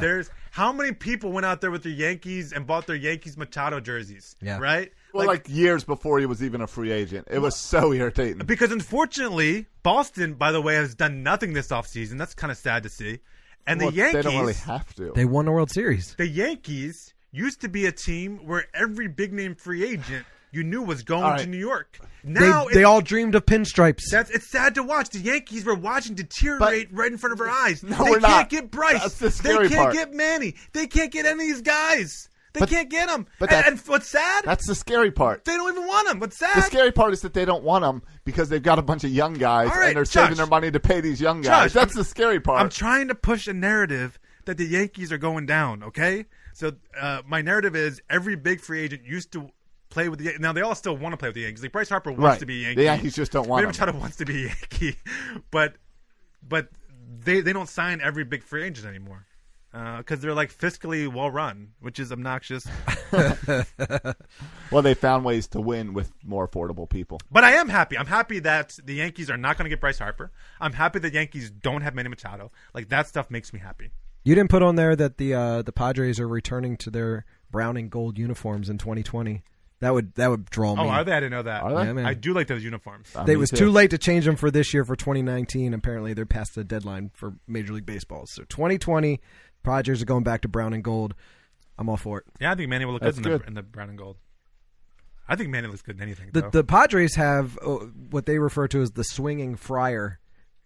[SPEAKER 2] There's how many people went out there with their Yankees and bought their Yankees Machado jerseys?
[SPEAKER 4] Yeah.
[SPEAKER 2] Right.
[SPEAKER 1] well, like, years before he was even a free agent. It was so irritating.
[SPEAKER 2] Because unfortunately, Boston, by the way, has done nothing this offseason. That's kind of sad to see. And
[SPEAKER 1] Well,
[SPEAKER 2] the Yankees,
[SPEAKER 1] They don't really have to.
[SPEAKER 4] They won the World Series.
[SPEAKER 2] the Yankees used to be a team where every big name free agent you knew was going
[SPEAKER 1] All right.
[SPEAKER 2] to New York.
[SPEAKER 4] They,
[SPEAKER 2] Now
[SPEAKER 4] they
[SPEAKER 2] it's,
[SPEAKER 4] all dreamed of pinstripes.
[SPEAKER 2] that's, it's sad to watch. The Yankees were watching deteriorate right in
[SPEAKER 1] [LAUGHS]
[SPEAKER 2] front of our eyes.
[SPEAKER 1] No,
[SPEAKER 2] they
[SPEAKER 1] we're
[SPEAKER 2] can't
[SPEAKER 1] not.
[SPEAKER 2] get Bryce.
[SPEAKER 1] That's the scary
[SPEAKER 2] they can't
[SPEAKER 1] part.
[SPEAKER 2] get Manny. They can't get any of these guys. They
[SPEAKER 1] But-
[SPEAKER 2] can't get them.
[SPEAKER 1] but
[SPEAKER 2] and,
[SPEAKER 1] that-
[SPEAKER 2] and what's sad?
[SPEAKER 1] That's the scary part.
[SPEAKER 2] they don't even want them. What's sad?
[SPEAKER 1] The scary part is that they don't want him because they've got a bunch of young guys
[SPEAKER 2] All right,
[SPEAKER 1] and they're
[SPEAKER 2] Josh.
[SPEAKER 1] saving their money to pay these young guys.
[SPEAKER 2] Josh,
[SPEAKER 1] That's
[SPEAKER 2] I'm-
[SPEAKER 1] the scary part.
[SPEAKER 2] I'm trying to push a narrative that the Yankees are going down. Okay, so uh, my narrative is every big free agent used to play with the Yan- now they all still want to play with the Yankees. Like Bryce Harper wants
[SPEAKER 1] Right.
[SPEAKER 2] to be a
[SPEAKER 1] The
[SPEAKER 2] Yankee.
[SPEAKER 1] Yankees just don't want
[SPEAKER 2] Manny
[SPEAKER 1] him.
[SPEAKER 2] Machado wants to be a Yankee, but but they they don't sign every big free agent anymore. because they're like fiscally well run, which is obnoxious.
[SPEAKER 1] Well, they found ways to win with more affordable people.
[SPEAKER 2] But I am happy. I'm happy that the Yankees are not going to get Bryce Harper. I'm happy the Yankees don't have Manny Machado. Like that stuff makes me happy.
[SPEAKER 4] You didn't put on there that the uh, the Padres are returning to their brown and gold uniforms in 2020. That would that would draw me.
[SPEAKER 2] Oh, are they? I didn't know that.
[SPEAKER 1] Are they?
[SPEAKER 4] Yeah, man.
[SPEAKER 2] I do like those uniforms.
[SPEAKER 1] Uh,
[SPEAKER 4] They- it
[SPEAKER 1] me
[SPEAKER 4] was too late to change them for this year for 2019. Apparently, they're past the deadline for Major League Baseball. So 2020, Padres are going back to brown and gold. I'm all for it.
[SPEAKER 2] Yeah, I think Manny will look
[SPEAKER 1] That's
[SPEAKER 2] good in,
[SPEAKER 1] good.
[SPEAKER 2] The, in the brown and gold. I think Manny looks good in anything.
[SPEAKER 4] The
[SPEAKER 2] though.
[SPEAKER 4] the Padres have uh, what they refer to as the swinging friar.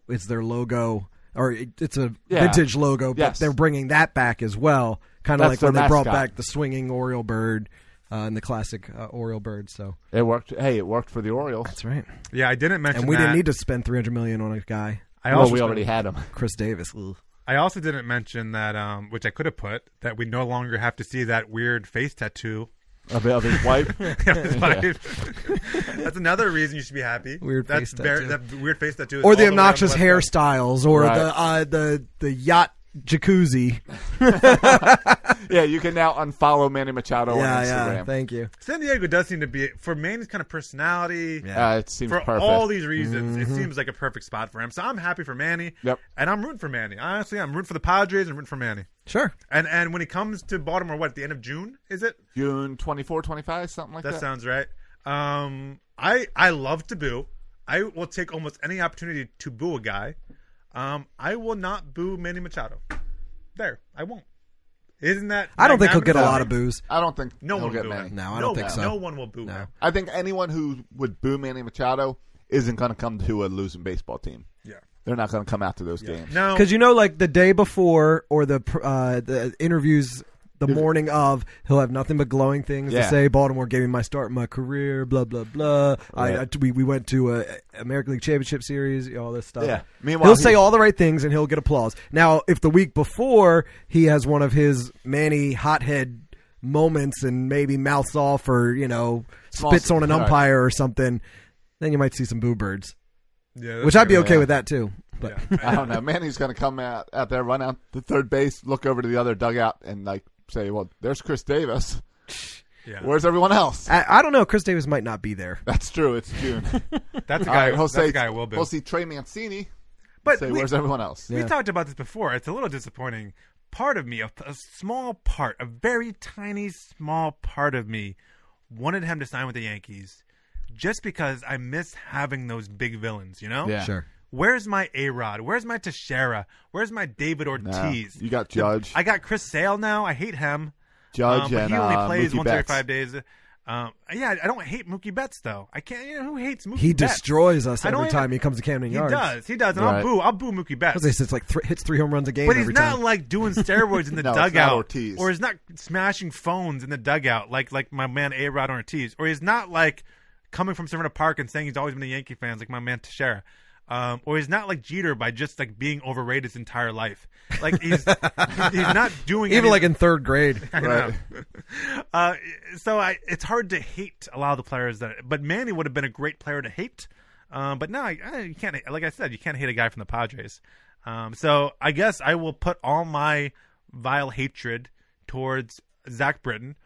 [SPEAKER 4] It's their logo, or it, it's a
[SPEAKER 1] Yeah.
[SPEAKER 4] vintage logo, but
[SPEAKER 1] Yes.
[SPEAKER 4] they're bringing that back as well. Kind of
[SPEAKER 1] That's
[SPEAKER 4] like when
[SPEAKER 1] their
[SPEAKER 4] they brought
[SPEAKER 1] mascot.
[SPEAKER 4] back the swinging Oriole bird uh, and the classic uh, Oriole bird. So
[SPEAKER 1] It worked. Hey, it worked for the Orioles.
[SPEAKER 4] that's right.
[SPEAKER 2] yeah, I didn't mention.
[SPEAKER 4] And we didn't
[SPEAKER 2] that.
[SPEAKER 4] need to spend 300 million on a guy,
[SPEAKER 2] I
[SPEAKER 1] Well,
[SPEAKER 2] also
[SPEAKER 1] we already had them.
[SPEAKER 4] Chris Davis. Ugh.
[SPEAKER 2] I also didn't mention that, um, which I could have put that we no longer have to see that weird face tattoo.
[SPEAKER 1] [LAUGHS]
[SPEAKER 2] [LAUGHS]
[SPEAKER 1] Of, of his wife.
[SPEAKER 2] That's another reason you should be happy.
[SPEAKER 4] Weird
[SPEAKER 2] That's
[SPEAKER 4] face
[SPEAKER 2] very-
[SPEAKER 4] tattoo.
[SPEAKER 2] That weird face tattoo. is
[SPEAKER 4] Or
[SPEAKER 2] all
[SPEAKER 4] the
[SPEAKER 2] way on
[SPEAKER 4] obnoxious
[SPEAKER 2] left side.
[SPEAKER 4] hairstyles, or
[SPEAKER 1] Right.
[SPEAKER 4] the uh, the the yacht jacuzzi.
[SPEAKER 1] [LAUGHS] Yeah, you can now unfollow Manny Machado
[SPEAKER 4] yeah,
[SPEAKER 1] on
[SPEAKER 4] yeah.
[SPEAKER 1] Instagram.
[SPEAKER 4] Thank you.
[SPEAKER 2] San Diego does seem to be for Manny's kind of personality.
[SPEAKER 1] uh, it seems
[SPEAKER 2] For
[SPEAKER 1] perfect.
[SPEAKER 2] all these reasons,
[SPEAKER 4] Mm-hmm.
[SPEAKER 2] it seems like a perfect spot for him. So I'm happy for Manny.
[SPEAKER 1] Yep.
[SPEAKER 2] And I'm rooting for Manny. Honestly, I'm rooting for the Padres and rooting for Manny.
[SPEAKER 4] Sure.
[SPEAKER 2] And and when it comes to Baltimore, what at the end of June is it?
[SPEAKER 1] June 24, 25, something like
[SPEAKER 2] That
[SPEAKER 1] that.
[SPEAKER 2] sounds right. Um, I I love to boo. I will take almost any opportunity to boo a guy. Um, I will not boo Manny Machado. There, I won't. Isn't that?
[SPEAKER 4] I don't think he'll get a
[SPEAKER 2] magnanimous?
[SPEAKER 4] lot of boos.
[SPEAKER 1] I don't think
[SPEAKER 2] No
[SPEAKER 1] he'll
[SPEAKER 2] one
[SPEAKER 1] get
[SPEAKER 2] will boo
[SPEAKER 1] many.
[SPEAKER 2] him.
[SPEAKER 4] No, I don't think
[SPEAKER 2] one-
[SPEAKER 4] so.
[SPEAKER 2] No one will boo him.
[SPEAKER 1] I think anyone who would boo Manny Machado isn't going to come to a losing baseball team.
[SPEAKER 2] Yeah.
[SPEAKER 1] They're not going to come out to those games.
[SPEAKER 2] No,
[SPEAKER 4] Because you know, like the day before or the pr- uh, the interviews the morning of, he'll have nothing but glowing things
[SPEAKER 1] Yeah. Oh,
[SPEAKER 4] to say. Baltimore gave me my start, in my career, blah blah blah. I, I,
[SPEAKER 1] Right.
[SPEAKER 4] we we went to a American League Championship Series, you know, all this stuff.
[SPEAKER 1] Yeah. Meanwhile,
[SPEAKER 4] Meanwhile, he'll say
[SPEAKER 1] he-
[SPEAKER 4] all the right things and he'll get applause. Now, if the week before he has one of his Manny hothead moments and maybe mouths off or you know
[SPEAKER 1] Small-
[SPEAKER 4] spits on an
[SPEAKER 1] all right.
[SPEAKER 4] umpire or something, then you might see some boo birds,
[SPEAKER 2] yeah, that's
[SPEAKER 4] which I'd be
[SPEAKER 2] true.
[SPEAKER 4] okay
[SPEAKER 1] yeah.
[SPEAKER 4] with that too. But
[SPEAKER 1] I don't know. Manny's going to come out, out there, run out the third base, look over to the other dugout, and like say, "Well, there's Chris Davis.
[SPEAKER 2] [LAUGHS] Yeah.
[SPEAKER 1] Where's everyone else?"
[SPEAKER 4] I, I don't know. Chris Davis might not be there.
[SPEAKER 1] That's true. It's June.
[SPEAKER 2] That's a
[SPEAKER 1] All
[SPEAKER 2] guy.
[SPEAKER 1] right, he'll
[SPEAKER 2] that's
[SPEAKER 1] say
[SPEAKER 2] a guy I will boo.
[SPEAKER 1] We'll see Trey Mancini.
[SPEAKER 2] but
[SPEAKER 1] Say,
[SPEAKER 2] we,
[SPEAKER 1] "Where's everyone else?"
[SPEAKER 2] we talked about this before. It's a little disappointing. Part of me, a, a small part, a very tiny, small part of me, wanted him to sign with the Yankees, just because I miss having those big villains. You know.
[SPEAKER 1] Yeah.
[SPEAKER 4] Sure.
[SPEAKER 2] Where's my A Rod? Where's my Teixeira? Where's my David Ortiz?
[SPEAKER 1] you got Judge.
[SPEAKER 2] I got Chris Sale now. I hate him.
[SPEAKER 1] Judge
[SPEAKER 2] Um, but
[SPEAKER 1] and
[SPEAKER 2] he only
[SPEAKER 1] uh,
[SPEAKER 2] plays
[SPEAKER 1] Mookie
[SPEAKER 2] once every
[SPEAKER 1] Betts. [LAUGHS]
[SPEAKER 2] five days. Um, yeah, I don't hate Mookie Betts though. I can't. You know who hates Mookie?
[SPEAKER 4] He
[SPEAKER 2] Betts?
[SPEAKER 4] destroys us
[SPEAKER 2] I don't
[SPEAKER 4] every
[SPEAKER 2] even-
[SPEAKER 4] time he comes to Camden
[SPEAKER 2] He
[SPEAKER 4] Yards.
[SPEAKER 2] does. He does. And
[SPEAKER 1] Right.
[SPEAKER 2] I'll boo. I'll boo Mookie Betts.
[SPEAKER 4] Because it's like th- hits three home runs a game
[SPEAKER 2] But he's
[SPEAKER 4] every
[SPEAKER 2] not
[SPEAKER 4] time.
[SPEAKER 2] like doing steroids
[SPEAKER 4] [LAUGHS]
[SPEAKER 2] in the
[SPEAKER 1] No, it's not
[SPEAKER 2] dugout,
[SPEAKER 1] Ortiz.
[SPEAKER 2] or he's not smashing phones in the dugout like like my man A Rod Ortiz, or he's not like coming from Severna Park and saying he's always been a Yankee fan like my man Teixeira, um, or he's not like Jeter by just like being overrated his entire life. Like he's [LAUGHS] he's not doing
[SPEAKER 4] Even
[SPEAKER 2] any-
[SPEAKER 4] like in
[SPEAKER 2] [LAUGHS]
[SPEAKER 4] third grade.
[SPEAKER 1] Right.
[SPEAKER 2] uh, so I, it's hard to hate a lot of the players that, but Manny would have been a great player to hate. Um, but no, I, I, you can't. Like I said, you can't hate a guy from the Padres. Um, so I guess I will put all my vile hatred towards Zach Britton,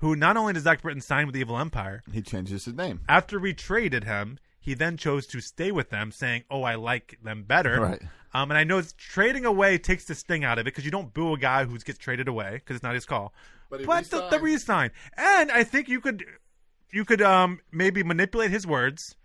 [SPEAKER 2] who not only did Zach Britton sign with the Evil Empire,
[SPEAKER 1] He changes his name.
[SPEAKER 2] after we traded him, he then chose to stay with them, saying, "Oh, I like them better."
[SPEAKER 1] Right.
[SPEAKER 2] Um, and I know it's- trading away takes the sting out of it because you don't boo a guy who gets traded away because it's not his call.
[SPEAKER 1] But he
[SPEAKER 2] the, the resign, and I think you could, you could um maybe manipulate his words,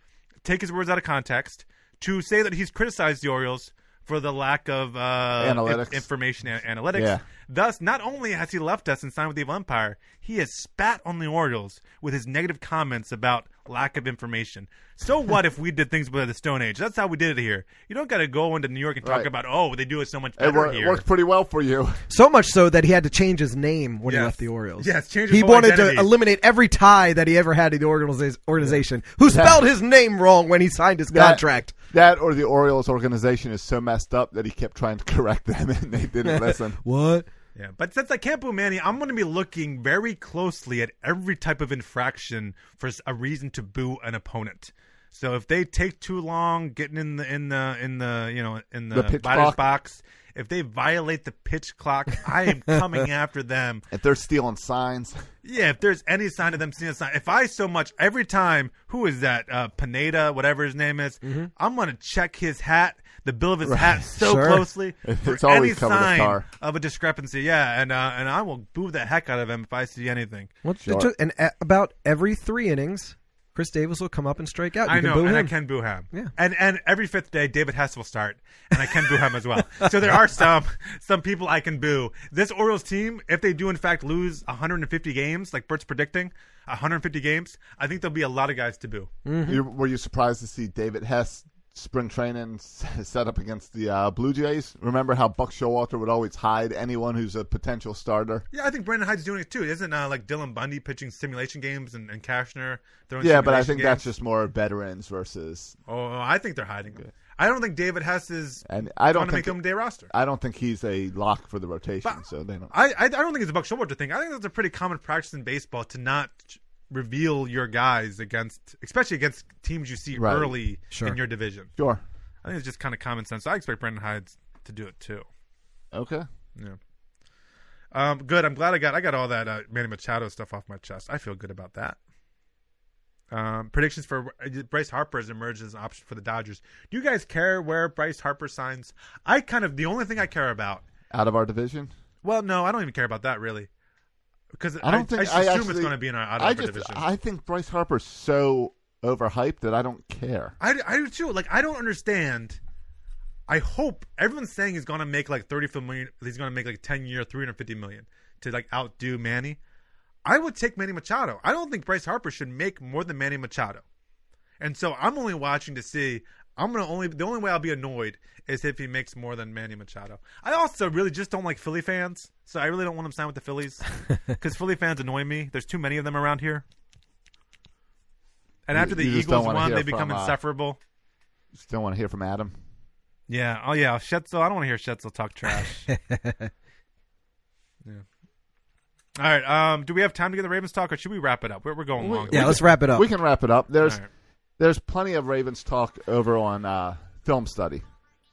[SPEAKER 2] take his words out of context to say that he's criticized the Orioles for the lack of uh,
[SPEAKER 1] Analytics.
[SPEAKER 2] in- information and analytics.
[SPEAKER 1] Yeah.
[SPEAKER 2] Thus, not only has he left us and signed with the Evil Empire, he has spat on the Orioles with his negative comments about lack of information. So what if we did things with the Stone Age? That's how we did it here. You don't got to go into New York and talk
[SPEAKER 1] Right.
[SPEAKER 2] about oh they do it so much
[SPEAKER 1] It,
[SPEAKER 2] better
[SPEAKER 1] wor- it
[SPEAKER 2] here.
[SPEAKER 1] worked pretty well for [LAUGHS] you.
[SPEAKER 4] So much so that he had to change his name when he
[SPEAKER 2] Yes.
[SPEAKER 4] left the Orioles.
[SPEAKER 2] Yes, change his
[SPEAKER 4] He
[SPEAKER 2] whole
[SPEAKER 4] wanted
[SPEAKER 2] identity.
[SPEAKER 4] to eliminate every tie that he ever had to the organiza- organization, who spelled his name wrong when he signed his
[SPEAKER 1] That-
[SPEAKER 4] contract.
[SPEAKER 1] That or the Orioles organization is so messed up that he kept trying to [LAUGHS] correct them and they [LAUGHS] didn't listen.
[SPEAKER 4] What?
[SPEAKER 2] Yeah, but since I can't boo Manny, I'm going to be looking very closely at every type of infraction for s- a reason to boo an opponent. So if they take too long getting in the in the in the you know in the,
[SPEAKER 1] The pitch
[SPEAKER 2] batter's
[SPEAKER 1] clock.
[SPEAKER 2] box, If they violate the pitch clock,
[SPEAKER 1] [LAUGHS]
[SPEAKER 2] I am coming after them.
[SPEAKER 1] If they're stealing signs,
[SPEAKER 2] Yeah, if there's any sign of them seeing a sign, if I so much every time, who is that? Uh, Pineda, whatever his name is,
[SPEAKER 4] Mm-hmm.
[SPEAKER 2] I'm gonna check his hat, the bill of his hat, so
[SPEAKER 4] Sure. [LAUGHS]
[SPEAKER 2] closely for
[SPEAKER 1] It's always
[SPEAKER 2] any
[SPEAKER 1] covered with
[SPEAKER 2] sign
[SPEAKER 1] tar.
[SPEAKER 2] of a discrepancy. Yeah, and uh, and I will boo the heck out of him if I see anything.
[SPEAKER 4] Well, ju- and a- about every three innings, Chris Davis will come up and strike out.
[SPEAKER 2] I
[SPEAKER 4] You can
[SPEAKER 2] know,
[SPEAKER 4] boo
[SPEAKER 2] and I
[SPEAKER 4] him.
[SPEAKER 2] can boo him.
[SPEAKER 4] Yeah.
[SPEAKER 2] And and every fifth day, David Hess will start, and I can boo him as
[SPEAKER 4] [LAUGHS]
[SPEAKER 2] well. So there are some some people I can boo. This Orioles team, if they do in fact lose 150 games, like Bert's predicting, 150 games, I think there'll be a lot of guys to boo.
[SPEAKER 1] you, were you surprised to see David Hess spring training [LAUGHS] s- set up against the uh, Blue Jays? Remember how Buck Showalter would always hide anyone who's a potential starter?
[SPEAKER 2] Yeah, I think Brandon Hyde's doing it too. Isn't uh, like Dylan Bundy pitching simulation games and, and Cashner throwing?
[SPEAKER 1] Yeah, but I
[SPEAKER 2] simulation
[SPEAKER 1] think
[SPEAKER 2] games?
[SPEAKER 1] that's just more veterans versus,
[SPEAKER 2] Oh, I think they're hiding. it. I don't think David Hess is.
[SPEAKER 1] and I
[SPEAKER 2] going
[SPEAKER 1] don't
[SPEAKER 2] to make
[SPEAKER 1] think
[SPEAKER 2] him day roster.
[SPEAKER 1] I don't think he's a lock for the rotation. so they don't.
[SPEAKER 2] I, I I don't think it's a Buck Showalter thing. I think that's a pretty common practice in baseball to not reveal your guys against, especially against teams you see
[SPEAKER 1] Right.
[SPEAKER 2] early
[SPEAKER 4] Sure.
[SPEAKER 2] in your division.
[SPEAKER 1] Sure.
[SPEAKER 2] I think it's just kind of common sense. I expect Brandon Hyde to do it too.
[SPEAKER 1] Okay.
[SPEAKER 2] Um, good. I'm glad I got I got all that uh, Manny Machado stuff off my chest. I feel good about that. Um, predictions for Bryce Harper's emerged as an option for the Dodgers. Do you guys care where Bryce Harper signs? I kind of the only thing I care about.
[SPEAKER 1] Out of our division.
[SPEAKER 2] Well, no, I don't even care about that really, because
[SPEAKER 1] I don't think
[SPEAKER 2] I,
[SPEAKER 1] I
[SPEAKER 2] assume
[SPEAKER 1] actually-
[SPEAKER 2] it's going to be in our out
[SPEAKER 1] I
[SPEAKER 2] of our
[SPEAKER 1] just
[SPEAKER 2] division.
[SPEAKER 1] I think Bryce Harper's so overhyped that I don't care.
[SPEAKER 2] I, I do too. Like I don't understand. I hope everyone's saying he's gonna make like thirty million. He's gonna make like ten year, three hundred fifty million to like outdo Manny. I would take Manny Machado. I don't think Bryce Harper should make more than Manny Machado. And so I'm only watching to see. I'm gonna only the only way I'll be annoyed is if he makes more than Manny Machado. I also really just don't like Philly fans, so I really don't want him signed with
[SPEAKER 1] [LAUGHS]
[SPEAKER 2] the Phillies because Philly fans annoy me. There's too many of them around here. And
[SPEAKER 1] You-
[SPEAKER 2] after the
[SPEAKER 1] you just don't
[SPEAKER 2] Eagles
[SPEAKER 1] wanna
[SPEAKER 2] won,
[SPEAKER 1] hear
[SPEAKER 2] they become
[SPEAKER 1] from, uh,
[SPEAKER 2] insufferable.
[SPEAKER 1] Still want to hear from Adam.
[SPEAKER 2] Yeah. Oh yeah. Shetzel. I don't want to hear Shetzel
[SPEAKER 1] [LAUGHS]
[SPEAKER 2] talk trash. yeah. All right. Um. Do we have time to get the Ravens talk, or should we wrap it up? We're, we're going long.
[SPEAKER 4] yeah, let's wrap it up.
[SPEAKER 1] We can wrap it up. There's
[SPEAKER 2] All right.
[SPEAKER 1] there's plenty of Ravens talk over on uh, film study.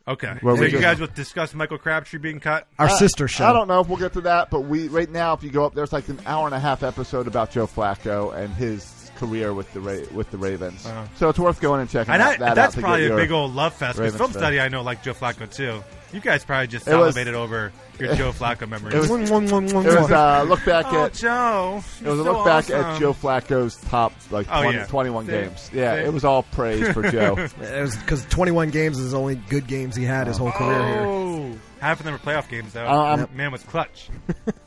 [SPEAKER 2] Okay.
[SPEAKER 1] Well,
[SPEAKER 2] so
[SPEAKER 1] we
[SPEAKER 2] you
[SPEAKER 1] just-
[SPEAKER 2] guys will discuss Michael Crabtree being cut.
[SPEAKER 4] Our
[SPEAKER 1] Uh,
[SPEAKER 4] sister show.
[SPEAKER 1] I don't know if we'll get to that, but we right now, if you go up, there's like an hour and a half episode about Joe Flacco and his career with the Ra- with the Ravens. So it's worth going and checking
[SPEAKER 2] Uh-huh. And I,
[SPEAKER 1] that, that out
[SPEAKER 2] that's
[SPEAKER 1] to get
[SPEAKER 2] probably a
[SPEAKER 1] your-
[SPEAKER 2] big old love fest. Because
[SPEAKER 1] Ravens
[SPEAKER 2] film
[SPEAKER 1] fan.
[SPEAKER 2] study, I know, like Joe Flacco too. You guys probably just
[SPEAKER 1] It was-
[SPEAKER 2] salivated over your Joe Flacco memories.
[SPEAKER 1] was-
[SPEAKER 4] Mwah, mwah, mwah, mwah,
[SPEAKER 1] It was
[SPEAKER 2] [LAUGHS]
[SPEAKER 4] mwah.
[SPEAKER 1] uh, look back
[SPEAKER 2] oh,
[SPEAKER 1] at
[SPEAKER 2] Joe.
[SPEAKER 1] It was a look back at Joe Flacco's top like
[SPEAKER 2] Oh,
[SPEAKER 1] 20,
[SPEAKER 2] yeah.
[SPEAKER 1] 21
[SPEAKER 2] They-
[SPEAKER 1] games. Yeah,
[SPEAKER 2] they-
[SPEAKER 1] it was all praise for
[SPEAKER 2] [LAUGHS]
[SPEAKER 1] Joe.
[SPEAKER 4] It was because 21 games is the only good games he had his whole career here.
[SPEAKER 2] Oh, half of them were playoff games though.
[SPEAKER 1] Um,
[SPEAKER 2] Man was clutch.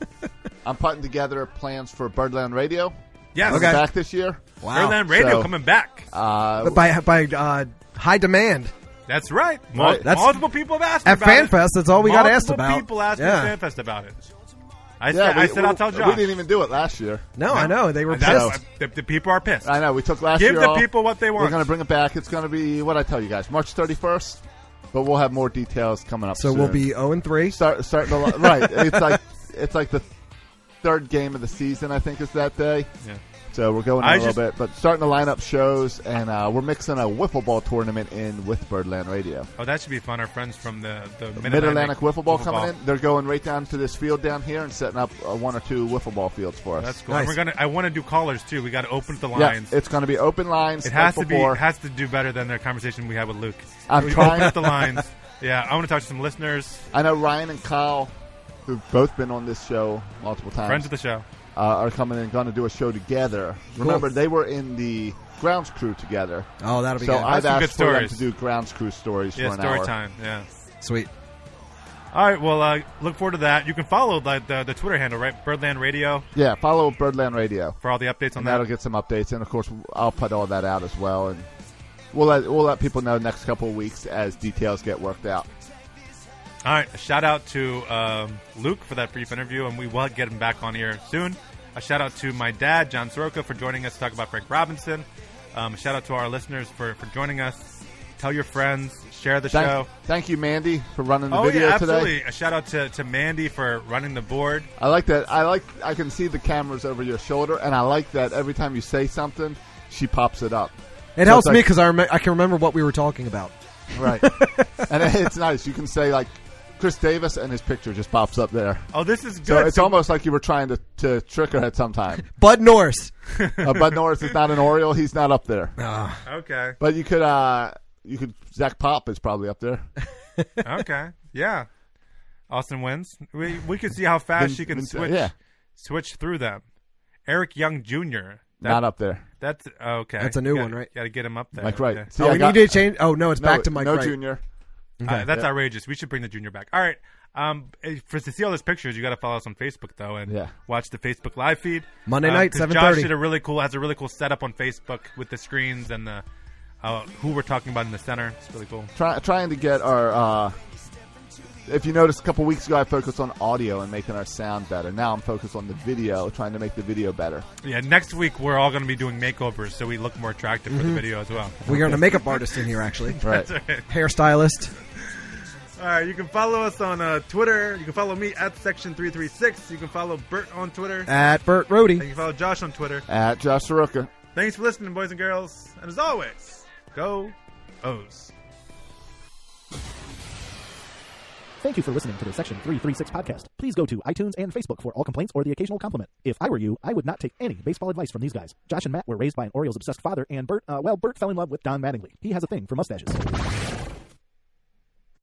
[SPEAKER 1] [LAUGHS] I'm putting together plans for Birdland Radio.
[SPEAKER 2] Yes.
[SPEAKER 1] It's
[SPEAKER 4] Okay.
[SPEAKER 1] back this year.
[SPEAKER 2] Birdland Radio
[SPEAKER 1] So-
[SPEAKER 2] coming back.
[SPEAKER 1] Uh,
[SPEAKER 4] But by by uh, high demand
[SPEAKER 2] That's right. Mul-
[SPEAKER 1] Right.
[SPEAKER 4] That's-
[SPEAKER 2] multiple people have asked
[SPEAKER 4] at
[SPEAKER 2] about it.
[SPEAKER 4] FanFest, that's all we got asked
[SPEAKER 2] Multiple
[SPEAKER 4] about.
[SPEAKER 2] people asked me
[SPEAKER 4] yeah.
[SPEAKER 2] at FanFest about it. I
[SPEAKER 1] yeah,
[SPEAKER 2] said,
[SPEAKER 1] we,
[SPEAKER 2] I said I'll tell
[SPEAKER 1] we-
[SPEAKER 2] Josh.
[SPEAKER 1] We didn't even do it last year.
[SPEAKER 4] No, I know they were
[SPEAKER 2] That's-
[SPEAKER 4] pissed.
[SPEAKER 2] the, the people are pissed.
[SPEAKER 1] I know we took last
[SPEAKER 2] Give
[SPEAKER 1] year.
[SPEAKER 2] the
[SPEAKER 1] off.
[SPEAKER 2] people what they
[SPEAKER 1] We're
[SPEAKER 2] want.
[SPEAKER 1] going to bring it back. It's going to be what I tell you guys, March 31st. But we'll have more details coming up.
[SPEAKER 4] So
[SPEAKER 1] soon.
[SPEAKER 4] we'll be 0 and 3.
[SPEAKER 1] start starting a lot. [LAUGHS] right. It's like it's like the third game of the season. I think is that day.
[SPEAKER 2] Yeah.
[SPEAKER 1] So uh, we're going in
[SPEAKER 2] I
[SPEAKER 1] a little bit,
[SPEAKER 2] just-
[SPEAKER 1] but starting to line up shows, and uh, we're mixing a wiffle ball tournament in with Birdland Radio.
[SPEAKER 2] oh, that should be fun. Our friends from the, the Mid-Atlantic,
[SPEAKER 1] Mid Atlantic wiffle ball coming in. They're going right down to this field down here and setting up uh, one or two wiffle ball fields for us.
[SPEAKER 2] That's cool.
[SPEAKER 4] Nice.
[SPEAKER 2] And we're gonna. I want to do callers too. We got to open up the
[SPEAKER 1] yeah,
[SPEAKER 2] lines.
[SPEAKER 1] it's going to be open lines.
[SPEAKER 2] it has
[SPEAKER 1] like
[SPEAKER 2] to be.
[SPEAKER 1] before.
[SPEAKER 2] It has to do better than the conversation we had with Luke.
[SPEAKER 1] I'm
[SPEAKER 2] we
[SPEAKER 1] trying.
[SPEAKER 2] open up the lines. Yeah, I want to talk to some listeners,
[SPEAKER 1] I know Ryan and Kyle, who've both been on this show multiple times,
[SPEAKER 2] friends of the show.
[SPEAKER 1] uh, are coming and going to do a show together. Remember, they were in the grounds crew together.
[SPEAKER 4] Oh, that'll be
[SPEAKER 1] So
[SPEAKER 4] good.
[SPEAKER 1] I've
[SPEAKER 2] some
[SPEAKER 1] asked
[SPEAKER 2] good
[SPEAKER 1] for them
[SPEAKER 2] stories.
[SPEAKER 1] to do grounds crew stories
[SPEAKER 2] Yeah,
[SPEAKER 1] for an
[SPEAKER 2] story
[SPEAKER 1] hour.
[SPEAKER 2] time. Yeah.
[SPEAKER 4] Sweet.
[SPEAKER 2] All right. Well, uh, look forward to that. You can follow the the, the Twitter handle, right? Birdland Radio
[SPEAKER 1] Yeah, follow Birdland Radio.
[SPEAKER 2] for all the updates on
[SPEAKER 1] and
[SPEAKER 2] that.
[SPEAKER 1] that'll get some updates. And of course, I'll put all that out as well, and we'll let we'll let people know next couple of weeks as details get worked out.
[SPEAKER 2] All right, a shout out to um, Luke for that brief interview, and we will get him back on here soon. A shout out to my dad, John Soroka, for joining us to talk about Frank Robinson. Um, a shout out to our listeners for, for joining us. Tell your friends, share the
[SPEAKER 1] Thank,
[SPEAKER 2] show.
[SPEAKER 1] thank you, Mandy, for running the
[SPEAKER 2] oh,
[SPEAKER 1] video
[SPEAKER 2] yeah, absolutely.
[SPEAKER 1] today.
[SPEAKER 2] A shout out to, to Mandy for running the board.
[SPEAKER 1] I like that. I like I can see the cameras over your shoulder, and I like that every time you say something, she pops it up.
[SPEAKER 4] It helps
[SPEAKER 1] it's
[SPEAKER 4] me
[SPEAKER 1] like- [LAUGHS]
[SPEAKER 4] 'cause me because I, rem- I can remember what we were talking about.
[SPEAKER 1] Right, and it's nice. You can say like. Chris Davis, and his picture just pops up there.
[SPEAKER 2] Oh, this is good.
[SPEAKER 1] So it's almost like you were trying to, to trick her at some
[SPEAKER 2] [LAUGHS]
[SPEAKER 1] time.
[SPEAKER 4] Bud Norris.
[SPEAKER 1] Uh, Bud Norris is not an Oriole; he's not up there.
[SPEAKER 2] okay.
[SPEAKER 1] But you could, uh, you could. Zach Pop is probably up there.
[SPEAKER 2] Okay. Yeah. Austin wins. We we can see how fast she can
[SPEAKER 1] Vin-
[SPEAKER 4] uh,
[SPEAKER 2] switch
[SPEAKER 1] yeah.
[SPEAKER 2] switch through them. Eric Young Jr.
[SPEAKER 1] not up there.
[SPEAKER 2] That's okay.
[SPEAKER 4] That's a new
[SPEAKER 2] You gotta-
[SPEAKER 4] one, right?
[SPEAKER 2] You got to get him up there.
[SPEAKER 1] Mike Wright.
[SPEAKER 4] [LAUGHS]
[SPEAKER 2] Okay.
[SPEAKER 1] See,
[SPEAKER 4] oh,
[SPEAKER 1] I
[SPEAKER 4] we
[SPEAKER 1] got-
[SPEAKER 4] need to change. Oh no, it's
[SPEAKER 1] no,
[SPEAKER 4] back to Mike
[SPEAKER 1] No
[SPEAKER 4] Wright.
[SPEAKER 1] junior.
[SPEAKER 2] All right, Uh, that's outrageous. We should bring the junior back. All right. Um, eh, for to see all those pictures, you got to follow us on Facebook though, and
[SPEAKER 1] Yeah.
[SPEAKER 2] watch the Facebook live feed
[SPEAKER 4] Monday
[SPEAKER 2] Um,
[SPEAKER 4] night,
[SPEAKER 2] 'cause
[SPEAKER 4] 7:30.
[SPEAKER 2] Josh did a really cool has a really cool setup on Facebook with the screens and the uh, who we're talking about in the center. It's really cool.
[SPEAKER 1] Try, trying to get our. Uh, if you noticed, a couple weeks ago, I focused on audio and making our sound better. Now I'm focused on the video, trying to make the video better.
[SPEAKER 2] Yeah, next week we're all going to be doing makeovers, so we look more attractive for
[SPEAKER 4] Mm-hmm.
[SPEAKER 2] the video as well.
[SPEAKER 4] We got a makeup artist in here actually.
[SPEAKER 1] Right.
[SPEAKER 4] Hairstylist.
[SPEAKER 2] All right, you can follow us on uh, Twitter. You can follow me at Section336. You can follow Bert on Twitter.
[SPEAKER 4] At Burt
[SPEAKER 2] And
[SPEAKER 4] Rohde.
[SPEAKER 2] you can follow Josh on Twitter.
[SPEAKER 1] At Josh Soroka.
[SPEAKER 2] Thanks for listening, boys and girls. And as always, go O's.
[SPEAKER 9] Thank you for listening to the Section 336 podcast. Please go to iTunes and Facebook for all complaints or the occasional compliment. If I were you, I would not take any baseball advice from these guys. Josh and Matt were raised by an Orioles obsessed father, and Bert, uh, well, Bert fell in love with Don Mattingly. He has a thing for mustaches.